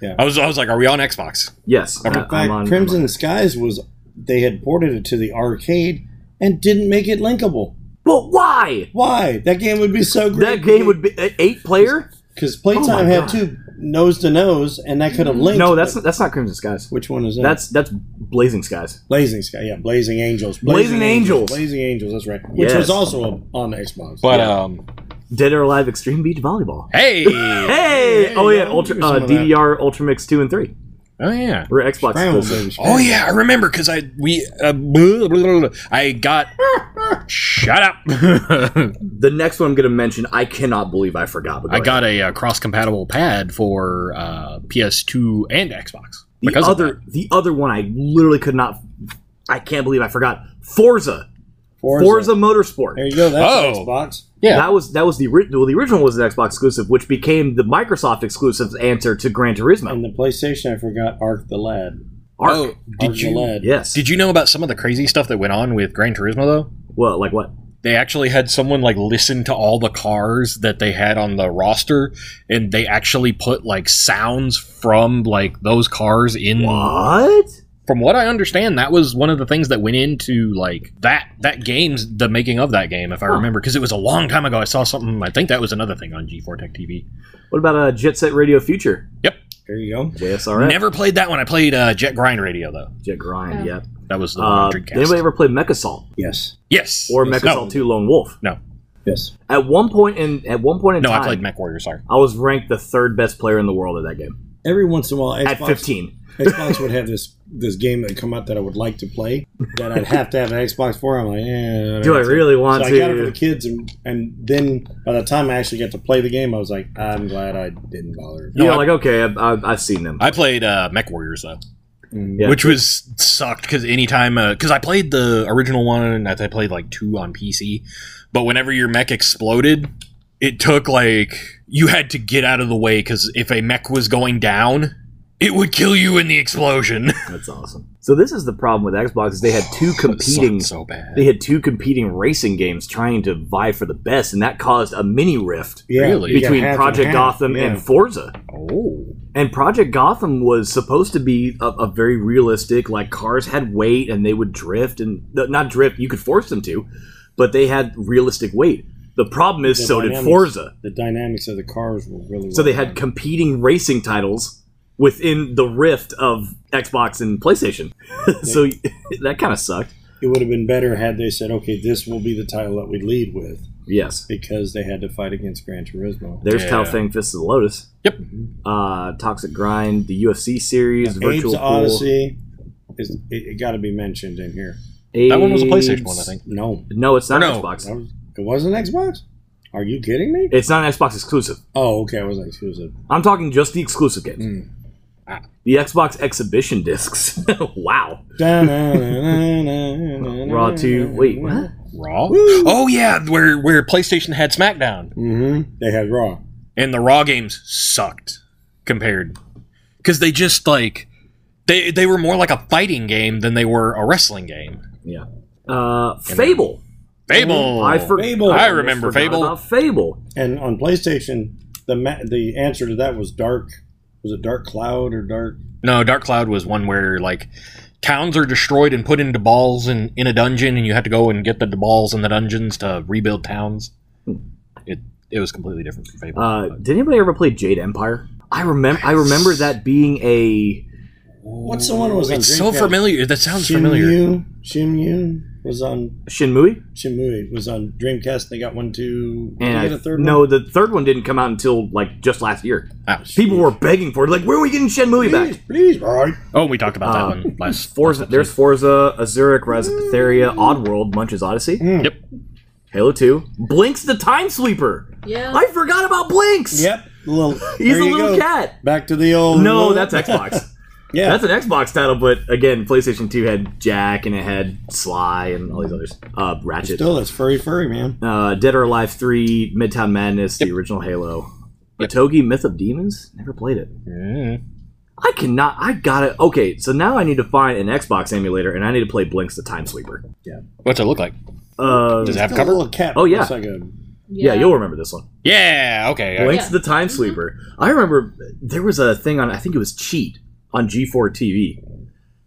[SPEAKER 3] Yeah.
[SPEAKER 2] I was. I was like, are we on Xbox?
[SPEAKER 5] Yes.
[SPEAKER 2] Okay.
[SPEAKER 5] I-
[SPEAKER 3] In
[SPEAKER 5] I'm
[SPEAKER 3] fact,
[SPEAKER 5] on- I'm
[SPEAKER 3] Crimson
[SPEAKER 5] on.
[SPEAKER 3] Skies was they had ported it to the arcade and didn't make it linkable.
[SPEAKER 5] But why?
[SPEAKER 3] Why? That game would be so great.
[SPEAKER 5] That game would be a- eight player.
[SPEAKER 3] because Playtime
[SPEAKER 5] my
[SPEAKER 3] had
[SPEAKER 5] God.
[SPEAKER 3] two nose to nose, and that could have linked.
[SPEAKER 5] No, that's that's not Crimson Skies.
[SPEAKER 3] Which one is that?
[SPEAKER 5] That's that's Blazing Skies.
[SPEAKER 3] Blazing Sky. Yeah, Blazing Angels.
[SPEAKER 5] Blazing Angels.
[SPEAKER 3] Blazing Angels. That's right. Which
[SPEAKER 5] Yes.
[SPEAKER 3] was also on Xbox.
[SPEAKER 2] But
[SPEAKER 5] Yeah.
[SPEAKER 2] um,
[SPEAKER 5] Dead or Alive Extreme Beach Volleyball.
[SPEAKER 2] hey, oh
[SPEAKER 5] Hey!
[SPEAKER 3] Hey,
[SPEAKER 5] oh yeah,
[SPEAKER 3] yeah,
[SPEAKER 5] Ultra
[SPEAKER 3] give me some
[SPEAKER 5] uh,
[SPEAKER 3] of that.
[SPEAKER 5] DDR Ultra Mix two and three.
[SPEAKER 2] Oh, yeah,
[SPEAKER 5] We're Xbox
[SPEAKER 3] Scramble
[SPEAKER 5] exclusive.
[SPEAKER 3] Babies.
[SPEAKER 2] oh yeah. I remember because I we uh, blah, blah, blah, blah. I got. Shut up!
[SPEAKER 5] The next one I'm gonna mention, I cannot believe I forgot. But go
[SPEAKER 2] I
[SPEAKER 5] ahead.
[SPEAKER 2] got a uh, cross-compatible pad for uh, PS2 and Xbox.
[SPEAKER 5] the
[SPEAKER 2] because of
[SPEAKER 5] other the other one. I literally could not. I can't believe I forgot Forza. Forza, Motorsport.
[SPEAKER 3] There you go. That's
[SPEAKER 2] Oh.
[SPEAKER 3] Xbox.
[SPEAKER 2] Yeah.
[SPEAKER 5] That was that was the ori- well, the original was an Xbox exclusive, which became the Microsoft exclusive's answer to Gran Turismo.
[SPEAKER 3] And the PlayStation, I forgot Arc the Lad.
[SPEAKER 5] Arc.
[SPEAKER 2] Oh,
[SPEAKER 3] Arc
[SPEAKER 2] did
[SPEAKER 3] the
[SPEAKER 2] you
[SPEAKER 3] Lad.
[SPEAKER 5] yes.
[SPEAKER 2] did you know about some of the crazy stuff that went on with Gran Turismo though?
[SPEAKER 5] well, like what?
[SPEAKER 2] They actually had someone like listen to all the cars that they had on the roster, and they actually put like sounds from like those cars in.
[SPEAKER 5] What?
[SPEAKER 2] From what I understand, that was one of the things that went into like that that game's the making of that game, if I remember, because it was a long time ago. I saw something. I think that was another thing on G4 Tech TV.
[SPEAKER 5] What about uh, Jet Set Radio Future?
[SPEAKER 3] There you go.
[SPEAKER 5] JSRF.
[SPEAKER 2] Never played that one. I played uh, Jet Grind Radio though.
[SPEAKER 5] Jet Grind.
[SPEAKER 4] Oh.
[SPEAKER 5] Yep.
[SPEAKER 2] That was the one
[SPEAKER 5] Uh,
[SPEAKER 2] on
[SPEAKER 5] did
[SPEAKER 2] Dreamcast.
[SPEAKER 5] anybody ever play Mech Assault
[SPEAKER 3] Yes.
[SPEAKER 2] yes,
[SPEAKER 5] or
[SPEAKER 2] Yes.
[SPEAKER 5] Mech
[SPEAKER 2] no,
[SPEAKER 5] Assault Two Lone Wolf?
[SPEAKER 2] no,
[SPEAKER 3] Yes.
[SPEAKER 5] At one point in at one point in
[SPEAKER 2] no.
[SPEAKER 5] time,
[SPEAKER 2] I played Mech Warrior. Sorry.
[SPEAKER 5] I was ranked the third best player in the world at that game
[SPEAKER 3] Every once in a while, Xbox,
[SPEAKER 5] at 15.
[SPEAKER 3] Xbox would have this this game that come out that I would like to play that I'd have to have an Xbox for. I'm like, eh,
[SPEAKER 5] Do I really want
[SPEAKER 3] So I
[SPEAKER 5] to?
[SPEAKER 3] got it for the kids, and, and then by the time I actually got to play the game, I was like, I'm glad I didn't bother.
[SPEAKER 5] yeah,
[SPEAKER 2] No, I-
[SPEAKER 5] like okay, I've, I've, I've seen them.
[SPEAKER 2] I played uh, Mech Warriors though,
[SPEAKER 5] Yeah.
[SPEAKER 2] which was sucked because anytime because I played the original one and I I played like two on PC, but whenever your mech exploded, it took like you had to get out of the way because if a mech was going down, it would kill you in the explosion.
[SPEAKER 5] That's awesome. So this is the problem with Xbox is they had two competing
[SPEAKER 2] It sucked so bad.
[SPEAKER 5] they had two competing racing games trying to vie for the best, and that caused a mini rift
[SPEAKER 3] Yeah,
[SPEAKER 2] Really?
[SPEAKER 3] you got
[SPEAKER 5] between
[SPEAKER 3] half
[SPEAKER 5] Project
[SPEAKER 3] half,
[SPEAKER 5] Gotham
[SPEAKER 3] yeah.
[SPEAKER 5] and Forza.
[SPEAKER 2] oh,
[SPEAKER 5] And Project Gotham was supposed to be a, a very realistic, like cars had weight and they would drift and no, not drift. You could force them to, but they had realistic weight. The problem is,
[SPEAKER 3] The
[SPEAKER 5] so did
[SPEAKER 3] dynamics-
[SPEAKER 5] Forza.
[SPEAKER 3] The dynamics of the cars were really
[SPEAKER 5] So they had competing racing titles within the rift of Xbox and PlayStation. so that kind of sucked.
[SPEAKER 3] It would have been better had they said, "Okay, this will be the title that we lead with,"
[SPEAKER 5] Yes,
[SPEAKER 3] because they had to fight against Gran Turismo.
[SPEAKER 5] there's
[SPEAKER 2] Yeah.
[SPEAKER 5] Tao Fang Fist of the Lotus.
[SPEAKER 2] Yep.
[SPEAKER 5] Uh, Toxic Grind, the UFC series, Virtual
[SPEAKER 3] Abe's
[SPEAKER 5] Pool.
[SPEAKER 3] Odyssey is it, it got to be mentioned in here.
[SPEAKER 2] That one was a PlayStation
[SPEAKER 5] Abe's-
[SPEAKER 2] one, I think.
[SPEAKER 3] No,
[SPEAKER 5] No, it's not
[SPEAKER 2] No.
[SPEAKER 5] Xbox.
[SPEAKER 3] that was, it wasn't Xbox. Are you kidding me?
[SPEAKER 5] It's not an Xbox exclusive.
[SPEAKER 3] Oh, okay, it was exclusive.
[SPEAKER 5] I'm talking just the exclusive games.
[SPEAKER 3] Mm.
[SPEAKER 5] The Xbox exhibition discs. wow. Raw
[SPEAKER 3] Raw
[SPEAKER 5] 2. Wait, what?
[SPEAKER 2] Raw? Oh yeah, where where PlayStation had SmackDown.
[SPEAKER 3] hmm They had Raw.
[SPEAKER 2] and the raw games sucked compared because they just like they they were more like a fighting game than they were a wrestling game
[SPEAKER 5] Yeah. Uh, Fable.
[SPEAKER 2] fable
[SPEAKER 5] Oh, I for-
[SPEAKER 3] Oh. Fable.
[SPEAKER 2] I
[SPEAKER 5] almost
[SPEAKER 2] remember
[SPEAKER 5] forgot
[SPEAKER 2] Fable.
[SPEAKER 5] about Fable.
[SPEAKER 3] And on PlayStation, the ma- the answer to that was Dark. Was it Dark Cloud or Dark?
[SPEAKER 2] no dark cloud was one where like towns are destroyed and put into balls in, in a dungeon and you have to go and get the balls in the dungeons to rebuild towns it it was completely different from fable
[SPEAKER 5] Hmm. Uh, did anybody ever play Jade Empire? I remember. I remember that being a.
[SPEAKER 3] What's the one that was on
[SPEAKER 2] it's so
[SPEAKER 3] Dreamcast?
[SPEAKER 2] familiar that sounds familiar
[SPEAKER 3] Shinmu. Shinmu was on
[SPEAKER 5] Shinmui?
[SPEAKER 3] Shinmue was on Dreamcast. They got one too. Did
[SPEAKER 5] And
[SPEAKER 3] they
[SPEAKER 5] I-
[SPEAKER 3] get a third
[SPEAKER 5] no,
[SPEAKER 3] one?
[SPEAKER 5] the third one didn't come out until like just last year.
[SPEAKER 2] Ah.
[SPEAKER 5] People were begging for it. Like, where are we getting Shenmue
[SPEAKER 3] Please,
[SPEAKER 5] back?
[SPEAKER 3] please, all right.
[SPEAKER 2] oh we talked about
[SPEAKER 5] Uh,
[SPEAKER 2] that one last
[SPEAKER 5] Forza, there's Forza, Azuric, Rise of Patheria, Oddworld, Munch's Odyssey,
[SPEAKER 3] Mm.
[SPEAKER 2] yep
[SPEAKER 5] Halo 2, Blinks the Time Sweeper.
[SPEAKER 4] Yeah.
[SPEAKER 5] I forgot about Blinks.
[SPEAKER 3] Yep. Little,
[SPEAKER 5] He's
[SPEAKER 3] there
[SPEAKER 5] a
[SPEAKER 3] you
[SPEAKER 5] little
[SPEAKER 3] go.
[SPEAKER 5] cat.
[SPEAKER 3] Back to the old.
[SPEAKER 5] No, that's Xbox.
[SPEAKER 3] yeah.
[SPEAKER 5] That's an Xbox title, but again, PlayStation 2 had Jack and it had Sly and all these others. Uh, Ratchet.
[SPEAKER 3] Still, that's furry, furry man.
[SPEAKER 5] Uh, Dead or Alive 3, Midtown Madness, the original Halo.
[SPEAKER 2] Yep.
[SPEAKER 5] Atogi Myth of Demons? Never played it.
[SPEAKER 2] Mm.
[SPEAKER 5] I cannot. I gotta. Okay, so now I need to find an Xbox emulator and I need to play Blinks the Time Sweeper.
[SPEAKER 2] what's it look like
[SPEAKER 5] Uh,
[SPEAKER 2] does it have
[SPEAKER 3] Still a
[SPEAKER 2] cover
[SPEAKER 3] little cat.
[SPEAKER 5] Oh, yeah.
[SPEAKER 3] Looks like a
[SPEAKER 5] yeah, you'll remember this one.
[SPEAKER 2] yeah okay I-
[SPEAKER 5] Blinks the
[SPEAKER 4] Mm-hmm.
[SPEAKER 5] Time Sweeper. I remember there was a thing on, I think it was Cheat on G4 TV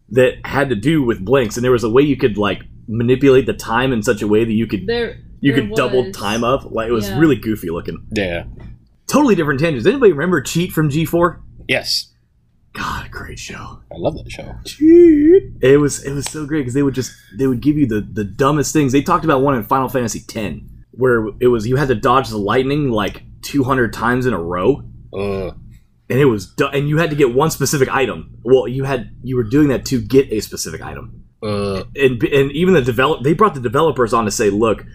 [SPEAKER 5] that had to do with Blinks, and there was a way you could, like, manipulate the time in such a way that you could
[SPEAKER 4] There,
[SPEAKER 5] you
[SPEAKER 4] there
[SPEAKER 5] could double
[SPEAKER 4] was-
[SPEAKER 5] time up like it was
[SPEAKER 4] Yeah.
[SPEAKER 5] really goofy looking
[SPEAKER 2] yeah
[SPEAKER 5] totally different tangents anybody remember cheat from g4
[SPEAKER 2] yes
[SPEAKER 5] god great show
[SPEAKER 2] i love that show
[SPEAKER 5] it was it was so great because they would just they would give you the the dumbest things they talked about one in final fantasy x where it was you had to dodge the lightning like 200 times in a row
[SPEAKER 2] Ugh.
[SPEAKER 5] and it was du- and you had to get one specific item well you had you were doing that to get a specific item
[SPEAKER 2] Uh,
[SPEAKER 5] and and even the develop they brought the developers on to say look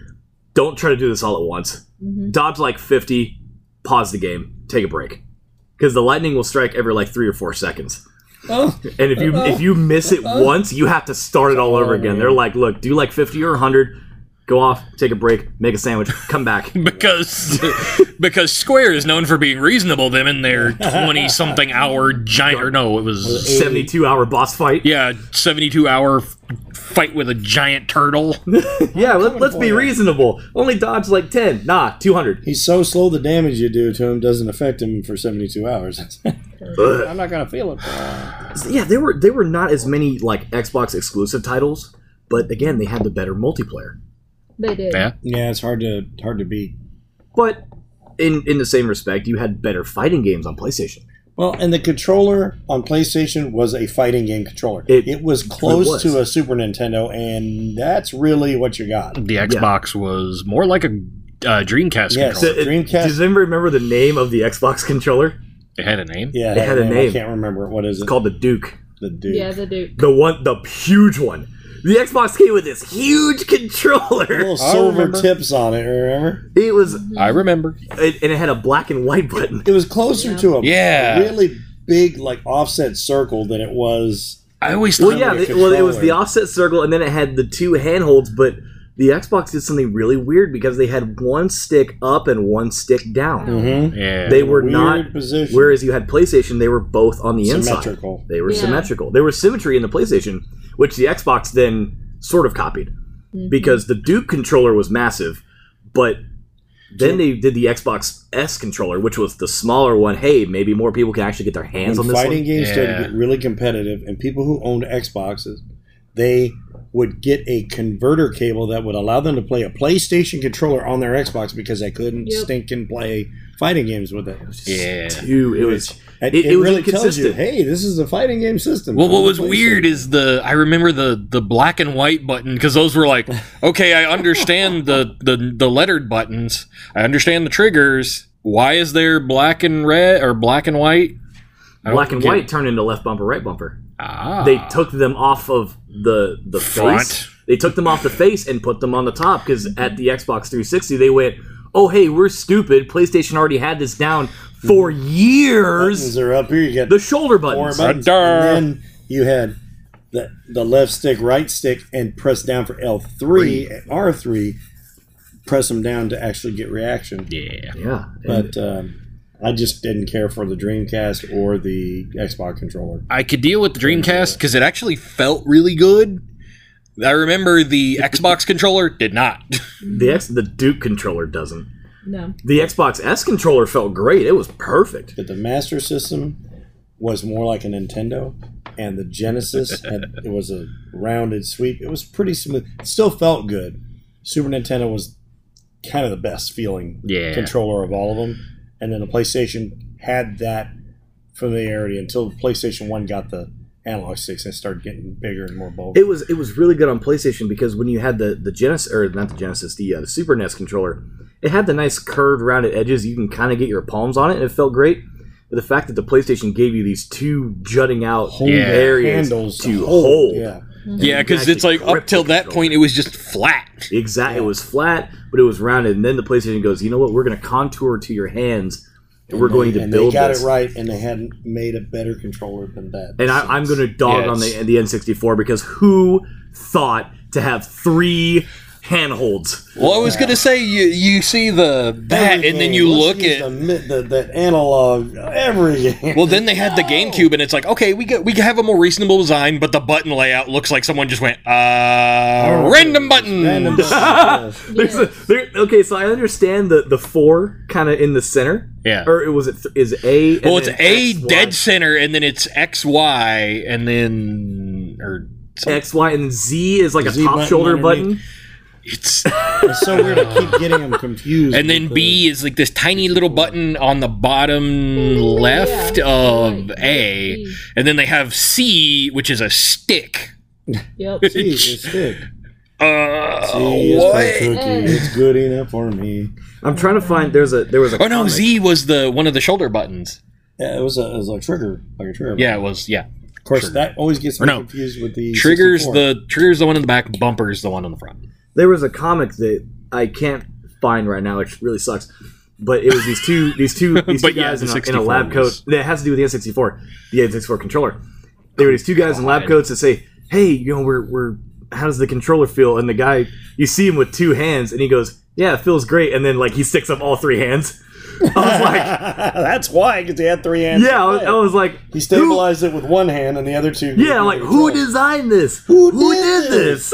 [SPEAKER 5] don't try to do this all at once
[SPEAKER 3] Mm-hmm.
[SPEAKER 4] Mhm.
[SPEAKER 5] dodge like 50 pause the game take a break because the lightning will strike every like three or four seconds
[SPEAKER 3] Oh.
[SPEAKER 5] and if you if you miss it once you have to start it all over again they're like look do like 50 or 100 go off take a break make a sandwich come back
[SPEAKER 2] because because Square is known for being reasonable. Them in their twenty something hour giant, or no, it was
[SPEAKER 5] 72 hour boss fight
[SPEAKER 2] yeah, seventy two hour f- fight with a giant turtle.
[SPEAKER 5] yeah let, let's be reasonable only dodge like 10 nah 200
[SPEAKER 3] He's so slow, the damage you do to him doesn't affect him for 72 hours. I'm not going to feel it. for a while.
[SPEAKER 5] So, yeah there were there were not as many like xbox exclusive titles but again they had the better multiplayer
[SPEAKER 4] They did.
[SPEAKER 2] Yeah.
[SPEAKER 3] Yeah, it's hard to hard to beat.
[SPEAKER 5] but in in the same respect you had better fighting games on playstation
[SPEAKER 3] Well, and the controller on PlayStation was a fighting game controller.
[SPEAKER 5] It-
[SPEAKER 3] It, was close
[SPEAKER 5] was.
[SPEAKER 3] to a Super Nintendo, and that's really what you got.
[SPEAKER 2] The Xbox was more like a uh, Dreamcast
[SPEAKER 3] Yes.
[SPEAKER 5] So
[SPEAKER 2] controller.
[SPEAKER 5] it-
[SPEAKER 3] Dreamcast-
[SPEAKER 5] Does anybody remember the name of the Xbox controller?
[SPEAKER 2] It had a name.
[SPEAKER 3] Yeah,
[SPEAKER 5] They had a name.
[SPEAKER 3] I can't remember it. what is
[SPEAKER 5] It's
[SPEAKER 3] it.
[SPEAKER 5] called the Duke.
[SPEAKER 3] the dude.
[SPEAKER 4] Yeah, the Duke.
[SPEAKER 5] The one, the huge one. The Xbox came with this huge controller.
[SPEAKER 3] little silver tips on it. Remember?
[SPEAKER 5] It was,
[SPEAKER 2] I remember.
[SPEAKER 5] it, and it had a black and white button.
[SPEAKER 3] It was closer
[SPEAKER 4] Yeah.
[SPEAKER 3] to a
[SPEAKER 2] Yeah.
[SPEAKER 3] really big like offset circle than it was.
[SPEAKER 2] I always thought
[SPEAKER 5] Well, yeah,
[SPEAKER 3] with
[SPEAKER 5] it, well, it was the
[SPEAKER 3] controller.
[SPEAKER 5] offset circle, and then it had the two handholds. But the Xbox did something really weird because they had one stick up and one stick down.
[SPEAKER 3] Mm-hmm.
[SPEAKER 2] yeah.
[SPEAKER 5] They were
[SPEAKER 3] Weird
[SPEAKER 5] not.
[SPEAKER 3] position.
[SPEAKER 5] Whereas you had PlayStation, they were both on the inside.
[SPEAKER 3] symmetrical.
[SPEAKER 5] They were
[SPEAKER 4] Yeah.
[SPEAKER 5] symmetrical. There was symmetry in the PlayStation, which the Xbox then sort of copied because the Duke controller was massive, but Then they did the Xbox S controller, which was the smaller one. Hey, maybe more people can actually get their hands on
[SPEAKER 3] when
[SPEAKER 5] this.
[SPEAKER 3] fighting
[SPEAKER 5] one.
[SPEAKER 3] games started to
[SPEAKER 2] Yeah.
[SPEAKER 3] get really competitive, and people who owned Xboxes, they would get a converter cable that would allow them to play a PlayStation controller on their Xbox because they couldn't
[SPEAKER 4] Yep.
[SPEAKER 3] stink and play fighting games with it.
[SPEAKER 2] Yeah.
[SPEAKER 5] Dude, it was.
[SPEAKER 3] It,
[SPEAKER 5] It-
[SPEAKER 3] it
[SPEAKER 5] it was
[SPEAKER 3] really tells you,
[SPEAKER 5] inconsistent.
[SPEAKER 3] hey, this is a fighting game system.
[SPEAKER 2] Well, what
[SPEAKER 3] on
[SPEAKER 2] was
[SPEAKER 3] PlayStation.
[SPEAKER 2] weird is the I remember the the black and white button because those were like okay I understand the, the the lettered buttons I understand the triggers why is there black and red or black and white I don't
[SPEAKER 5] Black and
[SPEAKER 2] get
[SPEAKER 5] white
[SPEAKER 2] it.
[SPEAKER 5] turned into left bumper, right bumper.
[SPEAKER 2] ah
[SPEAKER 3] Uh,
[SPEAKER 5] They took them off of the the
[SPEAKER 2] Front.
[SPEAKER 5] face. They took them off the face and put them on the top because at the Xbox 360 they went, "Oh hey, we're stupid. PlayStation already had this down for
[SPEAKER 3] Mm-hmm. buttons
[SPEAKER 5] years."
[SPEAKER 3] are up here. You got
[SPEAKER 5] The shoulder
[SPEAKER 3] four
[SPEAKER 5] buttons.
[SPEAKER 3] buttons,
[SPEAKER 2] Under.
[SPEAKER 3] and then you had the the left stick, right stick, and press down for L three, R three. Press them down to actually get reaction.
[SPEAKER 2] yeah
[SPEAKER 5] Yeah, and
[SPEAKER 3] But um, I just didn't care for the Dreamcast or the Xbox controller.
[SPEAKER 2] I could deal with the Dreamcast because it actually felt really good I remember the Xbox controller did not
[SPEAKER 5] the X, the Duke controller doesn't.
[SPEAKER 4] No.
[SPEAKER 5] The Xbox S controller felt great. It was perfect.
[SPEAKER 3] But the Master System was more like a Nintendo, and the Genesis had, it was a rounded sweep. It was pretty smooth. It still felt good. Super Nintendo was kind of the best feeling
[SPEAKER 2] Yeah.
[SPEAKER 3] controller of all of them, and then the PlayStation had that familiarity until PlayStation One got the analog sticks and it started getting bigger and more bulky.
[SPEAKER 5] It was it was really good on PlayStation because when you had the the Genesis or not the Genesis the uh, the Super NES controller, it had the nice curved rounded edges. You can kind of get your palms on it, and it felt great. But the fact that the PlayStation gave you these two jutting out
[SPEAKER 2] Yeah.
[SPEAKER 5] areas to hold,
[SPEAKER 3] Yeah.
[SPEAKER 2] yeah because
[SPEAKER 5] actually
[SPEAKER 2] it's like
[SPEAKER 5] grip
[SPEAKER 2] up
[SPEAKER 5] the
[SPEAKER 2] till that
[SPEAKER 5] controller.
[SPEAKER 2] point it was just flat
[SPEAKER 5] exactly, it was flat, but it was rounded. And then the PlayStation goes, you know what? We're going to contour to your hands. And we're going to
[SPEAKER 3] and
[SPEAKER 5] build
[SPEAKER 3] they got
[SPEAKER 5] this.
[SPEAKER 3] it right, and they hadn't made a better controller than that.
[SPEAKER 5] And I, I'm going to dog
[SPEAKER 2] Yeah,
[SPEAKER 5] on the
[SPEAKER 2] it's-
[SPEAKER 5] the N64 because who thought to have three handholds?
[SPEAKER 2] well I was gonna say you you see the that and then you look at
[SPEAKER 3] the, mi- the, the analog everything.
[SPEAKER 2] Well, then they had the GameCube, and it's like, okay, we got we have a more reasonable design, but the button layout looks like someone just went, uh,
[SPEAKER 5] Oh,
[SPEAKER 2] random button.
[SPEAKER 3] Random stuff.
[SPEAKER 5] There's a, there, okay, so I understand the the four kind of in the center.
[SPEAKER 2] Yeah.
[SPEAKER 5] Or it was it th- is A? and
[SPEAKER 2] well, it's
[SPEAKER 5] then
[SPEAKER 2] A
[SPEAKER 5] X, Y-
[SPEAKER 2] dead center, and then it's X Y, and then or something.
[SPEAKER 5] X Y and then Z is like a
[SPEAKER 3] Z
[SPEAKER 5] top
[SPEAKER 3] button
[SPEAKER 5] shoulder
[SPEAKER 3] underneath.
[SPEAKER 5] button.
[SPEAKER 2] it's
[SPEAKER 3] It's so weird. I keep getting them confused.
[SPEAKER 2] and then
[SPEAKER 3] with the-
[SPEAKER 2] B is like this tiny little button on the bottom left
[SPEAKER 4] Yeah.
[SPEAKER 2] of
[SPEAKER 4] Right.
[SPEAKER 2] A,
[SPEAKER 4] B.
[SPEAKER 2] and then they have C, which is a stick.
[SPEAKER 4] Yep.
[SPEAKER 3] C is thick.
[SPEAKER 2] Uh,
[SPEAKER 3] C is
[SPEAKER 2] what?
[SPEAKER 3] my cookie. It's good enough for me.
[SPEAKER 5] I'm trying to find. There's a there was a.
[SPEAKER 2] Oh no,
[SPEAKER 5] comic.
[SPEAKER 2] Z was the one of the shoulder buttons.
[SPEAKER 3] Yeah, it was a it was a trigger, like a trigger.
[SPEAKER 2] Yeah, it was. Yeah.
[SPEAKER 3] of course that always gets
[SPEAKER 2] Or
[SPEAKER 3] me
[SPEAKER 2] no.
[SPEAKER 3] confused with the
[SPEAKER 2] triggers
[SPEAKER 3] 64.
[SPEAKER 2] the triggers the one in the back bumpers the one on the front
[SPEAKER 5] There was a comic that I can't find right now, which really sucks. But it was these two these two these two
[SPEAKER 2] But yeah,
[SPEAKER 5] guys
[SPEAKER 2] the
[SPEAKER 5] in, a, in a
[SPEAKER 2] 64
[SPEAKER 5] lab coat.
[SPEAKER 2] was-
[SPEAKER 5] That has to do with the N64, the N64 controller. There were these two guys in lab coats that say, "Hey, you know, we're we're how does the controller feel?" And the guy, you see him with two hands, and he goes, "Yeah, it feels great." And then like he sticks up all three hands. I was like,
[SPEAKER 3] That's why because he had three hands.
[SPEAKER 5] "Yeah," I was, I was like,
[SPEAKER 3] He stabilized it with one hand and the other two.
[SPEAKER 5] Who, yeah, like who designed this?
[SPEAKER 3] Who
[SPEAKER 5] did
[SPEAKER 3] did
[SPEAKER 5] this?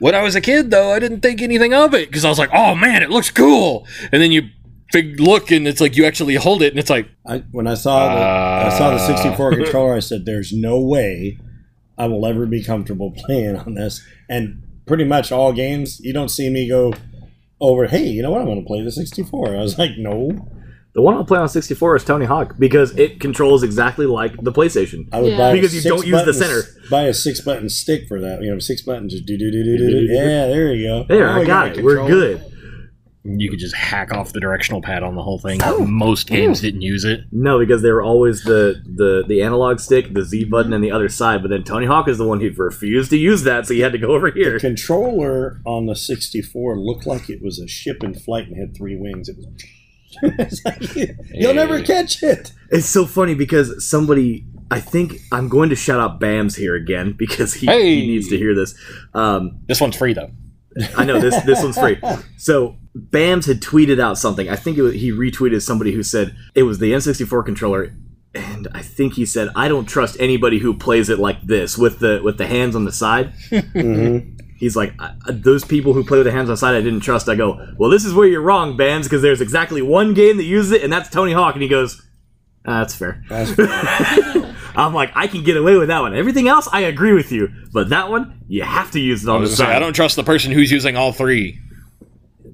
[SPEAKER 2] when i was a kid though i didn't think anything of it because i was like oh man it looks cool and then you fig- look and it's like you actually hold it and it's like
[SPEAKER 3] I, when I saw the I saw the
[SPEAKER 5] Uh.
[SPEAKER 3] 64 controller, I said, "There's no way I will ever be comfortable playing on this." And pretty much all games, you don't see me go over. Hey, you know what? I'm going to play the 64. I was like, "No,
[SPEAKER 5] The one I'll play on 64 is Tony Hawk because it controls exactly like the PlayStation.
[SPEAKER 3] I would
[SPEAKER 4] Yeah.
[SPEAKER 3] buy a
[SPEAKER 5] Because you don't use the
[SPEAKER 3] six-button-
[SPEAKER 5] center.
[SPEAKER 3] Buy a six button stick for that. You know, six buttons. Just do do do do do. do. Yeah, there you go.
[SPEAKER 5] There,
[SPEAKER 3] Now
[SPEAKER 5] I
[SPEAKER 3] we
[SPEAKER 5] got
[SPEAKER 3] a
[SPEAKER 5] it. We're
[SPEAKER 3] controller.
[SPEAKER 5] good.
[SPEAKER 2] you could just hack off the directional pad on the whole thing most games didn't use it
[SPEAKER 5] No, because they were always the, the the analog stick, the Z button, and the other side. But then Tony Hawk is the one who refused to use that, so you had to go over here.
[SPEAKER 3] Controller on the 64 looked like it was a ship in flight and had three wings. It was. it's like, you'll never catch it.
[SPEAKER 5] It's so funny because somebody, I think I'm going to shout out Bams here again because he,
[SPEAKER 2] Hey.
[SPEAKER 5] he needs to hear this. Um,
[SPEAKER 2] this one's free though
[SPEAKER 5] I know this this one's free. So Bams had tweeted out something. I think it was, he retweeted somebody who said it was the N64 controller, and I think he said I don't trust anybody who plays it like this with the with the hands on the side. He's like, I, I- those people who play with the hands on side I didn't trust. I go, well, this is where you're wrong, Bands, because there's exactly one game that uses it, and that's Tony Hawk. And he goes, ah, that's fair. I'm like, I can get away with that one. Everything else, I agree with you, but that one, you have to use it on
[SPEAKER 2] I
[SPEAKER 5] the
[SPEAKER 2] was gonna say,
[SPEAKER 5] side.
[SPEAKER 2] I don't trust the person who's using all three.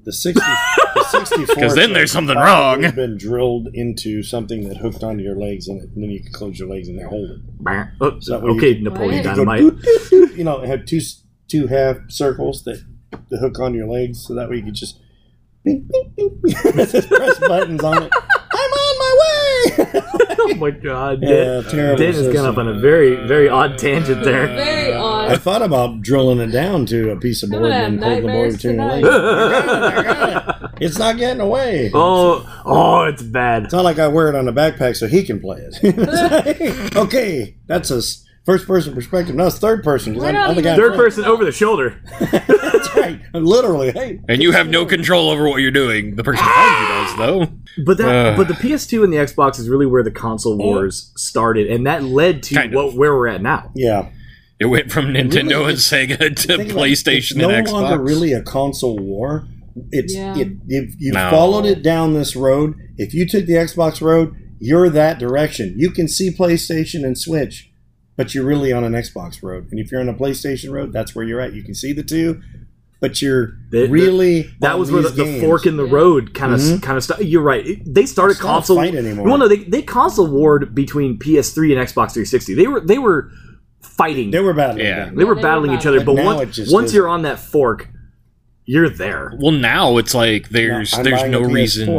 [SPEAKER 3] The 60, the 64.
[SPEAKER 2] 'Cause then there's something wrong.
[SPEAKER 3] It's been drilled into something that hooked onto your legs, and, it, and then you can close your legs and they hold it.
[SPEAKER 5] Oops,
[SPEAKER 3] that what
[SPEAKER 5] Oh, okay,
[SPEAKER 3] you-
[SPEAKER 5] Napoleon
[SPEAKER 4] Right.
[SPEAKER 3] You go
[SPEAKER 5] Dynamite.
[SPEAKER 3] doot, doot, doot, You know, it had two s- two half circles that the hook on your legs, so that way you could just beep, beep, beep, beep, just press buttons on it. I'm on my way.
[SPEAKER 5] oh my god,
[SPEAKER 3] Yeah,
[SPEAKER 5] Dan,
[SPEAKER 3] terrible
[SPEAKER 5] Dan has gone
[SPEAKER 3] system.
[SPEAKER 5] up on a very, very odd tangent there.
[SPEAKER 4] Very
[SPEAKER 3] I
[SPEAKER 4] odd.
[SPEAKER 3] thought about drilling it down to a piece of
[SPEAKER 4] I'm
[SPEAKER 3] board
[SPEAKER 4] gonna have
[SPEAKER 3] and holding the board
[SPEAKER 4] nightmares
[SPEAKER 3] between your
[SPEAKER 4] tonight.
[SPEAKER 3] legs. I got it, I got it. It's not getting away.
[SPEAKER 5] Oh, oh, it's bad.
[SPEAKER 3] It's not like I wear it on a backpack so he can play it. It's like, okay, that's a s- first person perspective. No, it's third person because
[SPEAKER 4] We're
[SPEAKER 3] I'm
[SPEAKER 4] not
[SPEAKER 3] I'm the
[SPEAKER 4] even
[SPEAKER 3] guy. in
[SPEAKER 5] Third
[SPEAKER 3] front.
[SPEAKER 5] person over the shoulder.
[SPEAKER 3] That's right. Literally, hey,
[SPEAKER 2] And you have no control over what you're doing. The person behind you does, though.
[SPEAKER 5] But that,
[SPEAKER 2] Ugh.
[SPEAKER 5] but the PS2 and the Xbox is really where the console wars started, and that led to
[SPEAKER 2] Kind of.
[SPEAKER 5] what where we're at now.
[SPEAKER 3] yeah.
[SPEAKER 2] It went from Nintendo
[SPEAKER 3] Really,
[SPEAKER 2] and Sega to
[SPEAKER 3] Think about it.
[SPEAKER 2] PlayStation
[SPEAKER 3] It's no
[SPEAKER 2] and Xbox.
[SPEAKER 3] longer really a console war. It's
[SPEAKER 4] Yeah.
[SPEAKER 3] it, if you
[SPEAKER 2] No.
[SPEAKER 3] followed it down this road. If you took the Xbox road, you're that direction. You can see PlayStation and Switch, but you're really on an Xbox road. And if you're on a PlayStation road, that's where you're at. You can see the two, but you're
[SPEAKER 5] The- the-
[SPEAKER 3] really
[SPEAKER 5] That
[SPEAKER 3] on
[SPEAKER 5] was where the,
[SPEAKER 3] these
[SPEAKER 5] the
[SPEAKER 3] games.
[SPEAKER 5] fork in the
[SPEAKER 4] Yeah.
[SPEAKER 5] road kind of kind of stuff. You're right. It- They started
[SPEAKER 3] It's not a
[SPEAKER 5] console
[SPEAKER 3] fight anymore.
[SPEAKER 5] Well, no, they they console warred between PS3 and Xbox 360. They were they were fighting.
[SPEAKER 3] They were battling.
[SPEAKER 2] Yeah.
[SPEAKER 3] back.
[SPEAKER 5] They
[SPEAKER 4] Yeah,
[SPEAKER 5] were
[SPEAKER 4] they were
[SPEAKER 5] battling each
[SPEAKER 4] battling.
[SPEAKER 5] other. But
[SPEAKER 3] But now it
[SPEAKER 5] once
[SPEAKER 3] just
[SPEAKER 5] once
[SPEAKER 3] is-
[SPEAKER 5] you're on that fork, you're there.
[SPEAKER 2] Well, now it's like there's
[SPEAKER 3] Now, I'm
[SPEAKER 2] there's
[SPEAKER 3] buying
[SPEAKER 2] no
[SPEAKER 3] a PS4.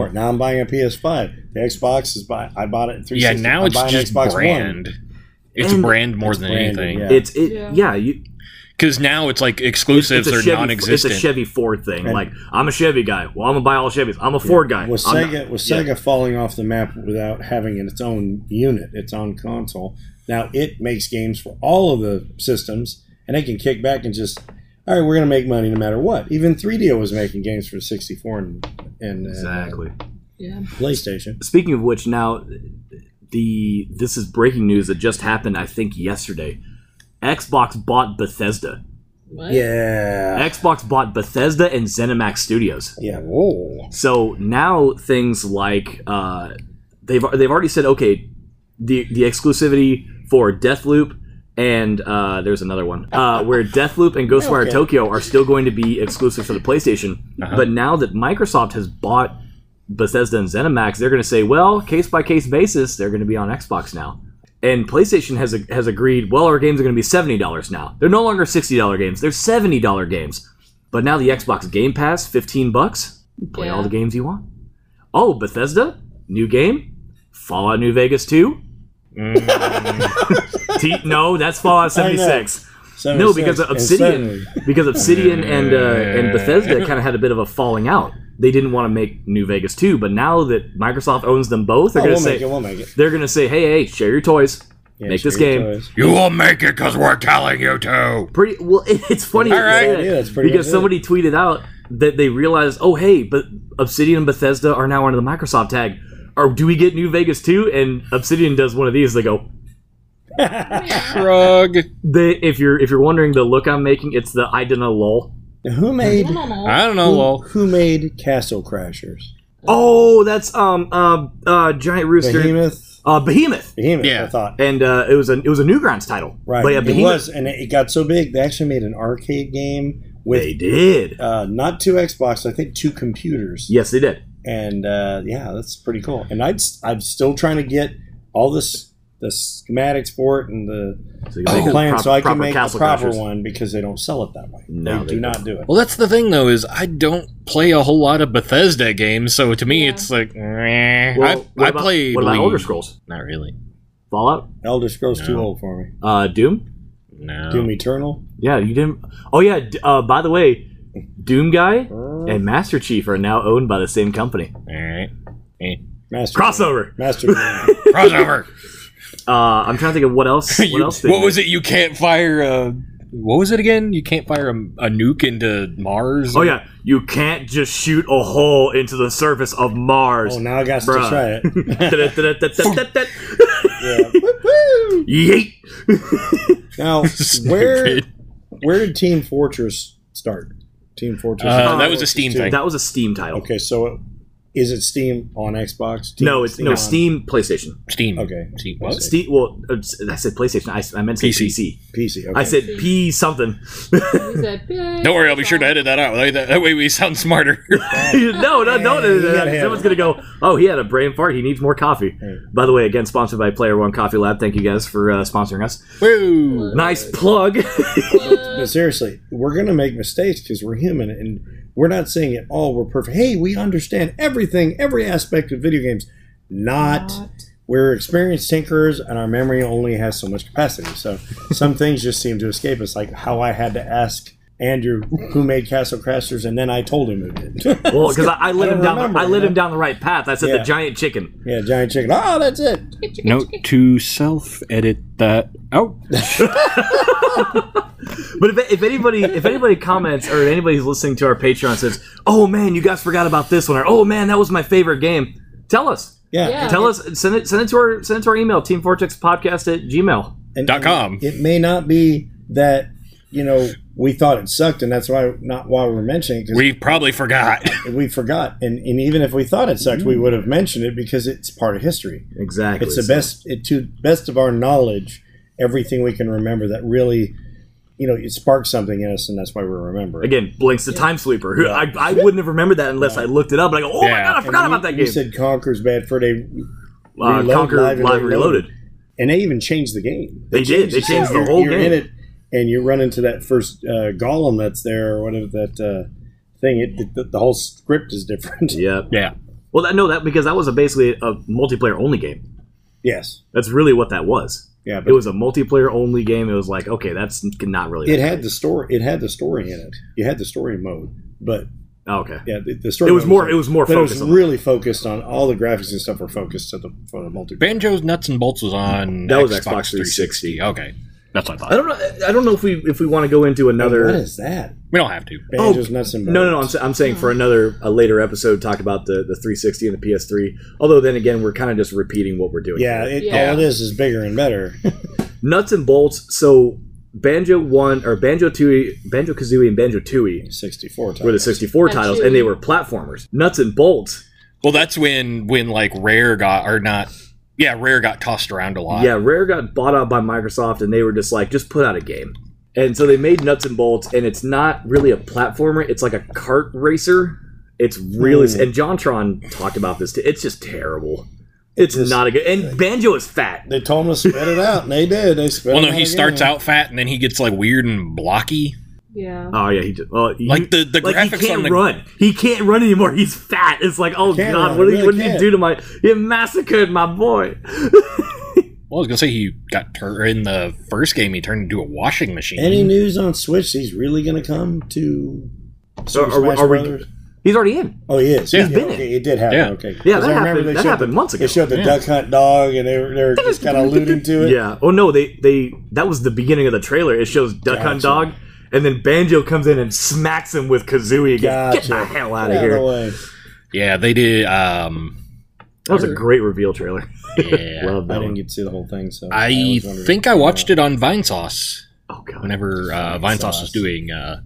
[SPEAKER 2] reason.
[SPEAKER 3] Now I'm buying a PS Five. The Xbox is buy. I bought it. 360.
[SPEAKER 2] Yeah, now
[SPEAKER 3] I'm
[SPEAKER 2] it's
[SPEAKER 3] buying
[SPEAKER 2] just
[SPEAKER 3] Xbox
[SPEAKER 2] brand. It's
[SPEAKER 5] And-
[SPEAKER 2] brand more than
[SPEAKER 3] branded, yeah.
[SPEAKER 2] anything.
[SPEAKER 5] It's it
[SPEAKER 4] Yeah.
[SPEAKER 5] yeah. you,
[SPEAKER 2] Because now it's like
[SPEAKER 5] it's
[SPEAKER 2] exclusives
[SPEAKER 5] a
[SPEAKER 2] are
[SPEAKER 5] Chevy. It's a
[SPEAKER 2] non-existent.
[SPEAKER 5] Chevy Ford thing.
[SPEAKER 3] And-
[SPEAKER 5] like I'm a Chevy guy. Well, I'm gonna buy all Chevys. I'm a Ford guy.
[SPEAKER 3] One. Was
[SPEAKER 5] I'm
[SPEAKER 3] Sega
[SPEAKER 5] not-
[SPEAKER 3] was
[SPEAKER 5] yeah.
[SPEAKER 3] Sega falling off the map without having its own unit, its own console? Now it makes games for all of the systems, and they can kick back and just. All right, we're going to make money no matter what. Even 3DO was making games for 64 and, and uh,
[SPEAKER 5] exactly?
[SPEAKER 4] Yeah.
[SPEAKER 3] PlayStation.
[SPEAKER 5] Speaking of which, now the this is breaking news that just happened. I think yesterday, Xbox bought Bethesda.
[SPEAKER 4] What?
[SPEAKER 3] Yeah.
[SPEAKER 5] Xbox bought Bethesda and ZeniMax Studios.
[SPEAKER 3] Yeah. Whoa.
[SPEAKER 5] So now things like uh, they've they've already said okay, the the exclusivity for Deathloop and uh, there's another one uh, where Deathloop and Ghostwire
[SPEAKER 3] Okay.
[SPEAKER 5] Tokyo are still going to be exclusive for the PlayStation. But now that Microsoft has bought Bethesda and ZeniMax, they're going to say, well, case by case basis, they're going to be on Xbox now. And PlayStation has has agreed. Well, our games are going to be seventy dollars now. They're no longer sixty dollar games. They're seventy dollar games. But now the Xbox Game Pass, fifteen bucks. Play all
[SPEAKER 4] Yeah.
[SPEAKER 5] the games you want. Oh, Bethesda, new game, Fallout New Vegas two.
[SPEAKER 3] Mm.
[SPEAKER 5] T- no, that's Fallout seventy six.
[SPEAKER 3] So
[SPEAKER 5] No, because
[SPEAKER 3] it's- it's
[SPEAKER 5] Obsidian,
[SPEAKER 3] suddenly-
[SPEAKER 5] because Obsidian and uh, and Bethesda kind of had a bit of a falling out. They didn't want to make New Vegas two, but now that Microsoft owns them both, they're
[SPEAKER 3] Oh,
[SPEAKER 5] gonna
[SPEAKER 3] we'll
[SPEAKER 5] say
[SPEAKER 3] make it. We'll make it.
[SPEAKER 5] they're gonna say, hey, hey, share your toys,
[SPEAKER 3] Yeah,
[SPEAKER 5] make this
[SPEAKER 3] sure,
[SPEAKER 5] game.
[SPEAKER 3] toys.
[SPEAKER 2] You will make it because we're telling you to.
[SPEAKER 5] pretty well it, it's funny
[SPEAKER 2] All
[SPEAKER 5] you
[SPEAKER 2] right.
[SPEAKER 5] say
[SPEAKER 2] Yeah,
[SPEAKER 5] that,
[SPEAKER 3] yeah, that's pretty
[SPEAKER 5] because
[SPEAKER 3] much it.
[SPEAKER 5] somebody tweeted out that they realized oh hey but obsidian and bethesda are now under the microsoft tag or do we get new vegas too and obsidian does one of these they go
[SPEAKER 2] Shrug.
[SPEAKER 5] they, if you're if you're wondering the look i'm making it's the i don't know lol
[SPEAKER 3] Now, Who made
[SPEAKER 4] I don't know.
[SPEAKER 2] I don't know.
[SPEAKER 3] who,
[SPEAKER 2] Lol.
[SPEAKER 3] who made Castle Crashers?
[SPEAKER 5] oh that's um uh, uh giant rooster
[SPEAKER 3] Behemoth.
[SPEAKER 5] uh behemoth
[SPEAKER 3] Behemoth.
[SPEAKER 2] Yeah.
[SPEAKER 3] I thought
[SPEAKER 5] and uh, it was a it was a newgrounds title
[SPEAKER 3] right.
[SPEAKER 5] but yeah,
[SPEAKER 3] it
[SPEAKER 5] behemoth,
[SPEAKER 3] was, and it got so big they actually made an arcade game
[SPEAKER 5] they
[SPEAKER 3] with
[SPEAKER 5] did
[SPEAKER 3] uh, not two Xbox, I think two computers.
[SPEAKER 5] yes they did
[SPEAKER 3] And uh, yeah, that's pretty cool. And I'd s- I'm still trying to get all this the schematics for it and the
[SPEAKER 5] so you can make a
[SPEAKER 3] plan
[SPEAKER 5] prop-
[SPEAKER 3] Oh. so I can
[SPEAKER 5] Oh, proper
[SPEAKER 3] make the
[SPEAKER 5] Castle
[SPEAKER 3] proper
[SPEAKER 5] Crashers.
[SPEAKER 3] one because they don't sell it that way. they,
[SPEAKER 5] No, they
[SPEAKER 3] do
[SPEAKER 5] don't.
[SPEAKER 3] not do it.
[SPEAKER 2] Well, that's the thing though is I don't play a whole lot of Bethesda games, so to me
[SPEAKER 4] Yeah.
[SPEAKER 2] it's like meh.
[SPEAKER 5] Well,
[SPEAKER 2] I,
[SPEAKER 5] what
[SPEAKER 2] I
[SPEAKER 5] about-
[SPEAKER 2] played.
[SPEAKER 5] what about
[SPEAKER 2] League.
[SPEAKER 5] Elder Scrolls?
[SPEAKER 2] Not really.
[SPEAKER 5] Fallout,
[SPEAKER 3] Elder Scrolls too
[SPEAKER 2] No.
[SPEAKER 3] old for me.
[SPEAKER 5] uh, Doom,
[SPEAKER 2] No.
[SPEAKER 3] Doom Eternal.
[SPEAKER 5] Yeah, you didn't. Oh yeah. d- Uh, by the way, Doom Guy and Master Chief are now owned by the same company.
[SPEAKER 2] All right. Eh.
[SPEAKER 3] Master
[SPEAKER 5] Crossover.
[SPEAKER 3] Master Chief.
[SPEAKER 2] Crossover.
[SPEAKER 5] Uh, I'm trying to think of what else. What
[SPEAKER 2] You-
[SPEAKER 5] else?
[SPEAKER 2] what was it? You can't fire a. What was it again? You can't fire a, a nuke into Mars.
[SPEAKER 5] Oh yeah, you can't just shoot a hole into the surface of Mars.
[SPEAKER 3] Oh, now I got to
[SPEAKER 5] Bruh.
[SPEAKER 3] try it. Yeah.
[SPEAKER 5] Yeet.
[SPEAKER 3] Now,
[SPEAKER 2] Stupid.
[SPEAKER 3] where where did Team Fortress start? Team Fortress.
[SPEAKER 2] Uh, that
[SPEAKER 5] Oh,
[SPEAKER 2] was a Steam thing.
[SPEAKER 5] That was a Steam title.
[SPEAKER 3] Okay, so it, is it Steam on Xbox? Steam-
[SPEAKER 5] No, it's no
[SPEAKER 3] on-
[SPEAKER 5] Steam PlayStation.
[SPEAKER 2] Steam.
[SPEAKER 3] Okay.
[SPEAKER 2] Steam. What?
[SPEAKER 3] Okay.
[SPEAKER 5] Steam. Well, uh, I said PlayStation. I, I meant to say
[SPEAKER 2] PC.
[SPEAKER 5] PC.
[SPEAKER 3] PC. Okay.
[SPEAKER 5] I said P something.
[SPEAKER 4] You said,
[SPEAKER 2] Don't worry, I'll be sure to edit that out. Like, That, that way we sound smarter.
[SPEAKER 5] no, no, no, no, no, no,
[SPEAKER 3] gotta have
[SPEAKER 5] Someone's
[SPEAKER 3] it.
[SPEAKER 5] gonna go. Oh, he had a brain fart. He needs more coffee.
[SPEAKER 3] Hey.
[SPEAKER 5] By the way, again, sponsored by Player One Coffee Lab. Thank you guys for uh, sponsoring us.
[SPEAKER 2] Woo!
[SPEAKER 5] Nice plug.
[SPEAKER 3] But seriously, we're gonna make mistakes because we're human, and we're not saying it all. We're perfect. Hey, we understand everything, every aspect of video games. Not, we're experienced tinkerers, and our memory only has so much capacity. So some things just seem to escape us, like how I had to ask Andrew who made Castle Crashers, and then I told him who did.
[SPEAKER 5] well, because I, I led
[SPEAKER 3] I
[SPEAKER 5] him
[SPEAKER 3] don't
[SPEAKER 5] down.
[SPEAKER 3] remember,
[SPEAKER 5] I led him
[SPEAKER 3] man.
[SPEAKER 5] down the right path. I said
[SPEAKER 3] Yeah.
[SPEAKER 5] the giant chicken.
[SPEAKER 3] yeah, giant chicken. Oh, that's it.
[SPEAKER 2] Note to self edit that out.
[SPEAKER 5] But if, if anybody, if anybody comments or anybody who's listening to our Patreon says, "Oh man, you guys forgot about this one," or "Oh man, that was my favorite game," tell us.
[SPEAKER 3] Oh, Yeah.
[SPEAKER 4] Yeah.
[SPEAKER 5] Tell us. Send it. Send it to our. Send it to our email. Podcast at gmail.
[SPEAKER 3] And-
[SPEAKER 2] Dot com.
[SPEAKER 3] It may not be that you know we thought it sucked, and that's why not why we're mentioning. it, 'cause
[SPEAKER 2] We probably forgot.
[SPEAKER 3] we forgot and, and even if we thought it sucked we would have mentioned it because it's part of history
[SPEAKER 5] Exactly.
[SPEAKER 3] it's the best it, to best of our knowledge everything we can remember that really you know it sparked something in us and that's why we remember it
[SPEAKER 5] Again, Blink's the time sweeper. Who I, I wouldn't have remembered that unless I looked it up. And I go, oh my
[SPEAKER 2] Yeah.
[SPEAKER 5] god, I
[SPEAKER 3] And
[SPEAKER 5] forgot
[SPEAKER 3] you-
[SPEAKER 5] about that
[SPEAKER 3] you
[SPEAKER 5] game.
[SPEAKER 3] said conquer's bad for day
[SPEAKER 5] uh,
[SPEAKER 3] Reload,
[SPEAKER 5] Conquer Live,
[SPEAKER 3] Live, and
[SPEAKER 5] Reloaded.
[SPEAKER 3] Reloaded. and they even changed the game
[SPEAKER 5] They did. They changed the
[SPEAKER 3] You're-
[SPEAKER 5] whole
[SPEAKER 3] you're in
[SPEAKER 5] game.
[SPEAKER 3] it and you run into that first uh, golem that's there or whatever that uh, thing it, the, the whole script is different
[SPEAKER 5] Yeah.
[SPEAKER 2] yeah.
[SPEAKER 5] Well, that, no, that because that was a basically a multiplayer only game.
[SPEAKER 3] yes
[SPEAKER 5] That's really what that was.
[SPEAKER 3] yeah
[SPEAKER 5] It
[SPEAKER 3] but
[SPEAKER 5] was a multiplayer only game. It was like, okay, that's not really.
[SPEAKER 3] it had the story it had the story in it you had the story mode but
[SPEAKER 5] Oh, okay.
[SPEAKER 3] Yeah, the, the story.
[SPEAKER 5] It was
[SPEAKER 3] mode
[SPEAKER 5] more- it was more
[SPEAKER 3] but
[SPEAKER 5] focused
[SPEAKER 3] It
[SPEAKER 5] on
[SPEAKER 3] was
[SPEAKER 5] that.
[SPEAKER 3] really focused on all the graphics and stuff were focused to the for the multiplayer.
[SPEAKER 2] Banjo's Nuts and Bolts was on
[SPEAKER 5] That was Xbox
[SPEAKER 2] Xbox
[SPEAKER 5] 360.
[SPEAKER 2] 360. Okay. That's what I
[SPEAKER 5] I
[SPEAKER 2] thought.
[SPEAKER 5] don't know. I don't know if we if we want to go into another.
[SPEAKER 3] What is that?
[SPEAKER 2] We don't have to.
[SPEAKER 3] Banjo's nuts and bolts.
[SPEAKER 5] Oh, No, no, no. I'm, sa- I'm saying for another a later episode, talk about the, the 360 and the PS3. Although then again, we're kind of just repeating what we're doing.
[SPEAKER 3] Yeah, it,
[SPEAKER 4] Yeah.
[SPEAKER 3] all it is is bigger and better.
[SPEAKER 5] nuts and bolts. So Banjo One or Banjo Tooie, Banjo Kazooie, and Banjo Tooie
[SPEAKER 3] Sixty-four times.
[SPEAKER 5] were the '64
[SPEAKER 4] Banjo.
[SPEAKER 5] titles, and they were platformers. Nuts and bolts.
[SPEAKER 2] Well, that's when when like Rare got or not. Yeah, Rare got tossed around a lot.
[SPEAKER 5] Yeah, Rare got bought out by Microsoft, and they were just like, just put out a game. And so they made Nuts and Bolts, and it's not really a platformer. It's like a kart racer. It's really
[SPEAKER 3] Hmm.
[SPEAKER 5] and JonTron talked about this. too. It's just terrible. It's
[SPEAKER 3] It's-
[SPEAKER 5] not a good. And Banjo is fat.
[SPEAKER 3] They told him to spit it out, and they did. They spit.
[SPEAKER 2] Well,
[SPEAKER 3] it
[SPEAKER 2] no,
[SPEAKER 3] out
[SPEAKER 2] he
[SPEAKER 3] again.
[SPEAKER 2] starts out fat and then he gets like weird and blocky.
[SPEAKER 4] Yeah.
[SPEAKER 3] Uh,
[SPEAKER 5] Oh yeah, he just well, you-
[SPEAKER 2] Like the- the
[SPEAKER 5] like he
[SPEAKER 2] graphics
[SPEAKER 5] can't
[SPEAKER 2] on the-
[SPEAKER 5] run. He can't run anymore. He's fat. It's like oh
[SPEAKER 3] Can't
[SPEAKER 5] god,
[SPEAKER 3] run,
[SPEAKER 5] what, did,
[SPEAKER 3] really
[SPEAKER 5] what did you
[SPEAKER 3] can't.
[SPEAKER 5] do to my? You massacred my boy.
[SPEAKER 2] Well, I was gonna say he got tur- in the first game. He turned into a washing machine.
[SPEAKER 3] Any news on Switch? He's really going to come to.
[SPEAKER 5] So
[SPEAKER 3] Super
[SPEAKER 5] are we-
[SPEAKER 3] Smash
[SPEAKER 5] are we-
[SPEAKER 3] Brothers?
[SPEAKER 5] He's already in.
[SPEAKER 3] Oh, he is.
[SPEAKER 2] Yeah.
[SPEAKER 3] Yeah, okay, it did happen.
[SPEAKER 2] Yeah.
[SPEAKER 3] Okay.
[SPEAKER 5] Yeah,
[SPEAKER 3] 'Cause
[SPEAKER 5] that
[SPEAKER 3] I remember
[SPEAKER 5] happened-
[SPEAKER 3] they
[SPEAKER 5] that
[SPEAKER 3] showed
[SPEAKER 5] happened
[SPEAKER 3] the-
[SPEAKER 5] months ago.
[SPEAKER 3] They showed the duck hunt dog, and they were, they were just kind of alluding to it.
[SPEAKER 5] Yeah. Oh no, they they that was the beginning of the trailer. It shows Duck Hunt
[SPEAKER 3] Gotcha.
[SPEAKER 5] Dog, and then Banjo comes in and smacks him with Kazooie again.
[SPEAKER 3] Gotcha.
[SPEAKER 5] Get the hell out
[SPEAKER 3] Get
[SPEAKER 5] of
[SPEAKER 3] out of the
[SPEAKER 5] here.
[SPEAKER 3] way.
[SPEAKER 2] Yeah, they did. Um,
[SPEAKER 5] That was a great reveal trailer.
[SPEAKER 2] yeah.
[SPEAKER 5] Love
[SPEAKER 3] I
[SPEAKER 5] that
[SPEAKER 3] didn't
[SPEAKER 5] one.
[SPEAKER 3] get to see the whole thing, so
[SPEAKER 2] I
[SPEAKER 3] always wondered
[SPEAKER 2] think
[SPEAKER 3] if- uh,
[SPEAKER 2] I watched it on Vine Sauce
[SPEAKER 5] Oh god.
[SPEAKER 2] whenever uh, Vine Sauce was doing. Uh,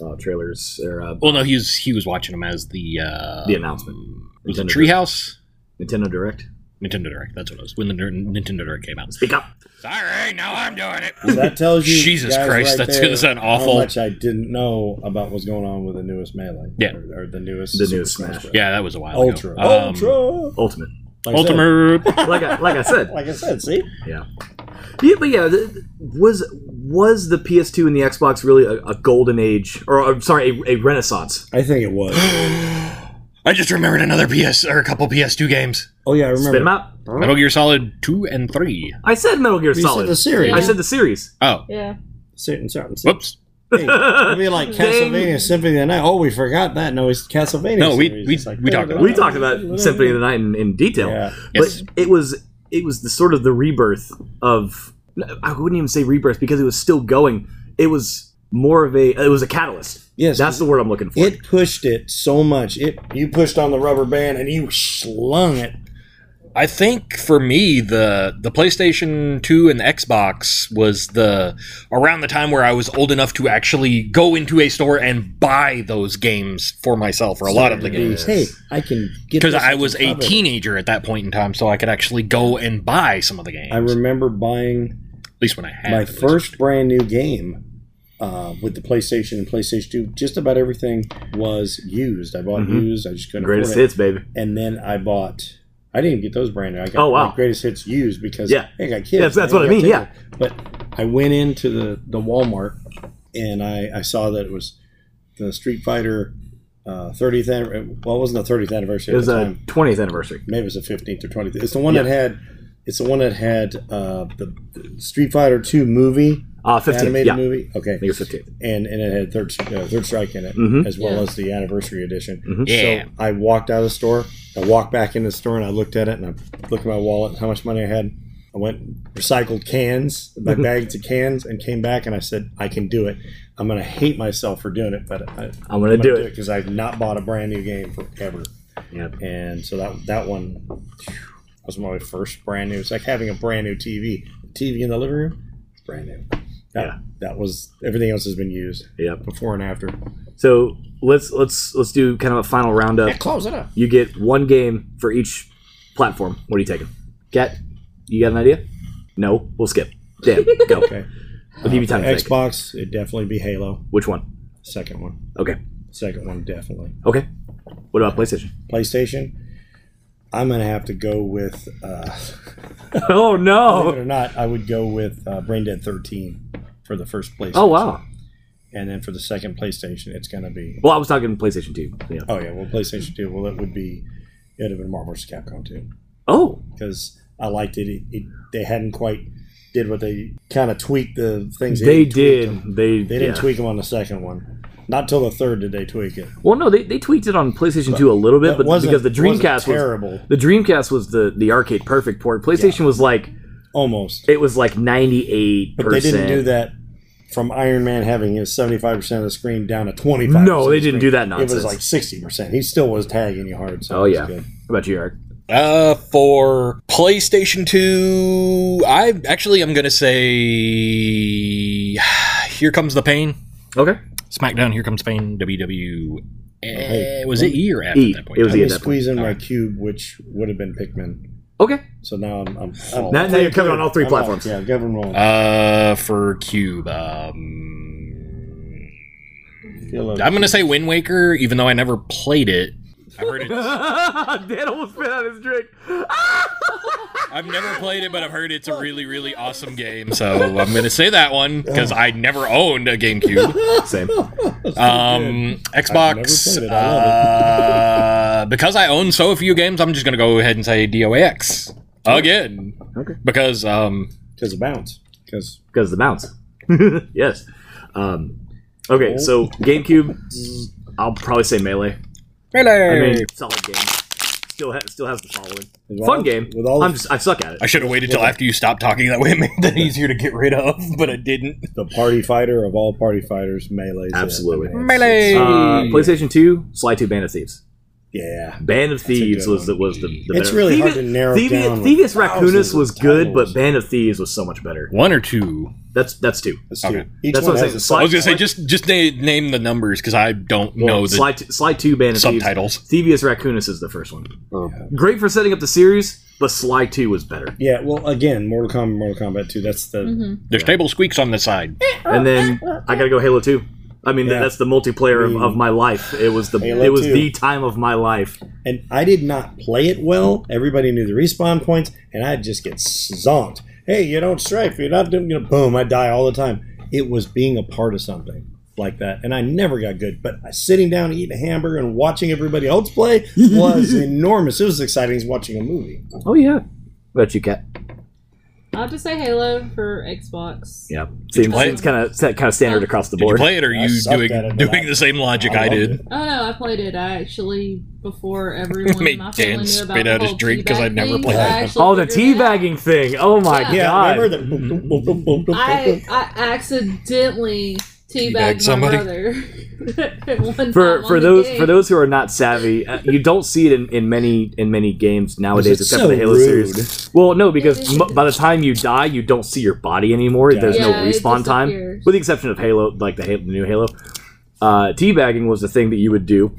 [SPEAKER 5] Oh, trailers or
[SPEAKER 3] Oh.
[SPEAKER 5] uh,
[SPEAKER 2] well, no, he was he was watching them as the uh,
[SPEAKER 5] the announcement.
[SPEAKER 2] was it
[SPEAKER 5] Nintendo
[SPEAKER 2] Treehouse
[SPEAKER 5] Nintendo Direct.
[SPEAKER 2] Nintendo Direct. That's what it was when the Ner- Nintendo Direct came out.
[SPEAKER 5] Speak up.
[SPEAKER 2] Sorry, now I'm doing it.
[SPEAKER 3] So that tells you,
[SPEAKER 2] Jesus
[SPEAKER 3] guys,
[SPEAKER 2] Christ,
[SPEAKER 3] right
[SPEAKER 2] that's
[SPEAKER 3] there
[SPEAKER 2] gonna sound
[SPEAKER 3] How
[SPEAKER 2] awful.
[SPEAKER 3] much I didn't know about what's going on with the newest melee,
[SPEAKER 2] Yeah.
[SPEAKER 3] or, or the newest,
[SPEAKER 5] The
[SPEAKER 3] Super
[SPEAKER 5] newest Smash.
[SPEAKER 3] Bros.
[SPEAKER 2] Yeah, that was a while
[SPEAKER 3] Ultra,
[SPEAKER 2] ago. Um,
[SPEAKER 3] Ultra,
[SPEAKER 5] Ultimate.
[SPEAKER 3] Like I said-
[SPEAKER 2] Ultimate.
[SPEAKER 5] Like I, like I said.
[SPEAKER 3] like I said, see,
[SPEAKER 5] Yeah. Yeah, but yeah, th- th- was was the PS2 and the Xbox really a, a golden age, or I'm sorry, a, a renaissance?
[SPEAKER 3] I think it was.
[SPEAKER 2] I just remembered another PS or a couple PS2 games.
[SPEAKER 3] Oh yeah, I remember.
[SPEAKER 5] Spit 'em out.
[SPEAKER 2] Metal Gear Solid two and three.
[SPEAKER 5] I said Metal Gear
[SPEAKER 3] You
[SPEAKER 5] Solid.
[SPEAKER 3] said the series.
[SPEAKER 5] I said the series.
[SPEAKER 2] Oh,
[SPEAKER 4] Yeah.
[SPEAKER 3] Certain, certain, certain.
[SPEAKER 2] whoops.
[SPEAKER 3] I mean, like
[SPEAKER 5] Ding.
[SPEAKER 3] Castlevania Symphony of the Night. Oh, we forgot that. No, it's Castlevania.
[SPEAKER 2] No, we-
[SPEAKER 3] series.
[SPEAKER 2] we-
[SPEAKER 3] It's like-
[SPEAKER 2] we talked about
[SPEAKER 5] we talked about Symphony of the Night in, in detail,
[SPEAKER 3] Yeah.
[SPEAKER 5] but
[SPEAKER 2] Yes.
[SPEAKER 5] it was it was the sort of the rebirth of I wouldn't even say rebirth because it was still going. It was more of a it was a catalyst.
[SPEAKER 3] Yes,
[SPEAKER 5] That's the word I'm looking for.
[SPEAKER 3] it pushed it so much. It you pushed on the rubber band and you slung it
[SPEAKER 2] I think for me the the PlayStation 2 and the Xbox was the around the time where I was old enough to actually go into a store and buy those games for myself or a lot of the games.
[SPEAKER 7] Hey, I can get
[SPEAKER 2] Because
[SPEAKER 7] this
[SPEAKER 2] I was a
[SPEAKER 7] covered.
[SPEAKER 2] teenager at that point in time, so I could actually go and buy some of the games.
[SPEAKER 3] I remember buying
[SPEAKER 2] at least when I had
[SPEAKER 3] my
[SPEAKER 2] at least.
[SPEAKER 3] first brand new game uh, with the PlayStation and PlayStation 2. Just about everything was used. I bought
[SPEAKER 5] Mhm.
[SPEAKER 3] used. I just couldn't
[SPEAKER 5] Greatest
[SPEAKER 3] afford it.
[SPEAKER 5] hits, baby.
[SPEAKER 3] And then I bought. I didn't get those brand new. I got
[SPEAKER 5] Oh, wow.
[SPEAKER 3] like, greatest hits used because
[SPEAKER 5] Yeah.
[SPEAKER 3] I got kids.
[SPEAKER 5] That's- that's
[SPEAKER 3] man,
[SPEAKER 5] what I mean,
[SPEAKER 3] got tickles. But I went into the, the Walmart and I, I saw that it was the Street Fighter uh, 30th. anniversary. Well, it wasn't the 30th anniversary.
[SPEAKER 5] It was
[SPEAKER 3] at the
[SPEAKER 5] a
[SPEAKER 3] time.
[SPEAKER 5] 20th anniversary.
[SPEAKER 3] Maybe it was the 15th or 20th. It's the one
[SPEAKER 5] Yeah.
[SPEAKER 3] that had. It's the one that had uh, the the Street Fighter 2 movie,
[SPEAKER 5] Uh, 15th.
[SPEAKER 3] animated
[SPEAKER 5] Yeah, I think
[SPEAKER 3] movie. Okay,
[SPEAKER 5] it was 15th.
[SPEAKER 3] and and it had third uh, third strike in it
[SPEAKER 5] Mhm.
[SPEAKER 3] as well
[SPEAKER 4] Yeah.
[SPEAKER 3] as the anniversary edition.
[SPEAKER 5] Mhm.
[SPEAKER 2] Yeah.
[SPEAKER 3] So I walked out of the store. I walked back in the store and I looked at it and I looked at my wallet and how much money I had. I went and recycled cans, my
[SPEAKER 5] Mm-hmm.
[SPEAKER 3] bags of cans, and came back and I said I can do it. I'm gonna hate myself for doing it, but I,
[SPEAKER 5] I'm gonna do it.
[SPEAKER 3] because I've not bought a brand new game forever.
[SPEAKER 5] Yep.
[SPEAKER 3] And so that that one phew, was my first brand new. It's like having a brand new TV. TV in the living room, it's brand new. That,
[SPEAKER 5] Yeah.
[SPEAKER 3] that was everything else has been used
[SPEAKER 5] Yep.
[SPEAKER 3] before and after.
[SPEAKER 5] So let's let's let's do kind of a final roundup.
[SPEAKER 3] close it up.
[SPEAKER 5] You get one game for each platform. What are you taking? Cat, you got an idea? No, we'll skip. Dan, go.
[SPEAKER 3] Okay.
[SPEAKER 5] We'll give you time to think.
[SPEAKER 3] Xbox, it'd definitely be Halo.
[SPEAKER 5] Which one?
[SPEAKER 3] Second one.
[SPEAKER 5] Okay.
[SPEAKER 3] Second one, definitely.
[SPEAKER 5] Okay. What about PlayStation?
[SPEAKER 3] PlayStation, I'm going to have to go with, uh,
[SPEAKER 5] Oh
[SPEAKER 3] believe it
[SPEAKER 5] no!
[SPEAKER 3] or not, I would go with uh, Brain Dead 13 for the first PlayStation.
[SPEAKER 5] Oh wow!
[SPEAKER 3] And then for the second PlayStation, it's going to be.
[SPEAKER 5] Well, I was talking PlayStation Two. Yeah.
[SPEAKER 3] Oh, yeah. Well, PlayStation 2, well, it would be. It would have been Marvel vs. Capcom 2.
[SPEAKER 5] Oh,
[SPEAKER 3] Because I liked it. It, it. They hadn't quite did what they kind of tweaked the things
[SPEAKER 5] they
[SPEAKER 3] had tweaked them.
[SPEAKER 5] did. They
[SPEAKER 3] They didn't
[SPEAKER 5] yeah.
[SPEAKER 3] tweak them on the second one. Not till the third did they tweak it.
[SPEAKER 5] Well, no, they, they tweaked it on PlayStation Two a little bit,
[SPEAKER 3] That
[SPEAKER 5] but
[SPEAKER 3] wasn't-
[SPEAKER 5] because the
[SPEAKER 3] wasn't
[SPEAKER 5] Dreamcast was
[SPEAKER 3] terrible,
[SPEAKER 5] the Dreamcast was the the arcade perfect port. PlayStation was like
[SPEAKER 3] almost.
[SPEAKER 5] it was like ninety eight
[SPEAKER 3] But they
[SPEAKER 5] percent.
[SPEAKER 3] didn't do that from Iron Man having his seventy five percent of the screen down to twenty five.
[SPEAKER 5] No, they didn't do that
[SPEAKER 3] It was
[SPEAKER 5] nonsense.
[SPEAKER 3] like sixty percent. He still was tagging you hard. So
[SPEAKER 5] Oh,
[SPEAKER 3] it was
[SPEAKER 5] yeah.
[SPEAKER 3] good.
[SPEAKER 5] What about you, Eric?
[SPEAKER 2] Uh, for PlayStation 2, I actually am going to say Here Comes the Pain.
[SPEAKER 5] Okay.
[SPEAKER 2] SmackDown, Here Comes Pain, WWE.
[SPEAKER 3] hey.
[SPEAKER 2] was it E or F
[SPEAKER 5] E.
[SPEAKER 2] at that point?
[SPEAKER 5] It
[SPEAKER 3] I
[SPEAKER 5] was E.
[SPEAKER 3] was
[SPEAKER 5] that point?
[SPEAKER 3] squeezing my
[SPEAKER 2] Alright.
[SPEAKER 3] cube, which would have been Pikmin.
[SPEAKER 5] Okay.
[SPEAKER 3] So now I'm. I'm, I'm
[SPEAKER 5] Now, now you're covered on all three
[SPEAKER 3] I'm off.
[SPEAKER 5] platforms.
[SPEAKER 3] Yeah, govern roll.
[SPEAKER 2] Uh, for Cube, um,
[SPEAKER 3] Feel it.
[SPEAKER 2] I'm going to say Wind Waker, even though I never played it. I've heard it's,
[SPEAKER 5] Dan almost spit out his drink.
[SPEAKER 2] I've never played it, but I've heard it's a really, really awesome game. So I'm going to say that one because I never owned a GameCube.
[SPEAKER 5] Same.
[SPEAKER 2] Um,
[SPEAKER 3] I've
[SPEAKER 2] Xbox.
[SPEAKER 3] never played it. I
[SPEAKER 2] uh, because I own so few games, I'm just gonna go ahead and say DOAX again.
[SPEAKER 5] Okay.
[SPEAKER 2] Because um,
[SPEAKER 3] because of bounce. Because
[SPEAKER 5] Because the bounce. yes. Um, okay,
[SPEAKER 3] Oh.
[SPEAKER 5] so GameCube, I'll probably say Melee. I mean, solid game. Still, ha- still has the following. Fun game.
[SPEAKER 3] With all
[SPEAKER 5] I'm
[SPEAKER 3] of
[SPEAKER 5] just, I suck at it.
[SPEAKER 2] I should have waited till after you stopped talking. That way, it made that easier to get rid of. But I didn't.
[SPEAKER 3] the party fighter of all party fighters, melee.
[SPEAKER 5] Absolutely.
[SPEAKER 2] Melee.
[SPEAKER 5] Uh, PlayStation 2, Sly 2, Band of Thieves.
[SPEAKER 3] Yeah.
[SPEAKER 5] Band of
[SPEAKER 3] a
[SPEAKER 5] Thieves
[SPEAKER 3] good
[SPEAKER 5] was the, was the, the
[SPEAKER 3] It's
[SPEAKER 5] better-
[SPEAKER 3] really hard to narrow down with
[SPEAKER 5] Thievius
[SPEAKER 3] thousands
[SPEAKER 5] Raccoonus
[SPEAKER 3] of
[SPEAKER 5] was good,
[SPEAKER 3] titles.
[SPEAKER 5] but Band of Thieves was so much better.
[SPEAKER 2] One or two.
[SPEAKER 5] That's that's two.
[SPEAKER 3] Let's
[SPEAKER 2] Okay.
[SPEAKER 3] do it. Each
[SPEAKER 5] That's
[SPEAKER 3] one
[SPEAKER 5] what I'm
[SPEAKER 3] has
[SPEAKER 5] saying.
[SPEAKER 3] a
[SPEAKER 5] Sly-
[SPEAKER 2] I was gonna say just just na- name the numbers because I don't know the
[SPEAKER 5] Sly, t- Sly 2, Band of
[SPEAKER 2] subtitles.
[SPEAKER 5] Thieves. Thievius Raccoonus is the first one. Great for setting up the series, but Sly 2 was better.
[SPEAKER 3] Yeah, well, again, Mortal Kombat, Mortal Kombat 2. That's the
[SPEAKER 2] There's table squeaks on the side.
[SPEAKER 5] and then I gotta go Halo Two. I mean,
[SPEAKER 3] Yeah.
[SPEAKER 5] that's the multiplayer
[SPEAKER 3] I mean,
[SPEAKER 5] of, of my life. It was the
[SPEAKER 3] Halo
[SPEAKER 5] it was
[SPEAKER 3] 2.
[SPEAKER 5] the time of my life.
[SPEAKER 3] and I did not play it well. Everybody knew the respawn points, and I'd just get zonked. Hey, you don't strife. You're not doing. You know, boom! I die all the time. It was being a part of something like that, and I never got good. But sitting down, eating a hamburger, and watching everybody else play was enormous. It was as exciting as watching a movie.
[SPEAKER 5] Oh yeah. What about you, Kat?
[SPEAKER 4] I'll just say Halo for Xbox.
[SPEAKER 5] Yeah, seems
[SPEAKER 2] play it?
[SPEAKER 5] kind of kind of standard across the
[SPEAKER 2] Did you
[SPEAKER 5] board.
[SPEAKER 2] play it, or are
[SPEAKER 3] I
[SPEAKER 2] you
[SPEAKER 3] sucked
[SPEAKER 2] doing
[SPEAKER 3] at it, but
[SPEAKER 2] doing
[SPEAKER 3] I-
[SPEAKER 2] the same logic
[SPEAKER 3] I
[SPEAKER 2] I,
[SPEAKER 3] loved
[SPEAKER 2] did?
[SPEAKER 3] it.
[SPEAKER 4] Oh no, I played it. I actually before everyone
[SPEAKER 2] Made
[SPEAKER 4] in my family
[SPEAKER 2] Dan
[SPEAKER 4] knew
[SPEAKER 2] spit
[SPEAKER 4] about the
[SPEAKER 2] out his
[SPEAKER 4] whole
[SPEAKER 2] drink 'cause
[SPEAKER 4] teabag
[SPEAKER 2] I'd never
[SPEAKER 4] thing,
[SPEAKER 2] played
[SPEAKER 4] I
[SPEAKER 2] it.
[SPEAKER 4] actually
[SPEAKER 5] Oh, the
[SPEAKER 4] figured it out.
[SPEAKER 5] teabagging thing. Oh my
[SPEAKER 4] Yeah.
[SPEAKER 3] Yeah,
[SPEAKER 5] god.
[SPEAKER 3] remember the boom, boom, boom, boom, boom, boom, boom.
[SPEAKER 4] I I accidentally teabag
[SPEAKER 2] somebody.
[SPEAKER 4] my brother. One
[SPEAKER 5] for
[SPEAKER 4] time on
[SPEAKER 5] for
[SPEAKER 4] the
[SPEAKER 5] those
[SPEAKER 4] game.
[SPEAKER 5] for those who are not savvy, uh, you don't see it in, in many in many games nowadays,
[SPEAKER 3] It's
[SPEAKER 5] except
[SPEAKER 3] so
[SPEAKER 5] for the Halo
[SPEAKER 3] rude.
[SPEAKER 5] series. Well, no, because m- by the time you die, you don't see your body anymore. There's no
[SPEAKER 4] Yeah, it
[SPEAKER 5] respawn time,
[SPEAKER 4] disappears.
[SPEAKER 5] with the exception of Halo, like the, Halo, the new Halo. Uh, teabagging was the thing that you would do,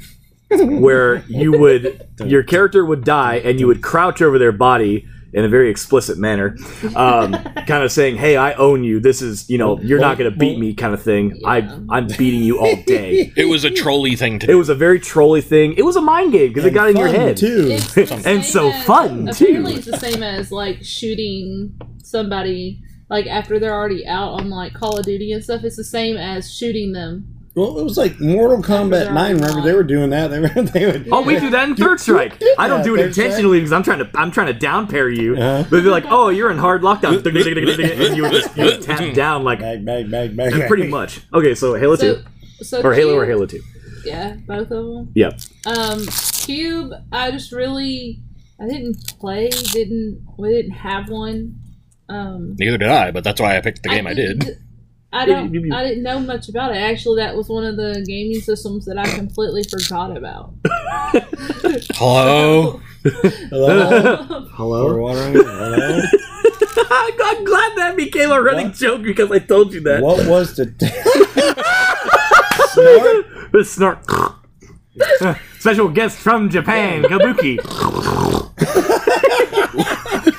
[SPEAKER 5] where you would your character would die and you would crouch over their body. In a very explicit manner, um, kind of saying, "Hey, I own you. This is, you know, you're not going to beat me," kind of thing.
[SPEAKER 4] Yeah.
[SPEAKER 5] I, I'm beating you all day.
[SPEAKER 2] It was a trolley thing to
[SPEAKER 5] It
[SPEAKER 2] do.
[SPEAKER 5] was a very trolly thing. It was a mind game because it
[SPEAKER 3] And
[SPEAKER 5] got in your
[SPEAKER 3] fun,
[SPEAKER 5] head.
[SPEAKER 3] too.
[SPEAKER 4] It's the
[SPEAKER 5] And
[SPEAKER 4] same
[SPEAKER 5] so
[SPEAKER 4] as-
[SPEAKER 5] fun, too.
[SPEAKER 4] Apparently, it's the same as like shooting somebody like after they're already out on like Call of Duty and stuff. It's the same as shooting them.
[SPEAKER 3] Well, it was like Mortal Kombat
[SPEAKER 4] They're
[SPEAKER 3] 9. Remember,
[SPEAKER 4] not.
[SPEAKER 3] they were doing that. They, were, they would.
[SPEAKER 5] Oh, we do that in Third Strike. I don't do it intentionally because I'm trying to I'm trying to downpair you.
[SPEAKER 3] Uh-huh.
[SPEAKER 5] But they'd be like, "Oh, you're in hard lockdown," and you would just you would tap down like
[SPEAKER 3] Bag, bag, bag, bag.
[SPEAKER 5] and pretty much. Okay, so Halo
[SPEAKER 4] So,
[SPEAKER 5] Two
[SPEAKER 4] so
[SPEAKER 5] or Halo
[SPEAKER 4] Cube-
[SPEAKER 5] or Halo Two.
[SPEAKER 4] Yeah, both of them.
[SPEAKER 5] Yep.
[SPEAKER 4] Um, Cube, I just really I didn't play. Didn't we didn't have one. Um,
[SPEAKER 2] Neither did I, but that's why I picked the game I, did.
[SPEAKER 4] didn't- I
[SPEAKER 5] Yeah,
[SPEAKER 4] don't.
[SPEAKER 5] you- you-
[SPEAKER 4] I didn't know much about it. Actually, that was one of the gaming systems that I completely forgot about.
[SPEAKER 2] Hello?
[SPEAKER 3] Hello? Pour
[SPEAKER 5] Hello.
[SPEAKER 3] water on it? Hello?
[SPEAKER 5] I'm I'm glad that became a running
[SPEAKER 3] What?
[SPEAKER 5] joke because I told you that.
[SPEAKER 3] What was the. Snort?
[SPEAKER 5] The snort. Special guest from Japan, Kabuki.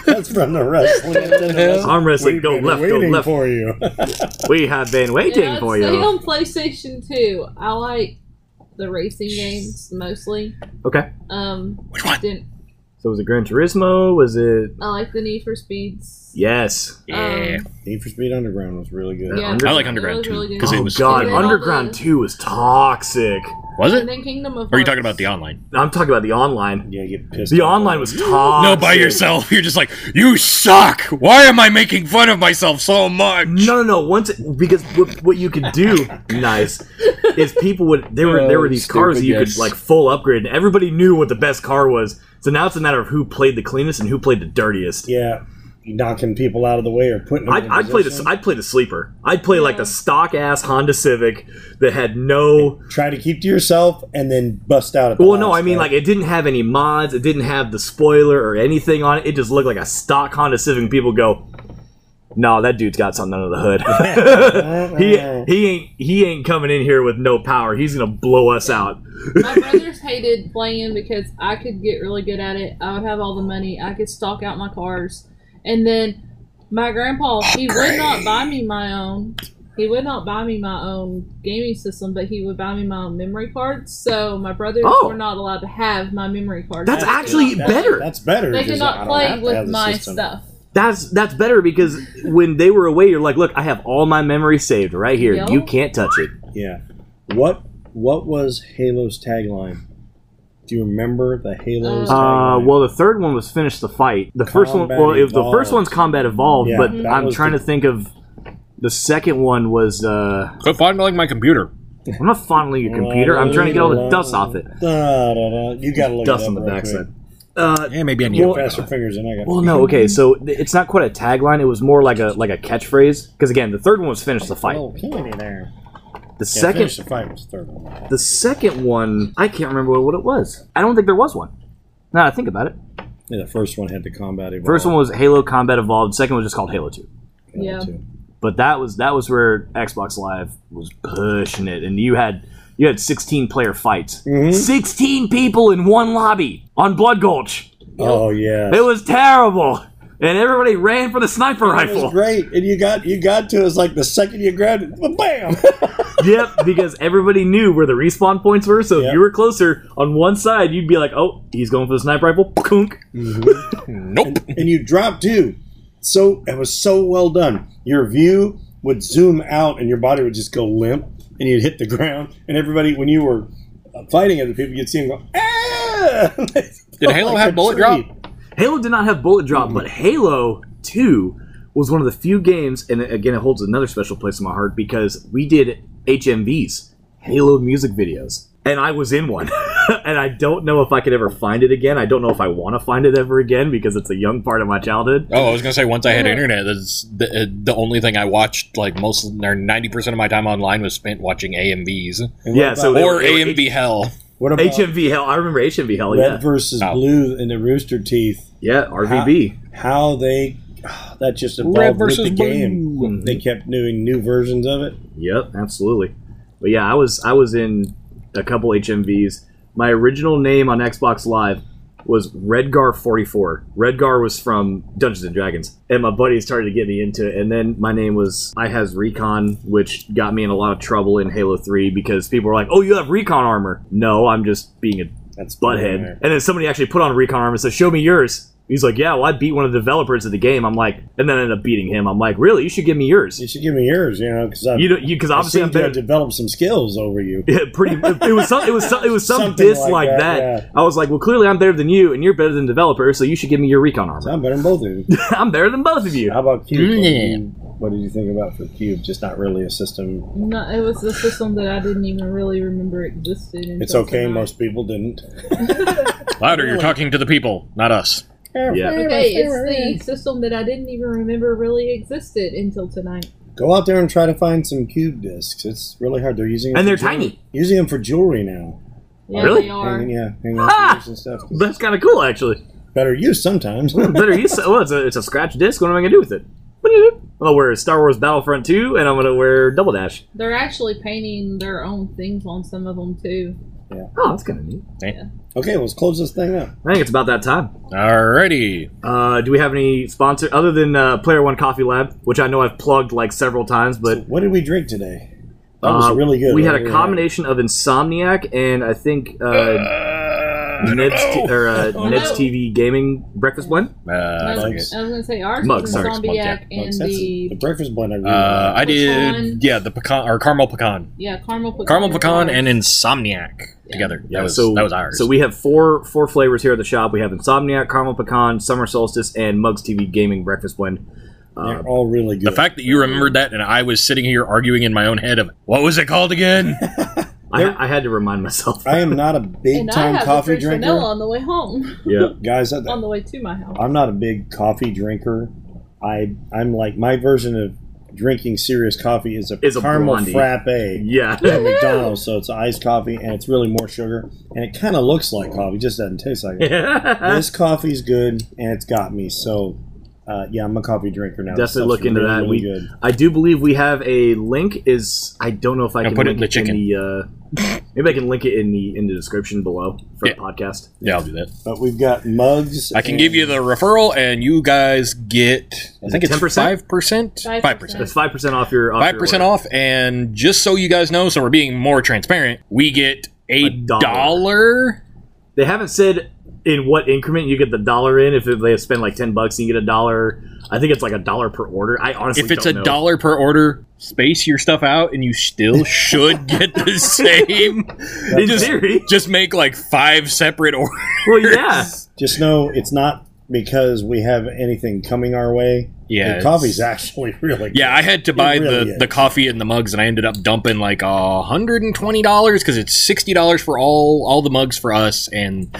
[SPEAKER 3] That's from the wrestling.
[SPEAKER 5] Arm wrestling.
[SPEAKER 3] We've
[SPEAKER 5] Go
[SPEAKER 3] been
[SPEAKER 5] left. Go
[SPEAKER 3] waiting
[SPEAKER 5] left.
[SPEAKER 3] for you.
[SPEAKER 5] We have been waiting
[SPEAKER 4] I'd
[SPEAKER 5] for
[SPEAKER 4] say
[SPEAKER 5] you.
[SPEAKER 4] on PlayStation 2, I like the racing games mostly.
[SPEAKER 5] Okay.
[SPEAKER 4] Um,
[SPEAKER 2] Which one?
[SPEAKER 4] didn't
[SPEAKER 5] So was it Gran Turismo? Was it?
[SPEAKER 4] I like the Need for Speeds?
[SPEAKER 5] Yes.
[SPEAKER 2] Yeah.
[SPEAKER 4] Um,
[SPEAKER 3] Need for Speed Underground was really good.
[SPEAKER 4] yeah.
[SPEAKER 5] Under-
[SPEAKER 2] I like
[SPEAKER 4] It
[SPEAKER 2] Underground
[SPEAKER 4] was
[SPEAKER 2] too
[SPEAKER 4] really good.
[SPEAKER 2] because it
[SPEAKER 5] Oh
[SPEAKER 2] was
[SPEAKER 5] God,
[SPEAKER 4] Yeah.
[SPEAKER 5] Underground Two was toxic.
[SPEAKER 2] was
[SPEAKER 4] And
[SPEAKER 2] it?
[SPEAKER 4] then Kingdom of
[SPEAKER 2] Or are you
[SPEAKER 4] Hearts.
[SPEAKER 2] talking about the online?
[SPEAKER 5] I'm talking about the online.
[SPEAKER 3] Yeah, get pissed.
[SPEAKER 5] The
[SPEAKER 3] off.
[SPEAKER 5] online was toxic.
[SPEAKER 2] No, by yourself. You're just like you suck. Why am I making fun of myself so much?
[SPEAKER 5] No, no, no. Once it, because what, what you could do, nice, is people would there were there were these cars that you
[SPEAKER 2] Stupid
[SPEAKER 5] could
[SPEAKER 2] guess.
[SPEAKER 5] like full upgrade, and everybody knew what the best car was. So now it's a matter of who played the cleanest and who played the dirtiest.
[SPEAKER 3] Yeah. Knocking people out of the way or putting them
[SPEAKER 5] I'd,
[SPEAKER 3] in
[SPEAKER 5] I'd play the
[SPEAKER 3] position.
[SPEAKER 5] I'd play the sleeper. I'd play like
[SPEAKER 4] Yeah.
[SPEAKER 5] the stock ass Honda Civic that had no
[SPEAKER 3] Try to keep to yourself and then bust out at the
[SPEAKER 5] Well, no,
[SPEAKER 3] last
[SPEAKER 5] I mean
[SPEAKER 3] guy.
[SPEAKER 5] like it didn't have any mods. It didn't have the spoiler or anything on it. It just looked like a stock Honda Civic. And people go, "No, that dude's got something under the hood. he he ain't he ain't coming in here with no power. He's gonna blow us out."
[SPEAKER 4] My brothers hated playing because I could get really good at it. I would have all the money. I could stock out my cars. And then my grandpa, he would not buy me my own. He would not buy me my own gaming system, but he would buy me my own memory cards. So my brothers
[SPEAKER 5] Oh.
[SPEAKER 4] were not allowed to have my memory cards.
[SPEAKER 5] That's
[SPEAKER 4] They could
[SPEAKER 5] actually
[SPEAKER 4] not-
[SPEAKER 5] better.
[SPEAKER 3] That's better.
[SPEAKER 4] They
[SPEAKER 3] because I
[SPEAKER 4] could not
[SPEAKER 3] don't have
[SPEAKER 4] play
[SPEAKER 3] to
[SPEAKER 4] with
[SPEAKER 3] have the
[SPEAKER 4] my
[SPEAKER 3] system.
[SPEAKER 4] stuff.
[SPEAKER 5] That's that's better because when they were away, you're like, "Look, I have all my memory saved right here.
[SPEAKER 4] Yo.
[SPEAKER 5] You can't touch it."
[SPEAKER 3] Yeah. What What was Halo's tagline? Do you remember the Halo's
[SPEAKER 5] Uh,
[SPEAKER 3] tagline?
[SPEAKER 5] well, the third one was finish the fight. The first one,
[SPEAKER 3] Combat
[SPEAKER 5] well, it was, the
[SPEAKER 3] Evolved.
[SPEAKER 5] first one's combat evolved,
[SPEAKER 3] Yeah,
[SPEAKER 5] but
[SPEAKER 3] that
[SPEAKER 5] I'm
[SPEAKER 3] was
[SPEAKER 5] trying
[SPEAKER 3] the-
[SPEAKER 5] to think of the second one was. uh
[SPEAKER 2] Quit fondling my computer.
[SPEAKER 5] I'm not fondling your computer. I'm trying to get all the dust off it.
[SPEAKER 3] Da, da, da. You gotta look
[SPEAKER 5] Dust
[SPEAKER 3] it up
[SPEAKER 5] on the
[SPEAKER 3] real
[SPEAKER 5] backside.
[SPEAKER 3] quick.
[SPEAKER 5] Uh,
[SPEAKER 2] Yeah, maybe I need
[SPEAKER 3] You
[SPEAKER 2] to
[SPEAKER 3] have
[SPEAKER 5] Well-
[SPEAKER 2] fix
[SPEAKER 3] faster
[SPEAKER 2] it.
[SPEAKER 3] fingers than I got. Oh,
[SPEAKER 5] well, no, okay. So th- it's not quite a tagline. It was more like a like a catchphrase. Because again, the third one was finish the fight.
[SPEAKER 2] Oh,
[SPEAKER 3] Little candy there.
[SPEAKER 5] The
[SPEAKER 3] Yeah,
[SPEAKER 5] second,
[SPEAKER 3] finish the fight was the third one.
[SPEAKER 5] the second one, I can't remember what it was. I don't think there was one. Now that I think about it,
[SPEAKER 3] Yeah, the first one had the combat. Evolved.
[SPEAKER 5] first one was Halo Combat Evolved. Second one was just called Halo Two.
[SPEAKER 4] Yeah.
[SPEAKER 5] But that was that was where Xbox Live was pushing it, and you had you had 16 player fights,
[SPEAKER 3] Mm-hmm.
[SPEAKER 5] 16 people in one lobby on Blood Gulch.
[SPEAKER 3] Oh yeah.
[SPEAKER 5] It was terrible, and everybody ran for the sniper
[SPEAKER 3] It was
[SPEAKER 5] rifle.
[SPEAKER 3] great, and you got you got to us like the second you grabbed it, bam!
[SPEAKER 5] yep, because everybody knew where the respawn points were. So if
[SPEAKER 3] Yep.
[SPEAKER 5] you were closer on one side, you'd be like, "Oh, he's going for the sniper rifle." Kunk.
[SPEAKER 2] Nope.
[SPEAKER 3] and you dropped too. So it was so well done. Your view would zoom out, and your body would just go limp, and you'd hit the ground. And everybody, when you were uh, fighting other people, you'd see them go. Ah!
[SPEAKER 2] Did Halo have
[SPEAKER 3] a
[SPEAKER 2] bullet
[SPEAKER 3] tree.
[SPEAKER 5] Halo did not have bullet drop, but Halo Two was one of the few games, and again, it holds another special place in my heart because we did HMVs, Halo music videos, and I was in one. and I don't know if I could ever find it again. I don't know if I want to find it ever again because it's a young part of my childhood.
[SPEAKER 2] Oh, I was gonna say once I had internet, that's the, uh, the only thing I watched. Like most, or ninety percent of my time online was spent watching AMVs
[SPEAKER 3] And what
[SPEAKER 5] Yeah, so
[SPEAKER 3] about-
[SPEAKER 5] they-
[SPEAKER 2] or
[SPEAKER 5] were- they were-
[SPEAKER 2] AMV Hell.
[SPEAKER 3] what about
[SPEAKER 5] HMV Hell. I remember HMV Hell.
[SPEAKER 3] red
[SPEAKER 5] Yeah,
[SPEAKER 3] versus
[SPEAKER 2] Oh.
[SPEAKER 3] blue in the Rooster Teeth?
[SPEAKER 5] yeah. RVB.
[SPEAKER 3] How they that just evolved
[SPEAKER 2] Red
[SPEAKER 3] with
[SPEAKER 2] versus
[SPEAKER 3] the game.
[SPEAKER 5] blue.
[SPEAKER 3] They kept doing new versions of it.
[SPEAKER 5] Yep, absolutely. But yeah, I was I was in a couple HMVs. My original name on Xbox Live was Redgar44. Redgar was from Dungeons and Dragons, and my buddies started to get me into it. And then my name was I has Recon, which got me in a lot of trouble in Halo 3 because people were like, "Oh, you have Recon armor." No, I'm just being a
[SPEAKER 3] That's
[SPEAKER 5] butthead.
[SPEAKER 3] brilliant.
[SPEAKER 5] And then somebody actually put on recon armor and said, "Show me yours." He's like, "Yeah, well, I beat one of the developers of the game." I'm like, and then I ended up beating him. I'm like, "Really? You should give me yours."
[SPEAKER 3] You should give me yours, you know, because I
[SPEAKER 5] You know, you because
[SPEAKER 3] I
[SPEAKER 5] obviously
[SPEAKER 3] seem
[SPEAKER 5] I'm
[SPEAKER 3] to have
[SPEAKER 5] better.
[SPEAKER 3] developed some skills over you.
[SPEAKER 5] Yeah, pretty. It was some. It was some. It was some
[SPEAKER 3] Something
[SPEAKER 5] diss
[SPEAKER 3] like
[SPEAKER 5] like,
[SPEAKER 3] that,
[SPEAKER 5] that. I was like, well, clearly I'm better than you, and you're better than developer, so you should give me your recon
[SPEAKER 3] So
[SPEAKER 5] armor.
[SPEAKER 3] I'm better than both of you.
[SPEAKER 5] I'm better than both of you.
[SPEAKER 3] How about Cube? What,
[SPEAKER 2] Yeah.
[SPEAKER 3] did you, what did you think about for Cube? Just not really a system.
[SPEAKER 4] No, it was the system that I didn't even really remember existed. until
[SPEAKER 3] It's okay.
[SPEAKER 4] tonight.
[SPEAKER 3] Most people didn't.
[SPEAKER 2] Louder, you're talking to the people, not us.
[SPEAKER 5] Yeah.
[SPEAKER 4] Okay, it's the system that I didn't even remember really existed until tonight.
[SPEAKER 3] Go out there and try to find some cube discs. It's really hard. They're using
[SPEAKER 5] And
[SPEAKER 3] them
[SPEAKER 5] they're
[SPEAKER 3] for jewelry-
[SPEAKER 5] tiny.
[SPEAKER 3] Using them for jewelry now.
[SPEAKER 4] Yeah,
[SPEAKER 5] Really?
[SPEAKER 4] They are.
[SPEAKER 3] Hanging, yeah, hanging
[SPEAKER 5] Ha!
[SPEAKER 3] out and stuff.
[SPEAKER 5] That's kind of cool, actually.
[SPEAKER 3] Better use sometimes.
[SPEAKER 5] Better use. Well, it's a, it's a scratch disc. What am I gonna do with it? I'm gonna wear Star Wars Battlefront 2, and I'm gonna wear Double Dash.
[SPEAKER 4] They're actually painting their own things on some of them too.
[SPEAKER 5] Oh, that's kind of neat.
[SPEAKER 3] okay, let's close this thing up.
[SPEAKER 5] I think it's about that time.
[SPEAKER 2] Alrighty,
[SPEAKER 5] Uh, do we have any sponsor other than uh, Player One Coffee Lab, which I know I've plugged like several times, but
[SPEAKER 3] What did we drink today? That was
[SPEAKER 5] uh,
[SPEAKER 3] really good.
[SPEAKER 5] We had
[SPEAKER 3] right?
[SPEAKER 5] a combination of Insomniac and I think uh, Ned's t- or uh,
[SPEAKER 4] Oh,
[SPEAKER 5] Ned's
[SPEAKER 4] no.
[SPEAKER 5] TV Gaming breakfast blend.
[SPEAKER 2] uh, I,
[SPEAKER 4] I,
[SPEAKER 2] forget.
[SPEAKER 4] was, I was gonna say ours
[SPEAKER 5] Mugs,
[SPEAKER 4] was
[SPEAKER 5] sorry,
[SPEAKER 2] it's
[SPEAKER 4] Zombiac
[SPEAKER 3] Well,
[SPEAKER 4] and
[SPEAKER 3] that's- Oh, the,
[SPEAKER 4] the
[SPEAKER 3] breakfast blend I really
[SPEAKER 2] Uh, I
[SPEAKER 4] Which
[SPEAKER 2] did.
[SPEAKER 4] one?
[SPEAKER 2] Yeah, the pecan or caramel pecan,
[SPEAKER 4] yeah caramel pecan.
[SPEAKER 2] caramel pecan,
[SPEAKER 4] ours.
[SPEAKER 2] and insomniac together. that was that was ours.
[SPEAKER 5] So we have four four flavors here at the shop. We have Insomniac, Caramel Pecan, Summer Solstice, and Mugs TV Gaming breakfast blend. Uh,
[SPEAKER 3] like. They're all really good.
[SPEAKER 2] the fact that you remembered that, and I was sitting here arguing in my own head of what was it called again?
[SPEAKER 5] I, I had to remind myself.
[SPEAKER 3] I am not a big
[SPEAKER 4] And I
[SPEAKER 3] time
[SPEAKER 4] have
[SPEAKER 3] coffee
[SPEAKER 4] a drink
[SPEAKER 3] drinker,
[SPEAKER 4] vanilla on the way home,
[SPEAKER 5] yeah,
[SPEAKER 3] guys. I,
[SPEAKER 4] on the way to my house.
[SPEAKER 3] I'm not a big coffee drinker. I I'm like my version of drinking serious coffee is a
[SPEAKER 5] Is a
[SPEAKER 3] caramel
[SPEAKER 5] blondie.
[SPEAKER 3] frappe.
[SPEAKER 5] yeah.
[SPEAKER 3] at McDonald's, so it's iced coffee and it's really more sugar and it kind of looks like coffee, just doesn't taste like it.
[SPEAKER 5] Definitely
[SPEAKER 3] this coffee's good and it's got me. So, uh, yeah, I'm a coffee drinker now. This stuff's
[SPEAKER 5] look into
[SPEAKER 3] really,
[SPEAKER 5] that.
[SPEAKER 3] really
[SPEAKER 5] we,
[SPEAKER 3] good.
[SPEAKER 5] I do believe we have a link. Is I don't know if I
[SPEAKER 2] Now
[SPEAKER 5] can
[SPEAKER 2] put it
[SPEAKER 5] link
[SPEAKER 2] in the chicken.
[SPEAKER 5] the, uh, maybe I can link it in the in the description below for
[SPEAKER 2] Yeah.
[SPEAKER 5] the podcast.
[SPEAKER 2] yeah, I'll do that.
[SPEAKER 3] But we've got mugs.
[SPEAKER 2] I can
[SPEAKER 3] and-
[SPEAKER 2] give you the referral, and you guys get I
[SPEAKER 5] Is
[SPEAKER 2] think
[SPEAKER 5] it
[SPEAKER 2] it's
[SPEAKER 5] 10%?
[SPEAKER 2] five percent, five
[SPEAKER 4] 5%.
[SPEAKER 2] percent,
[SPEAKER 5] That's five percent off your off your
[SPEAKER 2] five percent
[SPEAKER 5] order.
[SPEAKER 2] off. And just so you guys know, so we're being more transparent, we get a,
[SPEAKER 5] A
[SPEAKER 2] dollar.
[SPEAKER 5] dollar. They haven't said in what increment you get the dollar in. If they spend like ten bucks, and you get a dollar. I think it's like a dollar per order. I honestly
[SPEAKER 2] If it's a
[SPEAKER 5] don't know.
[SPEAKER 2] dollar per order, space your stuff out, and you still should get the same.
[SPEAKER 5] in
[SPEAKER 2] just,
[SPEAKER 5] theory.
[SPEAKER 2] just make like five separate orders.
[SPEAKER 5] Well, yeah,
[SPEAKER 3] Just know it's not because we have anything coming our way.
[SPEAKER 2] Yeah,
[SPEAKER 3] the
[SPEAKER 2] it's-
[SPEAKER 3] coffee's actually really good.
[SPEAKER 2] Yeah, I had to buy
[SPEAKER 3] really
[SPEAKER 2] the,
[SPEAKER 3] is.
[SPEAKER 2] the coffee and the mugs, and I ended up dumping like a hundred and twenty dollars because it's sixty dollars for all all the mugs for us, and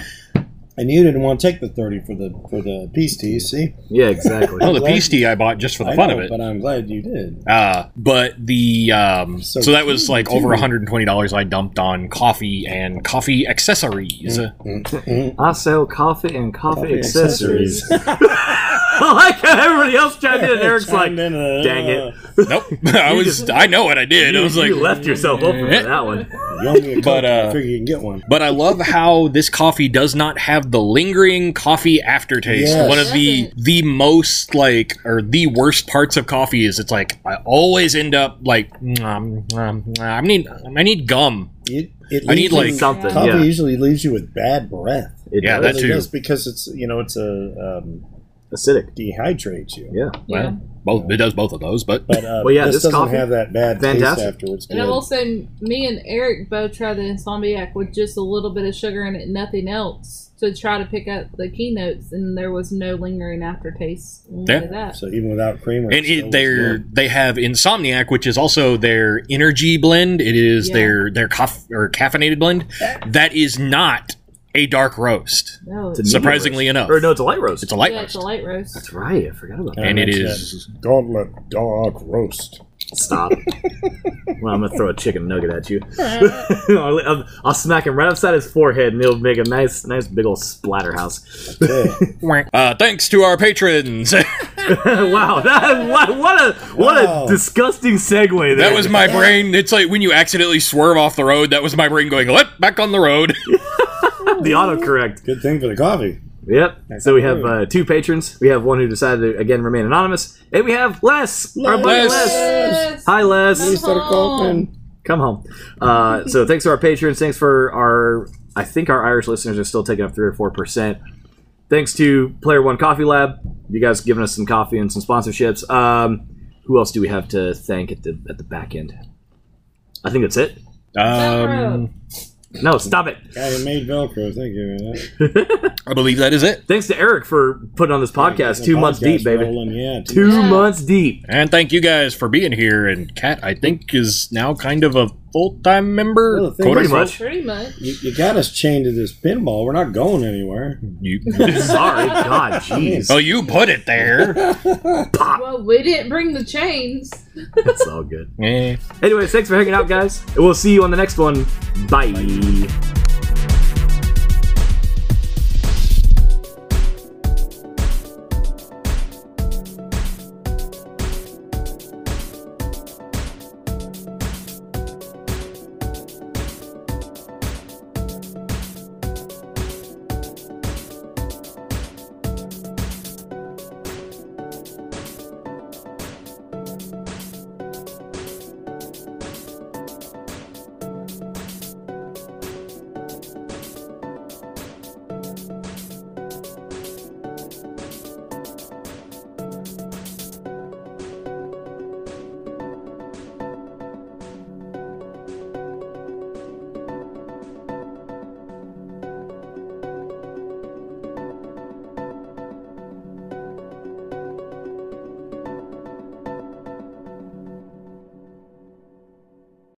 [SPEAKER 3] And you didn't want to take the 30 for the for the peace tea, see?
[SPEAKER 5] yeah, exactly.
[SPEAKER 2] oh, the
[SPEAKER 3] glad-
[SPEAKER 2] peace tea I bought just for the
[SPEAKER 3] I
[SPEAKER 2] fun
[SPEAKER 3] know,
[SPEAKER 2] of it.
[SPEAKER 3] But I'm glad you did.
[SPEAKER 2] Uh, but the um,
[SPEAKER 3] So
[SPEAKER 2] so, that was
[SPEAKER 3] cute,
[SPEAKER 2] like
[SPEAKER 3] too.
[SPEAKER 2] over $120 I dumped on coffee and coffee accessories.
[SPEAKER 5] I sell coffee and coffee,
[SPEAKER 3] Coffee
[SPEAKER 5] accessories. I like how everybody else chimed in. and Eric's like,
[SPEAKER 3] Chimed in, uh,
[SPEAKER 5] dang it.
[SPEAKER 2] Nope, I was I know what I did. I
[SPEAKER 5] you,
[SPEAKER 2] was like, "Eh?"
[SPEAKER 5] you left yourself open for that one.
[SPEAKER 3] You owe me a
[SPEAKER 2] But,
[SPEAKER 3] but, I
[SPEAKER 2] uh,
[SPEAKER 3] figure you can get one.
[SPEAKER 2] but I love how this coffee does not have the lingering coffee aftertaste.
[SPEAKER 3] Yes.
[SPEAKER 2] One of the
[SPEAKER 4] Doesn't.
[SPEAKER 2] the most like or the worst parts of coffee is it's like I always end up like um, um, I need I need gum.
[SPEAKER 3] It, it
[SPEAKER 2] I need,
[SPEAKER 3] leaves
[SPEAKER 2] like,
[SPEAKER 3] you-
[SPEAKER 5] Something.
[SPEAKER 3] Coffee
[SPEAKER 5] Yeah.
[SPEAKER 3] usually leaves you with bad breath.
[SPEAKER 5] It
[SPEAKER 2] Yeah, that
[SPEAKER 5] does.
[SPEAKER 3] That's
[SPEAKER 2] too.
[SPEAKER 3] just because it's you know it's a um,
[SPEAKER 5] acidic.
[SPEAKER 3] dehydrates you.
[SPEAKER 5] Yeah.
[SPEAKER 4] yeah.
[SPEAKER 2] Well, Both it does both of those, but
[SPEAKER 3] But uh,
[SPEAKER 5] Well, yeah,
[SPEAKER 3] this,
[SPEAKER 5] this
[SPEAKER 3] doesn't
[SPEAKER 5] coffee-
[SPEAKER 3] have that bad
[SPEAKER 5] fantastic.
[SPEAKER 3] taste afterwards.
[SPEAKER 4] And I
[SPEAKER 3] Good.
[SPEAKER 4] will say, me and Eric both tried the Insomniac with just a little bit of sugar in it, nothing else, to try to pick up the keynotes, and there was no lingering aftertaste. I'll say
[SPEAKER 2] Yeah.
[SPEAKER 4] that.
[SPEAKER 3] So even without creamer,
[SPEAKER 2] and
[SPEAKER 3] still
[SPEAKER 2] it,
[SPEAKER 3] was
[SPEAKER 2] they're
[SPEAKER 3] good.
[SPEAKER 2] they have Insomniac, which is also their energy blend. It is
[SPEAKER 4] Yeah.
[SPEAKER 2] their their coff- or caffeinated blend. That is not a dark roast.
[SPEAKER 4] No,
[SPEAKER 5] It's a medium
[SPEAKER 2] Surprisingly
[SPEAKER 5] roast.
[SPEAKER 2] enough.
[SPEAKER 5] Or no, it's a light roast.
[SPEAKER 2] It's a light
[SPEAKER 4] yeah, it's
[SPEAKER 2] roast.
[SPEAKER 4] a light roast.
[SPEAKER 5] That's right. I forgot about that.
[SPEAKER 2] and it
[SPEAKER 3] it's
[SPEAKER 2] is-
[SPEAKER 3] that gauntlet dog roast.
[SPEAKER 5] Stop. well, I'm gonna throw a chicken nugget at you. I'll, I'll- I'll smack him right upside his forehead, and it'll make a nice, nice big old splatterhouse.
[SPEAKER 3] Yeah.
[SPEAKER 2] Uh, thanks to our patrons. that
[SPEAKER 5] wow, that, what, what a what
[SPEAKER 3] Wow.
[SPEAKER 5] a disgusting segue. There.
[SPEAKER 2] was my brain. It's like when you accidentally swerve off the road. That was my brain going, "Let back on the road."
[SPEAKER 5] the autocorrect.
[SPEAKER 3] Good thing for the coffee.
[SPEAKER 5] Yep. So we have uh, two patrons. We have one who decided to again remain anonymous, and we have Les, our buddy
[SPEAKER 2] Les.
[SPEAKER 5] Les.
[SPEAKER 4] Yes.
[SPEAKER 5] Hi, Les.
[SPEAKER 4] Come home.
[SPEAKER 5] Come home. Uh, so thanks to our patrons. Thanks for our. I think our Irish listeners are still taking up three or four percent. Thanks to Player One Coffee Lab. You guys have given us some coffee and some sponsorships. Um, who else do we have to thank at the at the back end? I think that's it.
[SPEAKER 2] Um,
[SPEAKER 5] No, stop it.
[SPEAKER 3] I made Velcro. Thank you. man. That-
[SPEAKER 2] I believe that is it.
[SPEAKER 5] Thanks to Eric for putting on this podcast.
[SPEAKER 3] that
[SPEAKER 5] Two months
[SPEAKER 3] podcast
[SPEAKER 5] deep, baby.
[SPEAKER 3] rolling, Yeah, two-
[SPEAKER 5] Two
[SPEAKER 4] Yeah.
[SPEAKER 5] months deep.
[SPEAKER 2] And thank you guys for being here. And Kat, I think, is now kind of a full time member.
[SPEAKER 3] Well, thank
[SPEAKER 2] Quote
[SPEAKER 5] Pretty
[SPEAKER 2] unquote.
[SPEAKER 5] much.
[SPEAKER 4] Pretty much.
[SPEAKER 3] you, you got us chained to this pinball. We're not going anywhere.
[SPEAKER 2] You,
[SPEAKER 5] Sorry, God, jeez,
[SPEAKER 2] oh, you put it there.
[SPEAKER 4] Well, we didn't bring the chains.
[SPEAKER 5] it's all good.
[SPEAKER 2] Eh.
[SPEAKER 5] Anyways, thanks for hanging out, guys. And we'll see you on the next one. Bye.